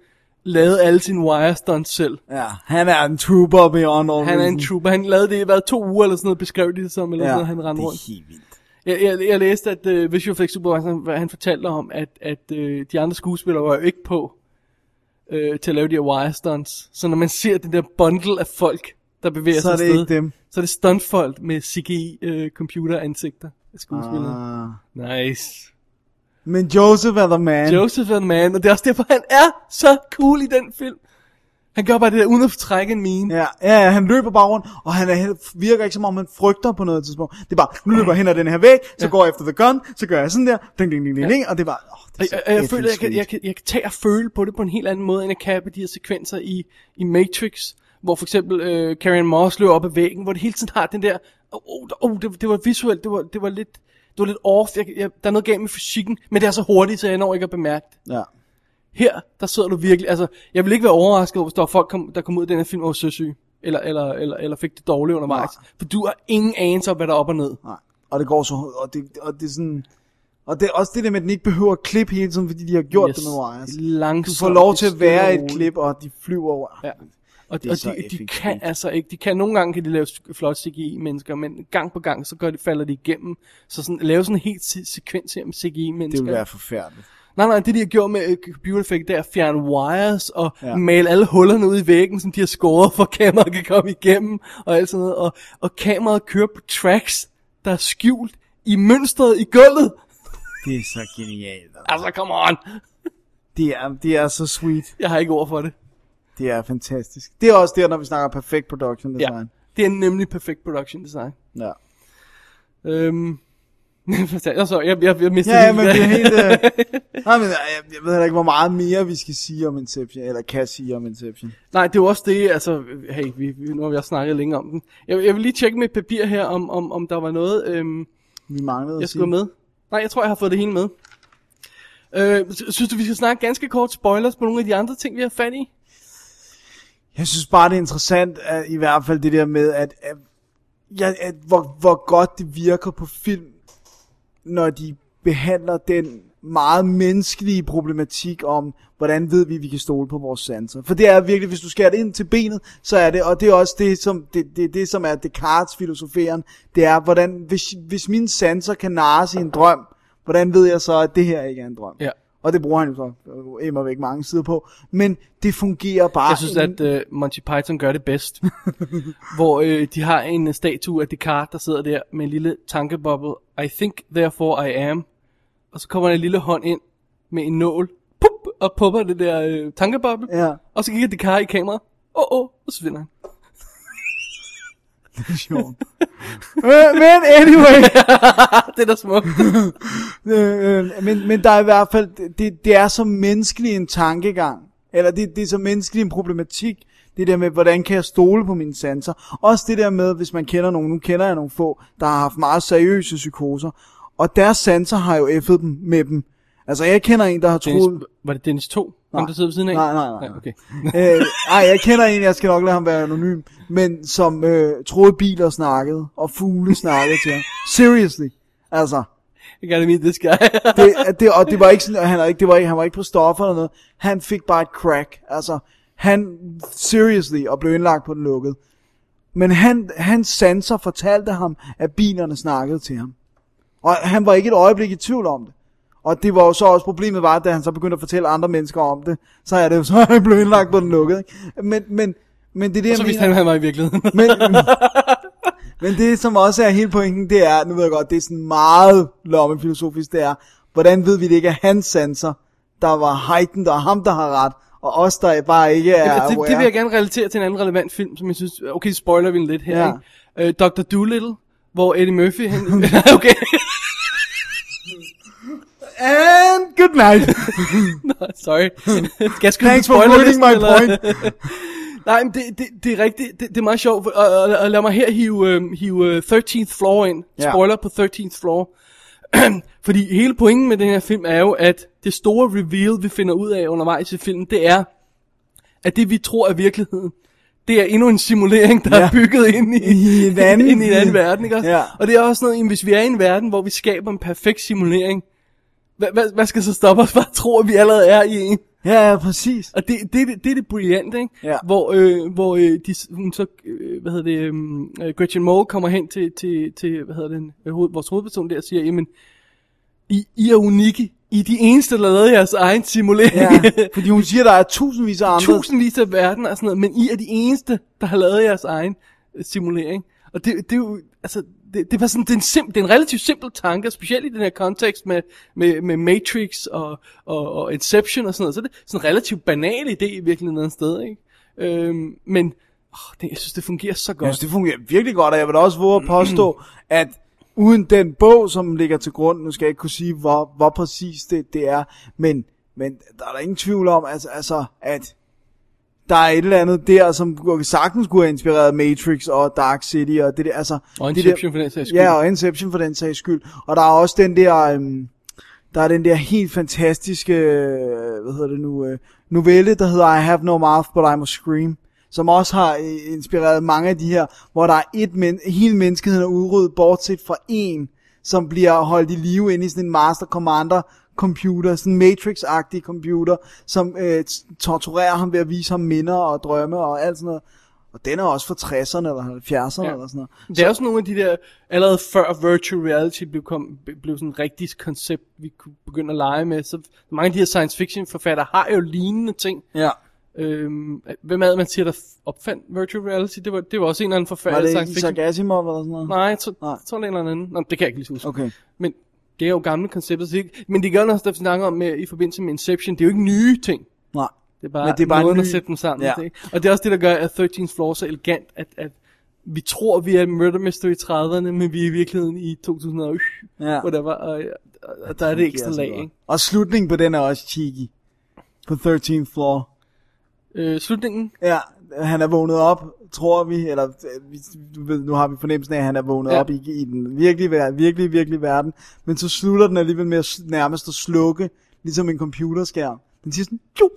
Speaker 4: lavede alle sine wire stunts selv.
Speaker 3: Ja, han er en trooper beyond all
Speaker 4: Han er en
Speaker 3: reason.
Speaker 4: trooper. Han lavede det i hvad, to uger eller sådan noget, beskrev de det som, eller ja, sådan noget, han rendte
Speaker 3: det er
Speaker 4: rundt.
Speaker 3: helt vildt.
Speaker 4: Jeg, jeg, jeg læste, at uh, Visual Effects Supervisor, hvad han fortalte om, at, at uh, de andre skuespillere var jo ikke på uh, til at lave de her wire stunts. Så når man ser den der bundle af folk, der bevæger
Speaker 3: Så
Speaker 4: sig
Speaker 3: er det
Speaker 4: afsted,
Speaker 3: ikke dem.
Speaker 4: Så er det stuntfolk med CGI-computeransigter øh, af skuespillere.
Speaker 3: Ah.
Speaker 4: Nice.
Speaker 3: Men Joseph er the man.
Speaker 4: Joseph er en man, og det er også derfor, han er så cool i den film. Han gør bare det der, uden at trække en mine.
Speaker 3: Ja, ja, ja, han løber bare rundt, og han er, virker ikke som om, han frygter på noget tidspunkt. Det er bare, nu løber jeg hen ad den her væg, så går jeg efter the gun, så gør jeg sådan der, ding, ding, ding, ding, ding, og det er bare, åh, det er
Speaker 4: Og
Speaker 3: så
Speaker 4: jeg, jeg, jeg
Speaker 3: effing
Speaker 4: føler, jeg kan,
Speaker 3: sweet.
Speaker 4: jeg, kan, jeg kan tage og føle på det på en helt anden måde, end jeg kan på de her sekvenser i, i Matrix, hvor for eksempel øh, Karen Moss løber op ad væggen, hvor det hele tiden har den der, oh, oh, der- oh det, det var visuelt, det var, det var lidt... Det var lidt off, jeg, jeg, der er noget galt med fysikken, men det er så hurtigt, så jeg når ikke at bemærke det.
Speaker 3: Ja.
Speaker 4: Her, der sidder du virkelig, altså, jeg vil ikke være overrasket over, hvis der var folk, kom, der kom ud af den her film og var søsyge, eller, eller, eller, eller fik det dårligt undervejs, for du har ingen anelse om, hvad der er op og ned.
Speaker 3: Nej. Og det går så, og det, og det er sådan, og det er også det der med, at den ikke behøver at klippe hele tiden, fordi de har gjort yes. det med wires. Du
Speaker 4: Langsomt,
Speaker 3: får lov
Speaker 4: det
Speaker 3: til
Speaker 4: er
Speaker 3: at være
Speaker 4: stille og
Speaker 3: et
Speaker 4: roligt.
Speaker 3: klip, og de flyver over.
Speaker 4: Ja.
Speaker 3: Det
Speaker 4: Og, det
Speaker 3: er
Speaker 4: og
Speaker 3: så
Speaker 4: de, de
Speaker 3: effektivt.
Speaker 4: kan altså ikke, de kan, nogle gange kan de lave s- flot CGI-mennesker, men gang på gang, så gør de, falder de igennem. Så sådan, lave sådan en helt se- sekvens her med
Speaker 3: Det
Speaker 4: CGI-mennesker.
Speaker 3: vil være forfærdeligt.
Speaker 4: Nej, nej, det de har gjort med øh, computer effect, det er at fjerne wires og
Speaker 3: Ja.
Speaker 4: ja. male alle hullerne ud i væggen, som de har skåret, for at kameraet kan komme igennem og alt sådan noget. Og, og kameraet kører på tracks, der er skjult i mønstret i gulvet.
Speaker 3: Det er så genialt.
Speaker 4: Altså, come on!
Speaker 3: Det er, det er så sweet.
Speaker 4: Jeg har ikke ord for det.
Speaker 3: Det er fantastisk. Det er også der, når vi snakker perfekt production design.
Speaker 4: Det er nemlig perfekt production design.
Speaker 3: Ja. ja.
Speaker 4: Øhm... jeg, sorry, jeg, jeg, jeg mistede
Speaker 3: Ja, ja,
Speaker 4: hele-
Speaker 3: men det er helt... Øh... Nej, men jeg, jeg ved heller ikke, hvor meget mere vi skal sige om Inception, eller kan sige om Inception.
Speaker 4: Nej, det er jo også det, altså, hey, vi, vi, nu har vi også snakket længe om den. Jeg, jeg vil lige tjekke med papir her, om, om, om der var noget, øhm,
Speaker 3: Vi manglede
Speaker 4: jeg
Speaker 3: at
Speaker 4: skulle
Speaker 3: sige.
Speaker 4: have med. Nej, jeg tror, jeg har fået det hele med. Øh, sy- synes du, vi skal snakke ganske kort spoilers på nogle af de andre ting, vi har fat i?
Speaker 3: Jeg synes bare, det er interessant, at, i hvert fald det der med, at, at, at, at hvor, hvor godt det virker på film, når de behandler den meget menneskelige problematik om, hvordan ved vi, at vi kan stole på vores sanser. For det er virkelig, hvis du skærer det ind til benet, så er det, og det er også det, som, det, det, det, som er Descartes filosoferen, det er, hvordan, hvis, hvis mine sanser kan narres i en drøm, hvordan ved jeg så, at det her ikke er en drøm?
Speaker 4: Ja.
Speaker 3: Og det bruger han jo så øh, immer væk mange sider på. Men det fungerer bare.
Speaker 4: Jeg synes,
Speaker 3: en-
Speaker 4: at øh, Monty Python gør det bedst. hvor øh, de har en øh, statue af Descartes, der sidder der med en lille tankeboble. I think, therefore I am. Og så kommer der en lille hånd ind med en nål. Pup, og popper det der øh, tankeboble.
Speaker 3: Ja.
Speaker 4: Og så kigger Descartes i kameraet. Åh, oh, åh, oh, og så vinder han.
Speaker 3: Øh, men anyway.
Speaker 4: Ah, det er da smukt.
Speaker 3: øh, øh, men, men der er i hvert fald, det, det er så menneskelig en tankegang. Eller det, det er så menneskelig en problematik. Det der med, hvordan kan jeg stole på mine sanser. Også det der med, hvis man kender nogen, nu kender jeg nogle få, der har haft meget seriøse psykoser. Og deres sanser har jo effet dem med dem. Altså jeg kender en, der har troet...
Speaker 4: Dennis, var det Dennis 2? Ham,
Speaker 3: Nej.
Speaker 4: der sidder ved siden af?
Speaker 3: Nej, nej, nej.
Speaker 4: nej okay.
Speaker 3: øh, ej, jeg kender en, jeg skal nok lade ham være anonym, men som øh, troede biler snakkede, og fugle snakkede til ham. Seriously. Altså,
Speaker 4: I gotta meet this guy.
Speaker 3: det, at det, og det var ikke sådan, at han, er ikke, det var ikke, han var ikke på stoffer eller noget. Han fik bare et crack. Altså, han, seriously, og blev indlagt på den lukkede. Men han, hans sanser fortalte ham, at bilerne snakkede til ham. Og han var ikke et øjeblik i tvivl om det. Og det var jo så også problemet var, at da han så begyndte at fortælle andre mennesker om det, så er det jo så, at han blev indlagt på den lukkede. Ikke? Men, men, men det er det,
Speaker 4: Og så
Speaker 3: jeg
Speaker 4: vidste
Speaker 3: mener.
Speaker 4: han, han var i virkeligheden.
Speaker 3: Men, men det, som også er hele pointen, det er, nu ved jeg godt, det er sådan meget lommefilosofisk, det er, hvordan ved vi, det ikke er hans sanser, der var Heiden, der er ham, der har ret, og os, der bare ikke er
Speaker 4: Ja, det, det
Speaker 3: aware.
Speaker 4: vil jeg gerne relatere til en anden relevant film, som jeg synes... Okay, spoiler vi den lidt her,
Speaker 3: Ja.
Speaker 4: ikke? Øh, Dr. Doolittle, hvor Eddie Murphy... Han, okay.
Speaker 3: And good night.
Speaker 4: Nå, sorry. Skal jeg skyde
Speaker 3: Thanks
Speaker 4: på
Speaker 3: for ruining
Speaker 4: spoilerlisten,
Speaker 3: my
Speaker 4: eller?
Speaker 3: point.
Speaker 4: Nej, men det, det, det er rigtigt. Det, det er meget sjovt. for- Og, og, og lad mig her hive, øhm, hive øh, 13th floor ind.
Speaker 3: Ja.
Speaker 4: Spoiler på 13th floor. Fordi hele pointen med den her film er jo, at det store reveal, vi finder ud af undervejs i filmen, det er, at det vi tror er virkeligheden, det er endnu en simulering, der ja. er
Speaker 3: Ja.
Speaker 4: bygget ind i,
Speaker 3: I en anden-
Speaker 4: ind i en anden verden. Ikke? også?
Speaker 3: Ja.
Speaker 4: Og det er også noget, jamen, hvis vi er i en verden, hvor vi skaber en perfekt simulering, hvad, hvad, hvad skal så stoppe os fra at tro, at vi allerede er i en?
Speaker 3: Ja, ja, præcis.
Speaker 4: Og det, det, er det, det er det brillante, ikke?
Speaker 3: Ja.
Speaker 4: Hvor, øh, hvor øh, de, s- hun så, øh, hvad hedder det, øhm, øh, Gretchen Mol kommer hen til, til, til hvad hedder den, øh, hoved, vores hovedperson der og siger, jamen, I, I er unikke. I er de eneste, der lavede jeres egen simulering.
Speaker 3: Ja, fordi hun siger, der er tusindvis af andre.
Speaker 4: Tusindvis af verden og sådan noget, men I er de eneste, der har lavet jeres egen øh, simulering. Og det, det er jo, altså, det, det var sådan, det er, en sim, det er en relativt simpel tanke, og specielt i den her kontekst med, med, med Matrix og, og, og Inception og sådan noget, så er det sådan en relativt banal idé i virkeligheden et sted, ikke? Øhm, men, åh, det, jeg synes, det fungerer så
Speaker 3: Jeg
Speaker 4: godt.
Speaker 3: synes, det fungerer virkelig godt, og jeg vil da også våge at påstå, at uden den bog, som ligger til grund, nu skal jeg ikke kunne sige, hvor, hvor præcis det, det er, men, men der er der ingen tvivl om, altså, altså, at der er et eller andet der, som sagtens kunne have inspireret Matrix og Dark City og det der, altså...
Speaker 4: Og
Speaker 3: det
Speaker 4: Inception for den sags skyld.
Speaker 3: Ja, og Inception for den sags skyld. Og der er også den der... Øhm, der er den der helt fantastiske, øh, hvad hedder det nu, øh, novelle, der hedder I Have No Mouth, But I Must Scream, som også har øh, inspireret mange af de her, hvor der er et men- hele menneskeheden er udryddet, bortset fra en, som bliver holdt i live inde i sådan en Master Commander computer, sådan en Matrix-agtig computer, som øh, t- torturerer ham ved at vise ham minder og drømme og alt sådan noget. Og den er også fra 60'erne eller 70'erne ja.
Speaker 4: Ja.
Speaker 3: eller sådan noget.
Speaker 4: Det er også nogle af de der, allerede før virtual reality blev, kom, blev sådan et rigtigt koncept, vi kunne begynde at lege med. Så mange af de her science fiction forfattere har jo lignende ting.
Speaker 3: Ja.
Speaker 4: Øhm, hvem er det, man siger, der f- opfandt virtual reality? Det var, det var også en eller anden forfatter.
Speaker 3: Var
Speaker 4: i
Speaker 3: det
Speaker 4: science
Speaker 3: ikke
Speaker 4: fiction.
Speaker 3: Isaac Asimov eller sådan noget?
Speaker 4: Nej, jeg tror,
Speaker 3: Nej.
Speaker 4: jeg tror, det er en eller anden. Nå, det kan jeg ikke lige huske.
Speaker 3: Okay.
Speaker 4: Men det er jo gamle koncepter. Så det, men det gør noget, der snakker om med, i forbindelse med Inception. Det er jo ikke nye ting.
Speaker 3: Nej.
Speaker 4: Det er bare,
Speaker 3: Men det er bare
Speaker 4: måden
Speaker 3: en
Speaker 4: at
Speaker 3: ny-
Speaker 4: sætte dem sammen.
Speaker 3: Ja.
Speaker 4: Ja. Ikke? Og det er også det, der gør, at 13th Floor er så elegant, at, at vi tror, vi er Murder Mystery i 30'erne, men vi er i virkeligheden i 2000 og øh,
Speaker 3: Ja.
Speaker 4: whatever, og, og, og der er det ekstra
Speaker 3: fungerer så
Speaker 4: lag.
Speaker 3: godt.
Speaker 4: Ikke?
Speaker 3: Og slutningen på den er også cheeky. På 13th floor.
Speaker 4: Øh, slutningen,
Speaker 3: Ja, han er vågnet op, tror vi, eller øh, vi- du ved, nu har vi fornemmelsen af, at han er vågnet
Speaker 4: Ja.
Speaker 3: ja. op i, i den virkelige, ver- virkelige, virkelige verden, men så slutter den alligevel med at s- nærmest at slukke, ligesom en computerskærm. Den siger sådan, jo,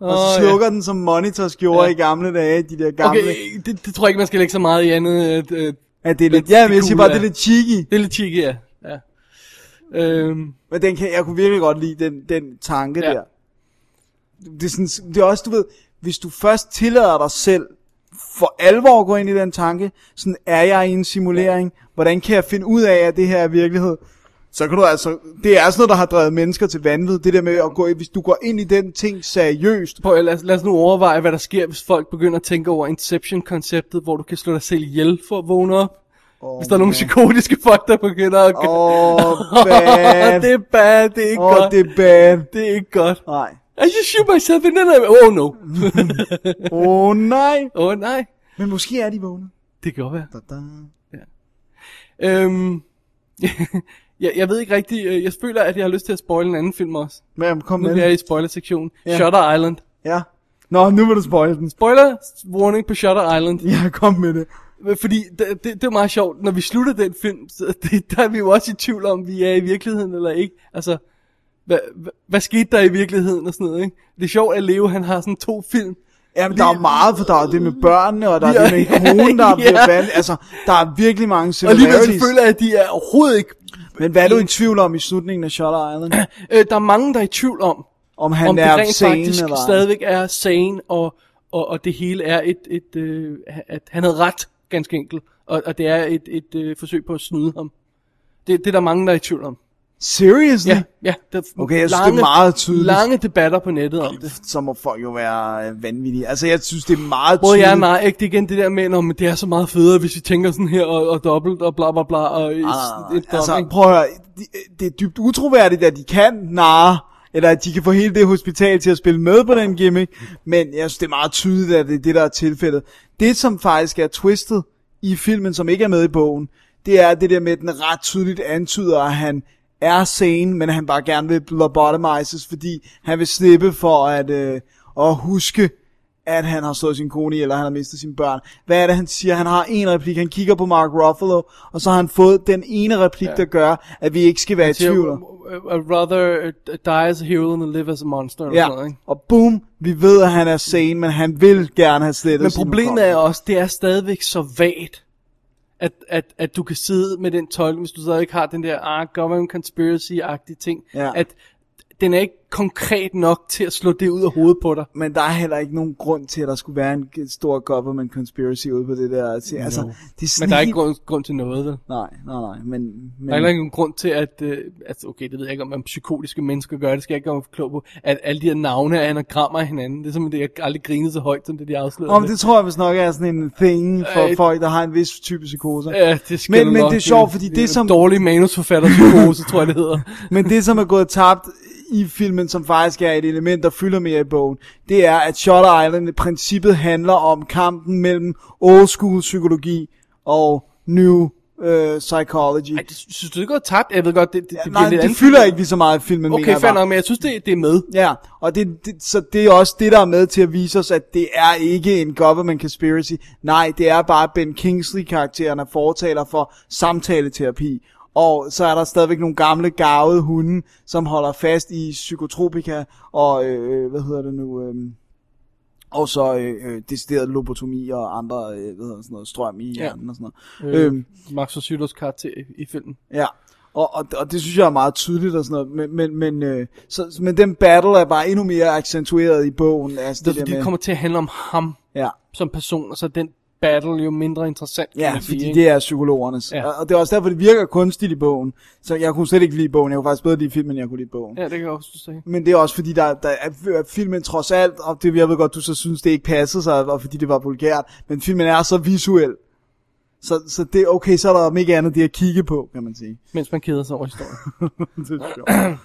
Speaker 3: Og så
Speaker 4: Åh,
Speaker 3: slukker den, som monitors gjorde
Speaker 4: Ja.
Speaker 3: ja. i gamle dage, de der gamle...
Speaker 4: Okay, det, det tror jeg ikke, man skal lægge så meget i andet. øh, At, at,
Speaker 3: at det er lidt, ja, men jeg siger bare, det er lidt cheeky.
Speaker 4: Det er lidt cheeky, ja. ja. Øhm,
Speaker 3: Men den kan, jeg kunne virkelig godt lide den, den tanke
Speaker 4: Ja.
Speaker 3: ja. der. Det er, sådan, det er også, du ved, hvis du først tillader dig selv for alvor at gå ind i den tanke, sådan er jeg i en simulering, hvordan kan jeg finde ud af, at det her er virkelighed? Så kan du altså, det er sådan noget, der har drevet mennesker til vanvid, det der med at gå i, hvis du går ind i den ting seriøst.
Speaker 4: Prøv, at- lad, os, lad os nu overveje, hvad der sker, hvis folk begynder at tænke over Inception-konceptet, hvor du kan slå dig selv ihjel for at vågne op. Oh, hvis der er nogle psykotiske folk, der begynder at... Åh,
Speaker 3: oh, bad.
Speaker 4: det er bad, det er ikke
Speaker 3: Åh,
Speaker 4: godt.
Speaker 3: det er bad.
Speaker 4: Det er ikke godt.
Speaker 3: Nej.
Speaker 4: I just shoot myself in the leg. Oh no.
Speaker 3: Åh oh, nej.
Speaker 4: Åh oh, nej.
Speaker 3: Men måske er de vågne.
Speaker 4: Det kan godt være.
Speaker 3: Da-da.
Speaker 4: Øhm, jeg, jeg ved ikke rigtigt. øh, Jeg føler, at jeg har lyst til at spoil en anden film også.
Speaker 3: Men kom
Speaker 4: nu
Speaker 3: med.
Speaker 4: er jeg i spoiler-sektionen.
Speaker 3: Ja.
Speaker 4: Shutter Island.
Speaker 3: Ja. Nå, nu vil du spoil den.
Speaker 4: Spoiler warning på Shutter Island.
Speaker 3: Ja, kom med det.
Speaker 4: Fordi det, det, det er meget sjovt, når vi slutter den film, så det, der er vi jo også i tvivl om, vi er i virkeligheden eller ikke. Altså, hvad, hvad, hvad skete der i virkeligheden og sådan noget, ikke? Det er sjovt, at Leo han har sådan to film.
Speaker 3: Ja, men der er meget, for der er det med børnene, og der er det med
Speaker 4: Ja,
Speaker 3: konen, der
Speaker 4: ja.
Speaker 3: er blevet valgt. Altså, der er virkelig mange
Speaker 4: Og alligevel
Speaker 3: similarities.
Speaker 4: føler jeg, at de er overhovedet ikke...
Speaker 3: Men hvad er du i tvivl om i slutningen af Shutter Island?
Speaker 4: Øh, der er mange, der er i tvivl om,
Speaker 3: Om han
Speaker 4: om
Speaker 3: er
Speaker 4: det rent
Speaker 3: sane
Speaker 4: faktisk
Speaker 3: eller ej.
Speaker 4: stadigvæk er sane, og, og, og det hele er et... et øh, at han havde ret, ganske enkelt. Og, og det er et, et øh, forsøg på at snyde ham. Det, det er der mange, der er i tvivl om.
Speaker 3: Seriously?
Speaker 4: Ja, ja. Der er
Speaker 3: Okay, jeg synes, det er meget tydeligt.
Speaker 4: Lange debatter på nettet om det.
Speaker 3: Så må folk jo være øh, vanvittige. Altså, jeg synes, det er meget
Speaker 4: Både
Speaker 3: tydeligt.
Speaker 4: jeg og nej, ikke det er igen det der med, "Nå, men det er så meget federe, hvis vi tænker sådan her, og, og dobbelt, og bla bla bla, og et,
Speaker 3: Ah,
Speaker 4: et dom,
Speaker 3: altså,
Speaker 4: ikke?
Speaker 3: prøv at høre. Det, det er dybt utroværdigt, at de kan narre, eller at de kan få hele det hospital til at spille med på den gimmick, men jeg synes, det er meget tydeligt, at det er det, der er tilfældet. Det, som faktisk er twistet i filmen, som ikke er med i bogen, det er det der med, at den ret tydeligt antyder, at han er sane, men han bare gerne vil lobotomizes, fordi han vil slippe for at, øh, at huske at han har slået sin kone i, eller han har mistet sine børn. Hvad er det, han siger? Han har en replik, han kigger på Mark Ruffalo, og så har han fået den ene replik, ja. der gør, at vi ikke skal være i
Speaker 4: Siger,
Speaker 3: tvivl. om-
Speaker 4: I'd uh, rather uh, die as a hero than live as a monster, eller
Speaker 3: Ja,
Speaker 4: sådan noget, ikke?
Speaker 3: og boom, vi ved, at han er sane, men han vil gerne have slettet
Speaker 4: Men
Speaker 3: sin
Speaker 4: problemet
Speaker 3: hukommelse.
Speaker 4: er også, det er stadigvæk så vagt, at, at, at du kan sidde med den tolkning, hvis du stadig ikke har den der ah, government conspiracy-agtige ting,
Speaker 3: Ja.
Speaker 4: at den er ikke konkret nok til at slå det ud af hovedet på dig.
Speaker 3: Men der er heller ikke nogen grund til, at der skulle være en g- stor government conspiracy ude på det der. Altså, no.
Speaker 4: No.
Speaker 3: det er sådan
Speaker 4: Men der er
Speaker 3: helt-
Speaker 4: ikke grund, grund til noget, vel?
Speaker 3: Nej, nej, nej. Men,
Speaker 4: Men... Der er heller
Speaker 3: men
Speaker 4: ikke nogen grund til, at, øh, at... Okay, det ved jeg ikke, om man psykotiske mennesker gør, det skal jeg ikke gøre mig klog på. At alle de her navne er anagrammer af hinanden. Det er simpelthen det, jeg aldrig grinede så højt, som det de afslørede.
Speaker 3: om det tror jeg vist nok er sådan en thing for
Speaker 4: Øh,
Speaker 3: folk, der har en vis type psykose.
Speaker 4: Ja, det skal
Speaker 3: men,
Speaker 4: du
Speaker 3: men
Speaker 4: nok.
Speaker 3: det er sjovt, fordi det,
Speaker 4: er
Speaker 3: som...
Speaker 4: Dårlig manusforfatter psykose, tror jeg, det hedder.
Speaker 3: Men det, som er gået tabt i filmen, som faktisk er et element, der fylder mere i bogen, det er, at Shutter Island i princippet handler om kampen mellem old school psykologi og new øh, psychology.
Speaker 4: Ej, det synes du, det går tabt? Jeg ved godt, det, det, det
Speaker 3: Ja,
Speaker 4: bliver
Speaker 3: Nej,
Speaker 4: lidt
Speaker 3: det
Speaker 4: andet.
Speaker 3: fylder ikke lige så meget i filmen, mener
Speaker 4: Okay,
Speaker 3: jeg
Speaker 4: fair
Speaker 3: bare.
Speaker 4: nok, men jeg synes, det, det er med.
Speaker 3: Ja, og det, det, så det er også det, der er med til at vise os, at det er ikke en government conspiracy. Nej, det er bare Ben Kingsley-karakteren er fortaler for samtaleterapi. Og så er der stadigvæk nogle gamle, garvede hunde, som holder fast i psykotropika og, øh, hvad hedder det nu, øh, og så øh, øh, decideret lobotomi og andre, øh, hvad hedder det, sådan noget, strøm i
Speaker 4: Ja.
Speaker 3: hjernen og sådan noget. Øhm,
Speaker 4: Øh, Max og Sydows karakter i, i filmen.
Speaker 3: Ja, og, og, og det synes jeg er meget tydeligt og sådan noget, men, men, men, øh, så, men den battle er bare endnu mere accentueret i bogen. Altså
Speaker 4: Det,
Speaker 3: det,
Speaker 4: er, fordi
Speaker 3: der
Speaker 4: det
Speaker 3: med,
Speaker 4: kommer til at handle om ham
Speaker 3: Ja,
Speaker 4: som person, og så er den battle jo mindre interessant, kan
Speaker 3: ja
Speaker 4: man sige,
Speaker 3: fordi
Speaker 4: ikke?
Speaker 3: det er psykologernes.
Speaker 4: Ja.
Speaker 3: Ja. Og, og det er også derfor, det virker kunstigt i bogen. Så jeg kunne slet ikke lide bogen, jeg kunne faktisk bedre lide filmen, end jeg kunne lide bogen.
Speaker 4: Ja, det kan jeg også sige.
Speaker 3: Men det er også fordi, der, der er, at filmen trods alt, og det jeg ved godt, du så synes, det ikke passede sig, og fordi det var vulgært, men filmen er så visuel. Så, så det er okay, så er der om ikke andet det at kigge på, kan man sige.
Speaker 4: Mens man keder sig over historien.
Speaker 3: det er sjovt.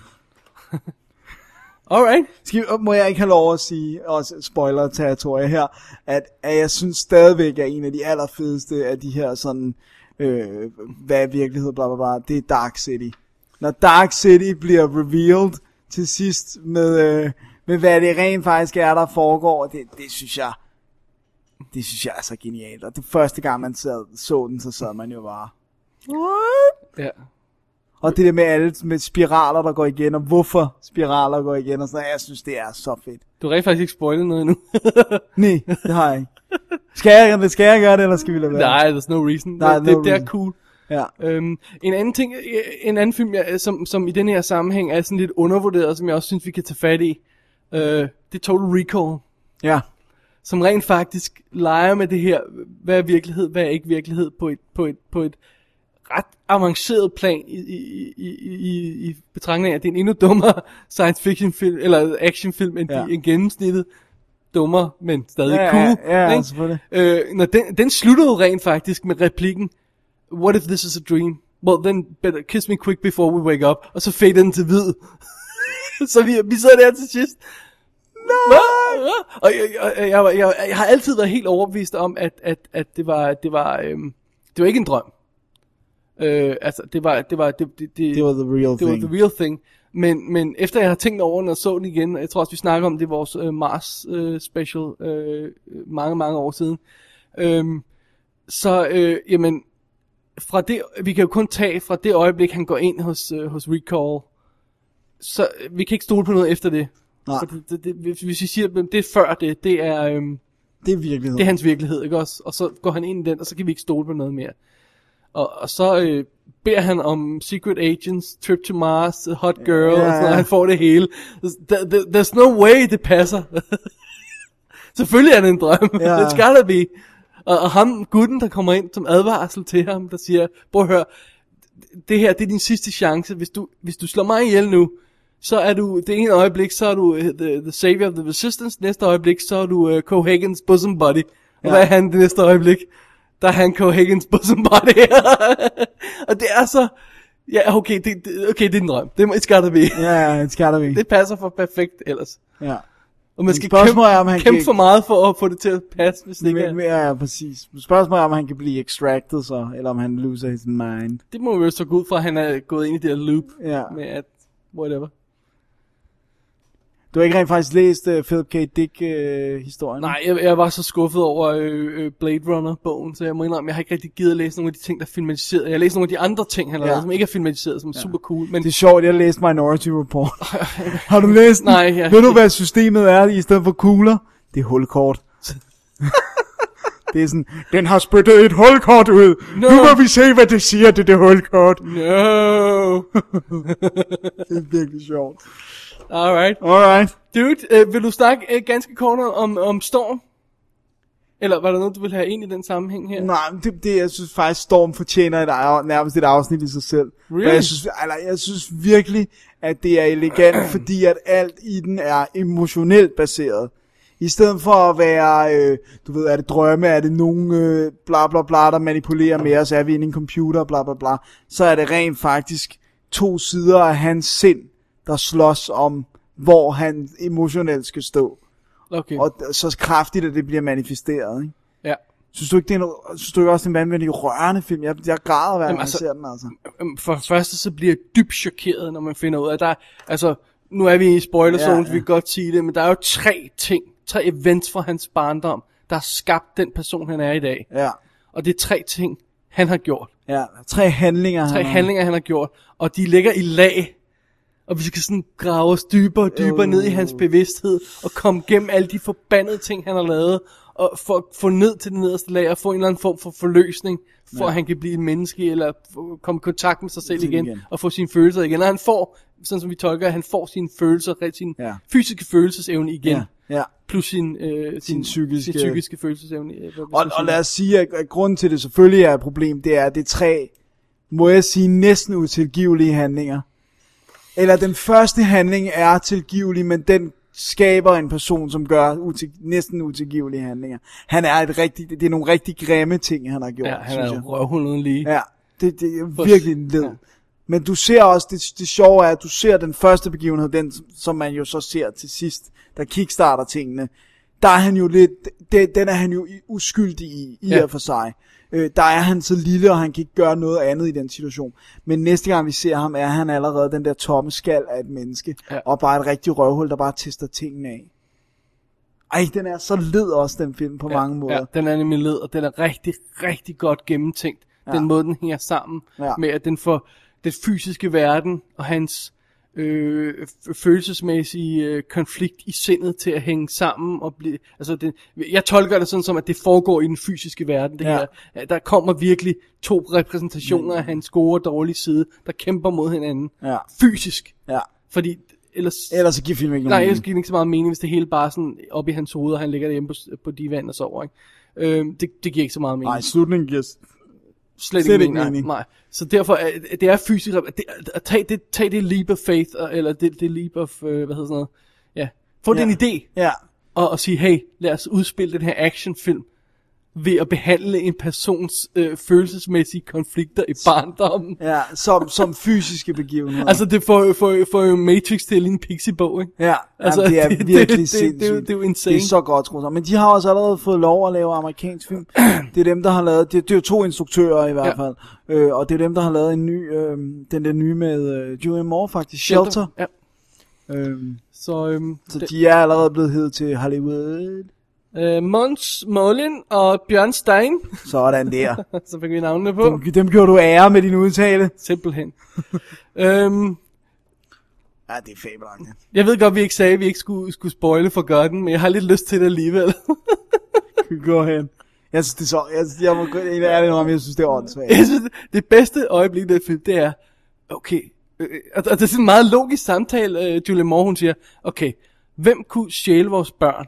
Speaker 4: Alright.
Speaker 3: Skal, vi- må jeg ikke have lov at sige, også spoiler-territorie her, at, at jeg synes stadigvæk er en af de allerfedeste af de her sådan, øh, hvad er virkelighed, bla bla bla, det er Dark City. Når Dark City bliver revealed til sidst med, øh, med hvad det rent faktisk er, der foregår, det, det synes jeg, det synes jeg er så genialt. Og det første gang, man sad, så den, så sad man jo bare...
Speaker 4: Ja.
Speaker 3: Og det der med alle med spiraler, der går igen, og hvorfor spiraler går igen, og sådan noget. Jeg synes, det er så fedt.
Speaker 4: Du har rent faktisk ikke spoilet noget endnu.
Speaker 3: Nej, det har jeg ikke. Skal jeg, gøre det? skal jeg gøre det, eller skal vi lade være?
Speaker 4: Nej, there's no reason.
Speaker 3: Nej,
Speaker 4: det, det,
Speaker 3: no
Speaker 4: det er
Speaker 3: reason.
Speaker 4: cool.
Speaker 3: Ja.
Speaker 4: Øhm, en anden ting, øh, en anden film, jeg, som, som i den her sammenhæng er sådan lidt undervurderet, som jeg også synes, vi kan tage fat i, øh, det er Total Recall.
Speaker 3: Ja.
Speaker 4: Som rent faktisk leger med det her, hvad er virkelighed, hvad er ikke virkelighed, på et, på et, på et ret avanceret plan i, i, i, i, i betragtning af, at det er en endnu dummere science fiction film, eller actionfilm, end, ja.
Speaker 3: Ja.
Speaker 4: de, end gennemsnittet. Dummer, men stadig
Speaker 3: Ja,
Speaker 4: cool.
Speaker 3: ja, ja,
Speaker 4: ikke?
Speaker 3: selvfølgelig.
Speaker 4: Øh, når den, den slutter jo rent faktisk med replikken, What if this is a dream? Well, then better kiss me quick before we wake up. Og så fader den til hvid. så vi, vi sidder der til sidst. Nej! Og jeg, jeg, jeg, jeg, jeg, jeg har altid været helt overbevist om, at, at, at det var, det var, øhm, det var ikke en drøm. Øh, altså, det var, det var, det, det, det,
Speaker 3: Det var the real
Speaker 4: det var
Speaker 3: thing.
Speaker 4: the real thing. Men, men efter jeg har tænkt over den og så den igen, og jeg tror også, vi snakker om det i vores øh, Mars øh, special øh, øh, mange, mange år siden. Øhm, så, øh, jamen, fra det, vi kan jo kun tage fra det øjeblik, han går ind hos, øh, hos Recall, så øh, vi kan ikke stole på noget efter det.
Speaker 3: Nej.
Speaker 4: For det, det, det, hvis, hvis vi siger, at det er før det, det er, øhm,
Speaker 3: Det er virkelighed.
Speaker 4: det er hans virkelighed, ikke også? Og så går han ind i den, og så kan vi ikke stole på noget mere. Og, og så øh, beder han om Secret Agents, Trip to Mars, Hot Girl, yeah. og
Speaker 3: Ja,
Speaker 4: sådan noget.
Speaker 3: ja.
Speaker 4: Han får det hele. There, there, there's no way, det passer. Selvfølgelig er det en drøm.
Speaker 3: Ja, ja.
Speaker 4: It's gotta be. Og, og ham, gutten, der kommer ind som advarsel til ham, der siger, prøv at høre, det her, det er din sidste chance. Hvis du, hvis du slår mig ihjel nu, så er du, det ene øjeblik, så er du uh, the, the savior of the resistance, næste øjeblik, så er du uh, Cohagen's bosom buddy. Og ja. hvad er han det næste øjeblik? Der er han Cohagen's bosom buddy. og det er så, ja, okay, det, det, okay, det er en drøm. Det må it's gotta be.
Speaker 3: Ja, ja, det skal der vi.
Speaker 4: det passer for perfekt ellers.
Speaker 3: Ja. Men
Speaker 4: Og man skal kæmpe,
Speaker 3: spørgsmålet er, om han
Speaker 4: kæmpe
Speaker 3: kan-
Speaker 4: for meget for at få det til at passe, hvis det ikke er.
Speaker 3: Men, ja, ja, præcis. Spørgsmålet er, om han kan blive extracted så, eller om han loser his mind.
Speaker 4: Det må vi jo så gå ud fra, at han er gået ind i det her loop
Speaker 3: Ja.
Speaker 4: med at, whatever.
Speaker 3: Du har ikke rent faktisk læst uh, Philip K. øh, Dick-historien?
Speaker 4: Nej, jeg, jeg var så skuffet over øh, øh, Blade Runner-bogen, så jeg må indrømme, jeg har ikke rigtig givet at læse nogle af de ting, der er filmatiseret. Jeg har læst nogle af de andre ting, han har
Speaker 3: Ja.
Speaker 4: ja. lavet, som ikke er filmatiseret, som er ja. super cool. Men
Speaker 3: Det er sjovt, jeg læste Minority Report. har du læst den?
Speaker 4: Nej, ja.
Speaker 3: Ved du, hvad systemet er i stedet for kugler? Det er hulkort. det er sådan, den har spyttet et hulkort ud. No. Nu må vi se, hvad det siger, det der hulkort.
Speaker 4: No!
Speaker 3: Det er virkelig sjovt.
Speaker 4: Alright.
Speaker 3: Alright.
Speaker 4: Dude, øh, vil du snakke øh, ganske kort om, om Storm? Eller var der noget, du ville have ind i den sammenhæng her?
Speaker 3: Nej, men det, det, jeg synes faktisk, Storm fortjener et, af- nærmest et afsnit i sig selv.
Speaker 4: Really?
Speaker 3: For Jeg synes, eller, jeg synes virkelig, at det er elegant, fordi at alt i den er emotionelt baseret. I stedet for at være, øh, du ved, er det drømme, er det nogen øh, bla bla bla, der manipulerer med os, er vi inde i en computer, bla bla bla, så er det rent faktisk to sider af hans sind, der slås om, hvor han emotionelt skal stå.
Speaker 4: Okay.
Speaker 3: Og d- så kraftigt, at det bliver manifesteret, ikke?
Speaker 4: Ja.
Speaker 3: Synes du ikke, det er en, synes du ikke også, det er en vanvittig rørende film? Jeg, jeg græder, hver gang
Speaker 4: Jamen,
Speaker 3: jeg
Speaker 4: altså-
Speaker 3: ser den, altså.
Speaker 4: Øhm, For det første, så bliver jeg dybt chokeret, når man finder ud af, at der altså, nu er vi i spoiler zone,
Speaker 3: Ja,
Speaker 4: ja, ja. vi kan godt sige det, men der er jo tre ting, tre events fra hans barndom, der har skabt den person, han er i dag.
Speaker 3: Ja,
Speaker 4: Og det er tre ting, han har gjort.
Speaker 3: ja. Tre handlinger.
Speaker 4: Tre
Speaker 3: han har.
Speaker 4: handlinger, han har gjort. Og de ligger i lag. Og vi skal sådan grave os dybere og dybere ned i
Speaker 3: Øh.
Speaker 4: hans bevidsthed. Og komme gennem alle de forbandede ting, han har lavet. Og for, få ned til det nederste lag og få en eller anden form for forløsning. For ja. at han kan blive et menneske. Eller få- komme i kontakt med sig selv
Speaker 3: Til
Speaker 4: igen,
Speaker 3: igen.
Speaker 4: igen. Og få sine følelser igen. Og han får, sådan som vi tolker, han får sine følelser, rigtig- sin
Speaker 3: Ja.
Speaker 4: ja. fysiske følelsesevne igen.
Speaker 3: Ja,
Speaker 4: Ja.
Speaker 3: ja.
Speaker 4: Plus sin, øh, sin, sin,
Speaker 3: psykiske-
Speaker 4: sin psykiske følelsesevne. øh, hvad vi
Speaker 3: Og,
Speaker 4: skal
Speaker 3: og
Speaker 4: sige.
Speaker 3: lad os sige, at, at grunden til det selvfølgelig er et problem, det er, at det er tre, må jeg sige, næsten utilgivelige handlinger. Eller den første handling er tilgivelig, men den skaber en person, som gør util, næsten utilgivelige handlinger. Han er et rigtig, det er nogle rigtig grimme ting, han har gjort,
Speaker 4: Ja, han
Speaker 3: synes
Speaker 4: er
Speaker 3: jeg.
Speaker 4: jo røvhullet lige.
Speaker 3: Ja, det, det er
Speaker 4: For-
Speaker 3: virkelig en led. Ja.
Speaker 4: ja.
Speaker 3: Men du ser også, det, det sjove er, at du ser den første begivenhed, den som man jo så ser til sidst, der kickstarter tingene. Der er han jo lidt, det, den er han jo i- uskyldig i, i
Speaker 4: Ja.
Speaker 3: ja. og for sig. Øh, der er han så lille, og han kan ikke gøre noget andet i den situation. Men næste gang vi ser ham, er han allerede den der tomme skal af et menneske, ja.
Speaker 4: Ja.
Speaker 3: og bare et rigtig røvhul, der bare tester tingene af. Ej, den er så led også, den film, på ja, mange måder. Ja.
Speaker 4: Ja, den er nemlig led, og den er rigtig, rigtig godt gennemtænkt. Ja. Den måde, den hænger sammen
Speaker 3: Ja.
Speaker 4: ja. med, at den får... den fysiske verden og hans øh, f- følelsesmæssige øh, konflikt i sindet til at hænge sammen og blive, altså det, jeg tolker det sådan som at det foregår i den fysiske verden det
Speaker 3: Ja. Mm.
Speaker 4: ja. her. At Der kommer virkelig to repræsentationer af hans gode og dårlige side, der kæmper mod hinanden.
Speaker 3: Ja.
Speaker 4: Fysisk.
Speaker 3: Ja.
Speaker 4: Fordi ellers
Speaker 3: Ellers så giver filmen ikke
Speaker 4: Nej,
Speaker 3: nogen
Speaker 4: ellers giver det ikke så meget mening, hvis det hele bare er sådan op i hans hoved, og han ligger derhjemme på, s- på divan og sover, ikke? Øhm, det, det giver ikke så meget mening.
Speaker 3: Nej, slutningen giver s-
Speaker 4: slet,
Speaker 3: slet
Speaker 4: ikke
Speaker 3: ikke
Speaker 4: mening.
Speaker 3: mening.
Speaker 4: Nej, nej. Så derfor, er, det er fysisk, rep- det, øh, at tag, det, tag det leap of faith, og- eller det, det leap of, øh, hvad hedder sådan noget, ja, få ja. den idé,
Speaker 3: ja.
Speaker 4: og, og sige, hey, lad os udspille den her actionfilm, ved at behandle en persons øh, følelsesmæssige konflikter i barndommen.
Speaker 3: Ja, som, som fysiske begivenheder.
Speaker 4: Altså det får, får, får jo Matrix til en pixiebog, ikke?
Speaker 3: Ja, altså, Jamen, det er virkelig sindssygt.
Speaker 4: Det, det, er jo- det, er jo insane.
Speaker 3: Det er så godt, tror jeg. Men de har også allerede fået lov at lave amerikansk film. Det er dem, der har lavet... Det, det er jo to instruktører i hvert
Speaker 4: Ja.
Speaker 3: fald. Øh, og det er dem, der har lavet en ny... Øh, den der nye med øh, Julian Moore, faktisk. Shelter. Shelter.
Speaker 4: Ja.
Speaker 3: Øhm,
Speaker 4: så øhm,
Speaker 3: så de er allerede blevet hed til Hollywood.
Speaker 4: Øh, Måns Målin og Bjørn Stein.
Speaker 3: Sådan der.
Speaker 4: så fik vi navnene på.
Speaker 3: Dem, dem gjorde du ære med din udtale.
Speaker 4: Simpelthen. øhm,
Speaker 3: Ja, det er fabelagtigt.
Speaker 4: jeg ved godt, vi ikke sagde, at vi ikke skulle, skulle spoile for Godden, men jeg har lidt lyst til det alligevel.
Speaker 3: Gå hen. Jeg synes, det er så... Jeg, jeg må gå helt ærligt om, jeg synes, det er åndssvagt.
Speaker 4: jeg synes, det bedste øjeblik i den film, det er, okay, øh, og, og det er sådan en meget logisk samtale, øh, Julie Moore, hun siger, okay, hvem kunne stjæle vores børn?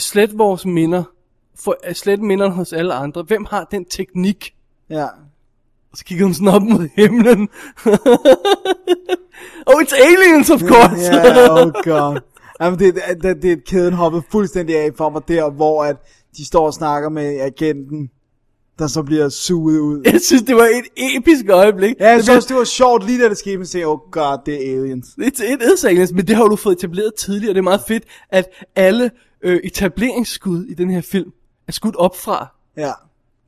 Speaker 4: Slet vores minder. For, øh, slet minderne hos alle andre. Hvem har den teknik?
Speaker 3: Ja.
Speaker 4: Og så kigger hun sådan op mod himlen. oh, it's aliens, of course!
Speaker 3: Ja, yeah, oh god. Jamen, det, det, det, det, kæden hoppede fuldstændig af for mig der, hvor at de står og snakker med agenten, der så bliver suget ud.
Speaker 4: Jeg synes, det var et episk øjeblik.
Speaker 3: Ja, jeg
Speaker 4: Det
Speaker 3: synes også, det var sjovt lige da det skete, men sagde, oh god, det er aliens.
Speaker 4: It's, it is aliens, men det har du fået etableret tidligere. Det er meget fedt, at alle øh, etableringsskud i den her film er skudt opfra.
Speaker 3: Ja,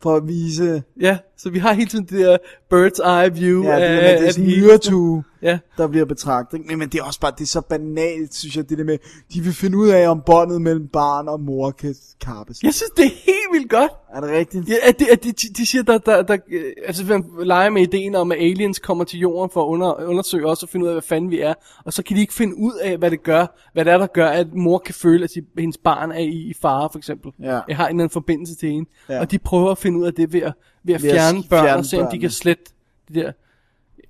Speaker 3: for at vise,
Speaker 4: Ja, så vi har hele tiden det der bird's eye view.
Speaker 3: ja, det,
Speaker 4: af-
Speaker 3: der med, det er
Speaker 4: af
Speaker 3: sådan
Speaker 4: hele-
Speaker 3: en myretue,
Speaker 4: Ja.
Speaker 3: der bliver betragtet. ikke? Men, men det er også bare, det er så banalt, synes jeg, det der med, de vil finde ud af, om båndet mellem barn og mor kan kappes.
Speaker 4: Jeg synes, det er helt vildt godt.
Speaker 3: Er det rigtigt?
Speaker 4: Ja, at de, at de, de siger, der, der, der, øh, altså man leger med ideen om, at aliens kommer til jorden for at under, undersøge os og finde ud af, hvad fanden vi er. Og så kan de ikke finde ud af, hvad det gør, hvad det er, der gør, at mor kan føle, at sit- hendes barn er i, i fare, for eksempel.
Speaker 3: Ja.
Speaker 4: Jeg har en eller anden forbindelse til hende.
Speaker 3: Ja.
Speaker 4: Ja. Og de prøver at finde ud af det ved at, ved at
Speaker 3: Ved at
Speaker 4: fjerne
Speaker 3: sk-
Speaker 4: børn
Speaker 3: fjerne
Speaker 4: og se, om de
Speaker 3: børnene.
Speaker 4: kan slette det der.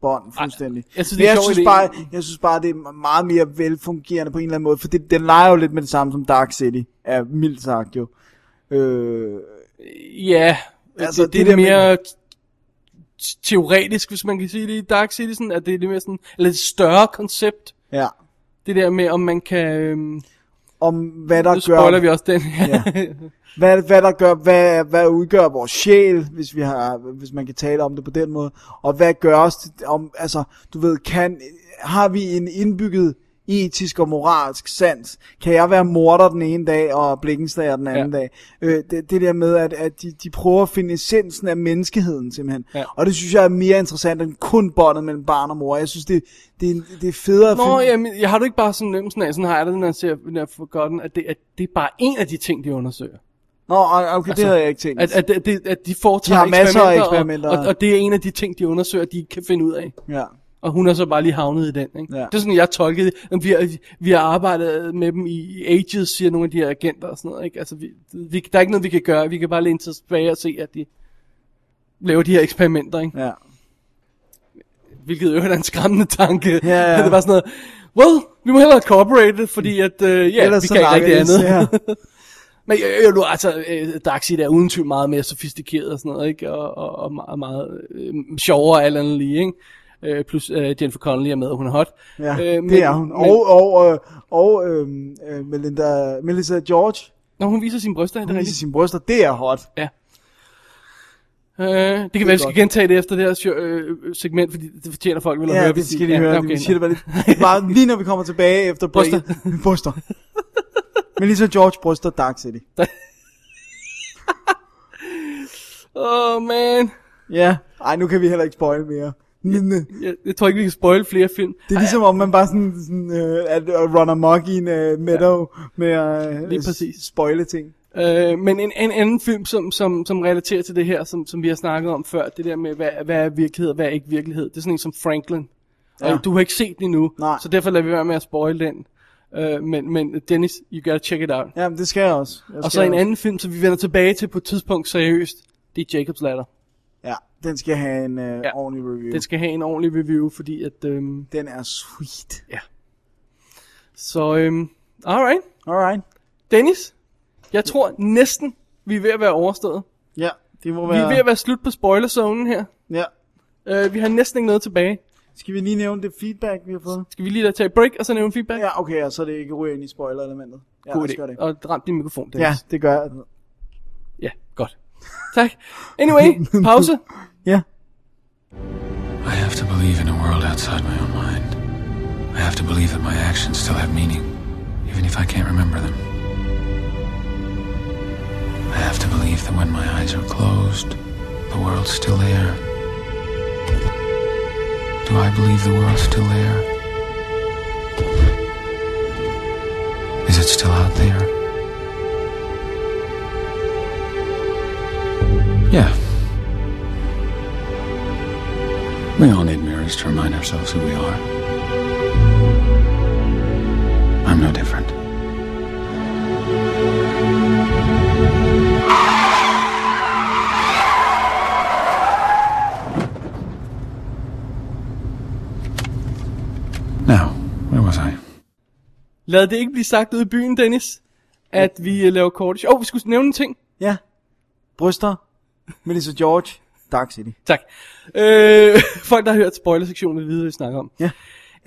Speaker 3: bånd fuldstændig.
Speaker 4: jeg synes,
Speaker 3: Men
Speaker 4: det er
Speaker 3: jeg,
Speaker 4: en sjov
Speaker 3: synes
Speaker 4: idé.
Speaker 3: bare, jeg synes bare, det er meget mere velfungerende på en eller anden måde, for det, den leger jo lidt med det samme som Dark City, er mildt sagt jo. Øh,
Speaker 4: Ja,
Speaker 3: Altså,
Speaker 4: altså, det,
Speaker 3: det
Speaker 4: det,
Speaker 3: der
Speaker 4: er mere t- teoretisk, hvis man kan sige det i Dark City, sådan, at det er lidt mere sådan, eller et større koncept.
Speaker 3: ja,
Speaker 4: Det der med, om man kan... Øhm,
Speaker 3: om hvad
Speaker 4: nu
Speaker 3: der
Speaker 4: spoiler
Speaker 3: gør,
Speaker 4: vi også den
Speaker 3: Ja.
Speaker 4: ja.
Speaker 3: hvad, hvad der gør, hvad, hvad udgør vores sjæl, hvis, vi har, hvis man kan tale om det på den måde, og hvad gør os, til- om, altså, du ved, kan, har vi en indbygget etisk og moralsk sans. Kan jeg være morder den ene dag, og blikkenslager den anden ja.
Speaker 4: Ja.
Speaker 3: dag? Øh, det, det der med, at, at de, de prøver at finde essensen af menneskeheden, simpelthen.
Speaker 4: Ja.
Speaker 3: Og det synes jeg er mere interessant end kun båndet mellem barn og mor. Jeg synes, det, det, er- det er federe at
Speaker 4: Nå,
Speaker 3: finde...
Speaker 4: jamen, jeg har du ikke bare sådan nemmelsen af, sådan har jeg det, når jeg ser den her Forgotten, at det, at det er bare en af de ting, de undersøger.
Speaker 3: Nå, okay, altså, det havde jeg ikke tænkt.
Speaker 4: At, at, at, at, at de foretager
Speaker 3: De har masser af
Speaker 4: eksperimenter, og,
Speaker 3: eksperimenter.
Speaker 4: og, og det er en af de ting, de undersøger, de ikke kan finde ud af.
Speaker 3: ja.
Speaker 4: Og hun er så bare lige havnet i den, ikke?
Speaker 3: Ja.
Speaker 4: Ja. Det er sådan, jeg tolkede det. Men Vi har, vi har arbejdet med dem i i ages, siger nogle af de her agenter og sådan noget, ikke? Altså, vi, vi, der er ikke noget, vi kan gøre. Vi kan bare læne os tilbage og se, at de laver de her eksperimenter, ikke?
Speaker 3: ja.
Speaker 4: Hvilket jo er en skræmmende tanke.
Speaker 3: ja. Mm.
Speaker 4: det var sådan noget, well, vi må hellere cooperate, fordi at, øh, ja,
Speaker 3: Ellers
Speaker 4: vi
Speaker 3: så
Speaker 4: kan ikke
Speaker 3: lakker
Speaker 4: rigtig
Speaker 3: det
Speaker 4: andet.
Speaker 3: især.
Speaker 4: Men jo, jo, du, altså, øh, Daxi er uden tvivl meget mere sofistikeret og sådan noget, ikke? Og, og, og meget, meget øh, sjovere alt andet lige, ikke? Øh, plus øh, Jennifer Connelly er med, og hun er hot.
Speaker 3: Ja, øh,
Speaker 4: Øh,
Speaker 3: men, det er hun. Og, og, øh, og øh, øh, Melinda, Melissa George,
Speaker 4: Når hun viser sine bryster, er det
Speaker 3: hun viser
Speaker 4: rigtigt?
Speaker 3: sine bryster, det er hot.
Speaker 4: Øh, det kan være, vi skal
Speaker 3: godt.
Speaker 4: gentage det efter det her sjo- øh, segment, fordi det fortjener folk vel at
Speaker 3: Ja,
Speaker 4: høre.
Speaker 3: det
Speaker 4: hvis
Speaker 3: skal de høre.
Speaker 4: Ja,
Speaker 3: Okay, vi
Speaker 4: okay,
Speaker 3: siger det
Speaker 4: nå.
Speaker 3: bare lidt. Bare lige når vi kommer tilbage efter
Speaker 4: Bryster.
Speaker 3: breaket. bryster. Melissa George, bryster, Dark City.
Speaker 4: Åh, oh, man.
Speaker 3: Ja. Ej, nu kan vi heller ikke spoil mere. Men, øh,
Speaker 4: Jeg, jeg tror ikke, vi kan spoil flere film.
Speaker 3: det er ligesom om man bare sådan, sådan øh, at, at run amok i en øh, meadow med at øh,
Speaker 4: Lige præcis.
Speaker 3: spoile ting.
Speaker 4: Øh, men en, en anden film, som, som, som relaterer til det her, som, som vi har snakket om før, det der med, hvad, hvad er virkelighed og hvad er ikke virkelighed, det er sådan en som Franklin. Ja.
Speaker 3: Ja.
Speaker 4: Og du har ikke set den endnu, Nej. så derfor lader vi være med at spoil den. Øh, men, men Dennis, you gotta check it out.
Speaker 3: Jamen, det skal jeg også. Jeg
Speaker 4: og
Speaker 3: skal
Speaker 4: så en
Speaker 3: også.
Speaker 4: anden film, som vi vender tilbage til på et tidspunkt seriøst, det er Jacob's Ladder.
Speaker 3: Ja, den skal have en øh, ja. ordentlig review.
Speaker 4: Den skal have en ordentlig review, fordi at... Øhm,
Speaker 3: den er sweet.
Speaker 4: Ja. Så, øhm, alright.
Speaker 3: Alright.
Speaker 4: Dennis, jeg tror næsten, vi er ved at være overstået.
Speaker 3: Ja, det må
Speaker 4: Vi er
Speaker 3: være-
Speaker 4: ved at være slut på spoilerzonen her.
Speaker 3: Ja.
Speaker 4: Øh, vi har næsten ikke noget tilbage.
Speaker 3: Skal vi lige nævne det feedback, vi har fået?
Speaker 4: Skal vi lige da tage et break, og så nævne feedback?
Speaker 3: Ja, okay, og så er det ikke ryger ind i spoiler-elementet. Ja,
Speaker 4: God
Speaker 3: lad os
Speaker 4: idé.
Speaker 3: gøre det.
Speaker 4: Og ramt din mikrofon, Dennis.
Speaker 3: Ja, det gør jeg.
Speaker 4: Ja, godt. Tak. Anyway, pause.
Speaker 3: ja.
Speaker 12: I have to believe in a world outside my own mind. I have to believe that my actions still have meaning, even if I can't remember them. I have to believe that when my eyes are closed, the world's still there. Do I believe the world's still there? Is it still out there? Yeah. We all need mirrors to remind ourselves who we are. I'm no different. Now, where was I?
Speaker 4: Lad det ikke blive sagt ude i byen, Dennis, at vi øh, laver kort. Åh, oh, vi skulle nævne en ting.
Speaker 3: Ja. Bryster. Melissa George. Dark City.
Speaker 4: Tak. Øh, folk, der har hørt spoilersektionen, vil vide, hvad vi snakker om.
Speaker 3: Ja.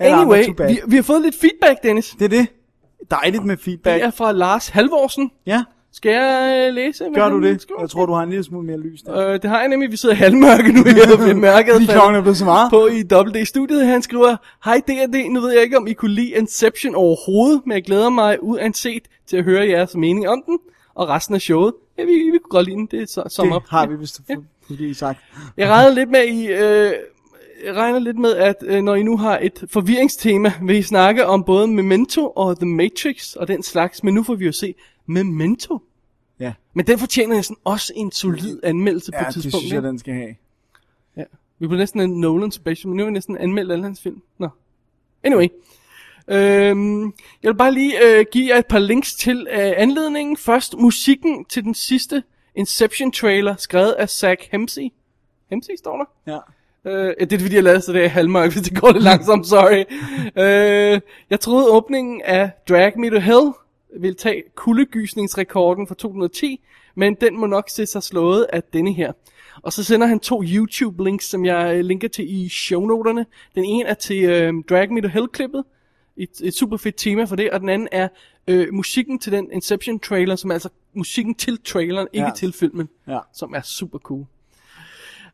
Speaker 3: Eller andre
Speaker 4: Anyway,
Speaker 3: tilbage.
Speaker 4: vi, vi har fået lidt feedback, Dennis.
Speaker 3: Det er det. Dejligt med feedback.
Speaker 4: Det er fra Lars Halvorsen.
Speaker 3: Ja.
Speaker 4: Skal jeg øh, læse? hvad
Speaker 3: Gør
Speaker 4: han
Speaker 3: du det?
Speaker 4: skriver?
Speaker 3: Jeg tror, du har en lille smule mere lys der.
Speaker 4: Øh, det har jeg nemlig, vi sidder i halvmørke nu, jeg bliver mørket.
Speaker 3: Lige klokken er blevet så meget.
Speaker 4: På i WD Studiet, han skriver, Hej D&D, nu ved jeg ikke, om I kunne lide Inception overhovedet, men jeg glæder mig uanset til at høre jeres mening om den, og resten af showet. Ja, vi, vi kunne godt lide den, det er så, som
Speaker 3: Det
Speaker 4: op.
Speaker 3: har vi, hvis du får lige sagt.
Speaker 4: Jeg regner lidt med, at I, øh, jeg regner lidt med, at øh, når I nu har et forvirringstema, vil I snakke om både Memento og The Matrix og den slags, men nu får vi jo se Memento.
Speaker 3: Ja.
Speaker 4: Men den fortjener næsten også en solid anmeldelse
Speaker 3: Ja,
Speaker 4: på et
Speaker 3: det
Speaker 4: tidspunkt.
Speaker 3: synes jeg,
Speaker 4: ikke?
Speaker 3: den skal have.
Speaker 4: Ja. Vi blev næsten en Nolan special, men nu har vi næsten anmeldt alle hans film. Nå. Anyway. Øhm, jeg vil bare lige øh, give jer et par links til øh, anledningen. Først musikken til den sidste Inception trailer, skrevet af Zach Hemsey. Hemsey står der?
Speaker 3: Ja.
Speaker 4: Øh, ja, det er fordi, jeg lavede så det i halvmørk, hvis det går lidt langsomt, sorry. øh, jeg troede åbningen af Drag Me To Hell ville tage kuldegysningsrekorden fra 2010, men den må nok se sig slået af denne her. Og så sender han to YouTube-links, som jeg øh, linker til i shownoterne. Den ene er til øh, Drag Me To Hell-klippet, et, et super fedt tema for det, og den anden er øh, musikken til den Inception-trailer, som er altså musikken til traileren, ikke
Speaker 3: Ja.
Speaker 4: til filmen,
Speaker 3: ja.
Speaker 4: som er super cool.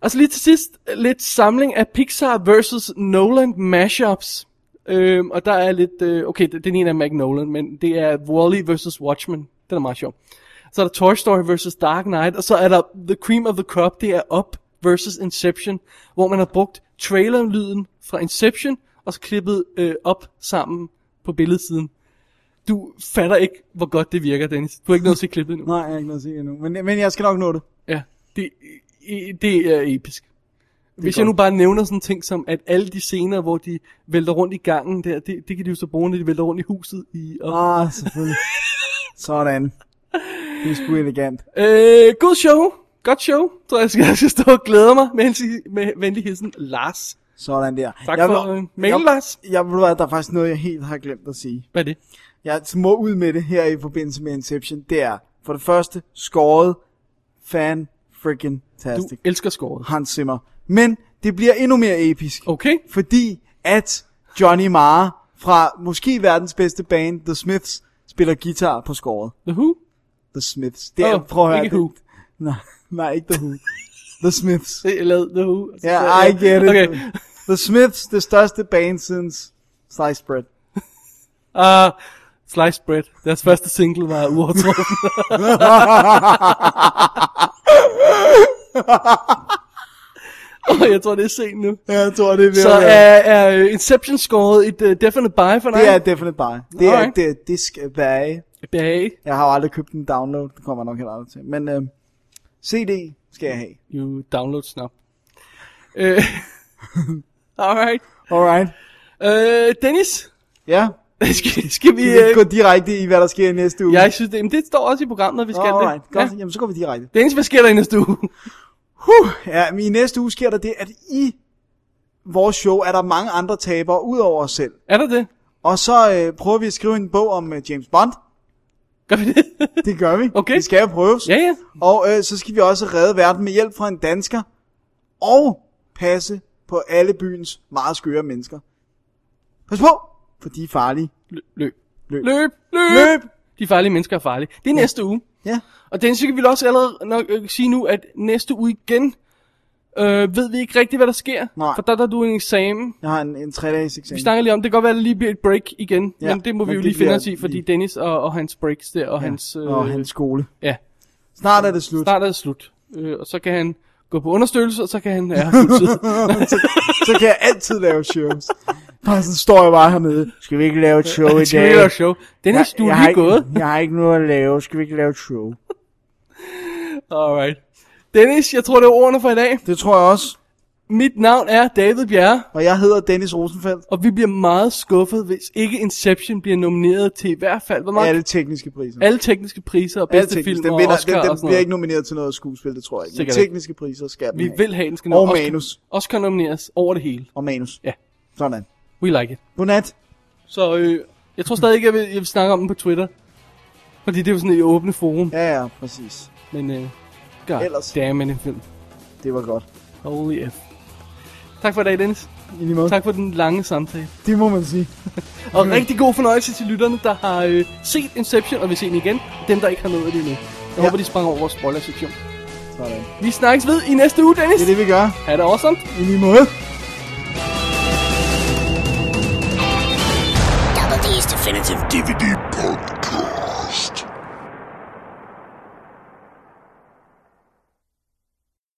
Speaker 4: Og så lige til sidst, lidt samling af Pixar versus Nolan mashups. Øhm, og der er lidt, øh, okay, den- den ene er Mac Nolan, men det er Wall-E versus Watchmen. Den er meget sjov. Så er der Toy Story versus Dark Knight, og så er der The Cream of the Crop, det er Up versus Inception, hvor man har brugt trailerlyden fra Inception, og så klippet øh, op sammen på billedsiden. Du fatter ikke, hvor godt det virker, Dennis. Du har ikke nået at se klippet endnu.
Speaker 3: Nej, jeg har ikke noget at sige endnu. Men, men jeg skal nok nå det.
Speaker 4: Ja, det, i- det er episk.
Speaker 3: er
Speaker 4: Hvis jeg
Speaker 3: godt.
Speaker 4: nu bare nævner sådan ting som, at alle de scener, hvor de vælter rundt i gangen der, det, det kan de jo så bruge, når de vælter rundt i huset i...
Speaker 3: Og... Ah, selvfølgelig. Sådan. Det er sgu elegant.
Speaker 4: Øh, god show. Godt show. Så jeg skal, jeg skal stå og glæde mig med, hens- med venlig hilsen, Lars.
Speaker 3: Sådan der.
Speaker 4: Tak jeg for øh, mailen,
Speaker 3: jeg,
Speaker 4: Lars.
Speaker 3: jeg, ved du hvad, der er faktisk noget, jeg helt har glemt at sige.
Speaker 4: Hvad er det?
Speaker 3: Jeg må ud med det her i forbindelse med Inception. Det er for det første skåret fan freaking tastic. Du
Speaker 4: elsker skåret.
Speaker 3: Hans Zimmer. Men det bliver endnu mere episk.
Speaker 4: Okay.
Speaker 3: Fordi at Johnny Marr fra måske verdens bedste band, The Smiths, spiller guitar på skåret.
Speaker 4: The Who?
Speaker 3: The Smiths. Det er,
Speaker 4: Åh,
Speaker 3: oh, prøv at høre.
Speaker 4: ikke
Speaker 3: det-
Speaker 4: Who.
Speaker 3: Nej, nej, ikke The Who. The Smiths.
Speaker 4: Eller The Who.
Speaker 3: Ja, yeah, I get it.
Speaker 4: Okay.
Speaker 3: The Smiths, det største band siden Slice Bread.
Speaker 4: Uh, Slice Bread. Deres første single var uovertruffen. Åh, jeg tror, det er sent nu.
Speaker 3: Ja, jeg tror, det er ved
Speaker 4: Så
Speaker 3: at
Speaker 4: er,
Speaker 3: være.
Speaker 4: er Inception scoret et uh, definite buy for dig?
Speaker 3: Det er definite buy. Det er,
Speaker 4: Alright.
Speaker 3: det, det skal være
Speaker 4: Behag.
Speaker 3: Jeg har jo aldrig købt en download, det kommer jeg nok heller aldrig til. Men øh, CD skal jeg have.
Speaker 4: You download snap. Øh, alright.
Speaker 3: Alright.
Speaker 4: Øh, Dennis?
Speaker 3: Ja?
Speaker 4: skal, skal vi... øh,
Speaker 3: Vi øh, gå direkte i, hvad der sker i næste uge.
Speaker 4: Jeg synes, det, men det står også i programmet, at vi skal
Speaker 3: Alright,
Speaker 4: det.
Speaker 3: godt. Jamen, så går vi direkte.
Speaker 4: Dennis, hvad sker der i næste uge?
Speaker 3: Huh, ja, men i næste uge sker der det, at i vores show er der mange andre tabere ud over os selv.
Speaker 4: Er der det?
Speaker 3: Og så øh, prøver vi at skrive en bog om øh, James Bond.
Speaker 4: Gør vi det?
Speaker 3: det gør vi.
Speaker 4: Okay.
Speaker 3: Det skal jo prøves.
Speaker 4: Ja, ja.
Speaker 3: Og øh, så skal vi også redde verden med hjælp fra en dansker. Og passe på alle byens meget skøre mennesker. Pas på, for de er farlige.
Speaker 4: Løb.
Speaker 3: Løb.
Speaker 4: Løb, løb.
Speaker 3: Løb.
Speaker 4: De farlige mennesker er farlige. Det er ja. næste uge.
Speaker 3: Ja.
Speaker 4: Og Dennis, så kan vi vel også allerede nok øh, sige nu, at næste uge igen, øh, ved vi ikke rigtigt, hvad der sker.
Speaker 3: Nej.
Speaker 4: For der, der er du en eksamen.
Speaker 3: Jeg har en, en 3-dages eksamen.
Speaker 4: Vi snakker lige om, det kan godt være, at der lige bliver et break igen.
Speaker 3: Ja,
Speaker 4: Ja, men det må
Speaker 3: men
Speaker 4: vi jo
Speaker 3: det
Speaker 4: lige finde
Speaker 3: bliver
Speaker 4: os i, fordi
Speaker 3: lige-
Speaker 4: Dennis og, og hans breaks der, og ja. hans... Øh,
Speaker 3: Og hans skole.
Speaker 4: Ja.
Speaker 3: Snart er det slut.
Speaker 4: Snart er det slut. Øh, og så kan han gå på understøttelse, og så kan han... Ja, fuldtid.
Speaker 3: så kan jeg altid lave shows. Bare sådan står jeg bare hernede. Skal vi ikke lave et show i dag?
Speaker 4: Skal vi ikke lave et show? Dennis, du er
Speaker 3: jeg
Speaker 4: lige
Speaker 3: har ikke-
Speaker 4: gået.
Speaker 3: Jeg har ikke noget at lave. Skal vi ikke lave et show?
Speaker 4: Alright. Dennis, jeg tror, det er ordene for i dag.
Speaker 3: Det tror jeg også.
Speaker 4: Mit navn er David Bjerre,
Speaker 3: Og jeg hedder Dennis Rosenfeldt.
Speaker 4: og vi bliver meget skuffet, hvis ikke Inception bliver nomineret til i hvert fald... Hvor meget?
Speaker 3: Alle tekniske priser.
Speaker 4: alle tekniske priser og
Speaker 3: Alle
Speaker 4: bedste
Speaker 3: tekniske.
Speaker 4: film
Speaker 3: Den,
Speaker 4: og
Speaker 3: vinder,
Speaker 4: Oscar
Speaker 3: den, den
Speaker 4: og sådan
Speaker 3: bliver
Speaker 4: noget.
Speaker 3: ikke nomineret til noget skuespil, det tror jeg ikke. Men
Speaker 4: Sikkert ikke.
Speaker 3: tekniske priser skal den
Speaker 4: Vi
Speaker 3: have.
Speaker 4: vil have, den skal
Speaker 3: Og
Speaker 4: Oscar-
Speaker 3: manus.
Speaker 4: Oscar nomineres over det hele.
Speaker 3: Og manus.
Speaker 4: Ja.
Speaker 3: Sådan.
Speaker 4: We like it.
Speaker 3: Godnat.
Speaker 4: Så øh, jeg tror stadig ikke, jeg vil, jeg vil snakke om den på Twitter. Fordi det er jo sådan et åbne forum.
Speaker 3: Ja, ja, præcis.
Speaker 4: Men øh, god
Speaker 3: Ellers.
Speaker 4: damn en film.
Speaker 3: Det var godt.
Speaker 4: Holy F. Tak for i dag, Dennis.
Speaker 3: I lige måde.
Speaker 4: Tak for den lange samtale.
Speaker 3: Det må man sige.
Speaker 4: Og rigtig god fornøjelse til lytterne, der har øh, set Inception og vil se den igen. Dem, der ikke har nået det endnu. Jeg ja. håber, de sprang over vores spoiler-sektion.
Speaker 3: Sådan.
Speaker 4: Vi snakkes ved i næste uge, Dennis.
Speaker 3: Det er det, vi gør.
Speaker 4: Ha' det awesome.
Speaker 3: I lige måde.
Speaker 1: Double D's Definitive DVD Podcast.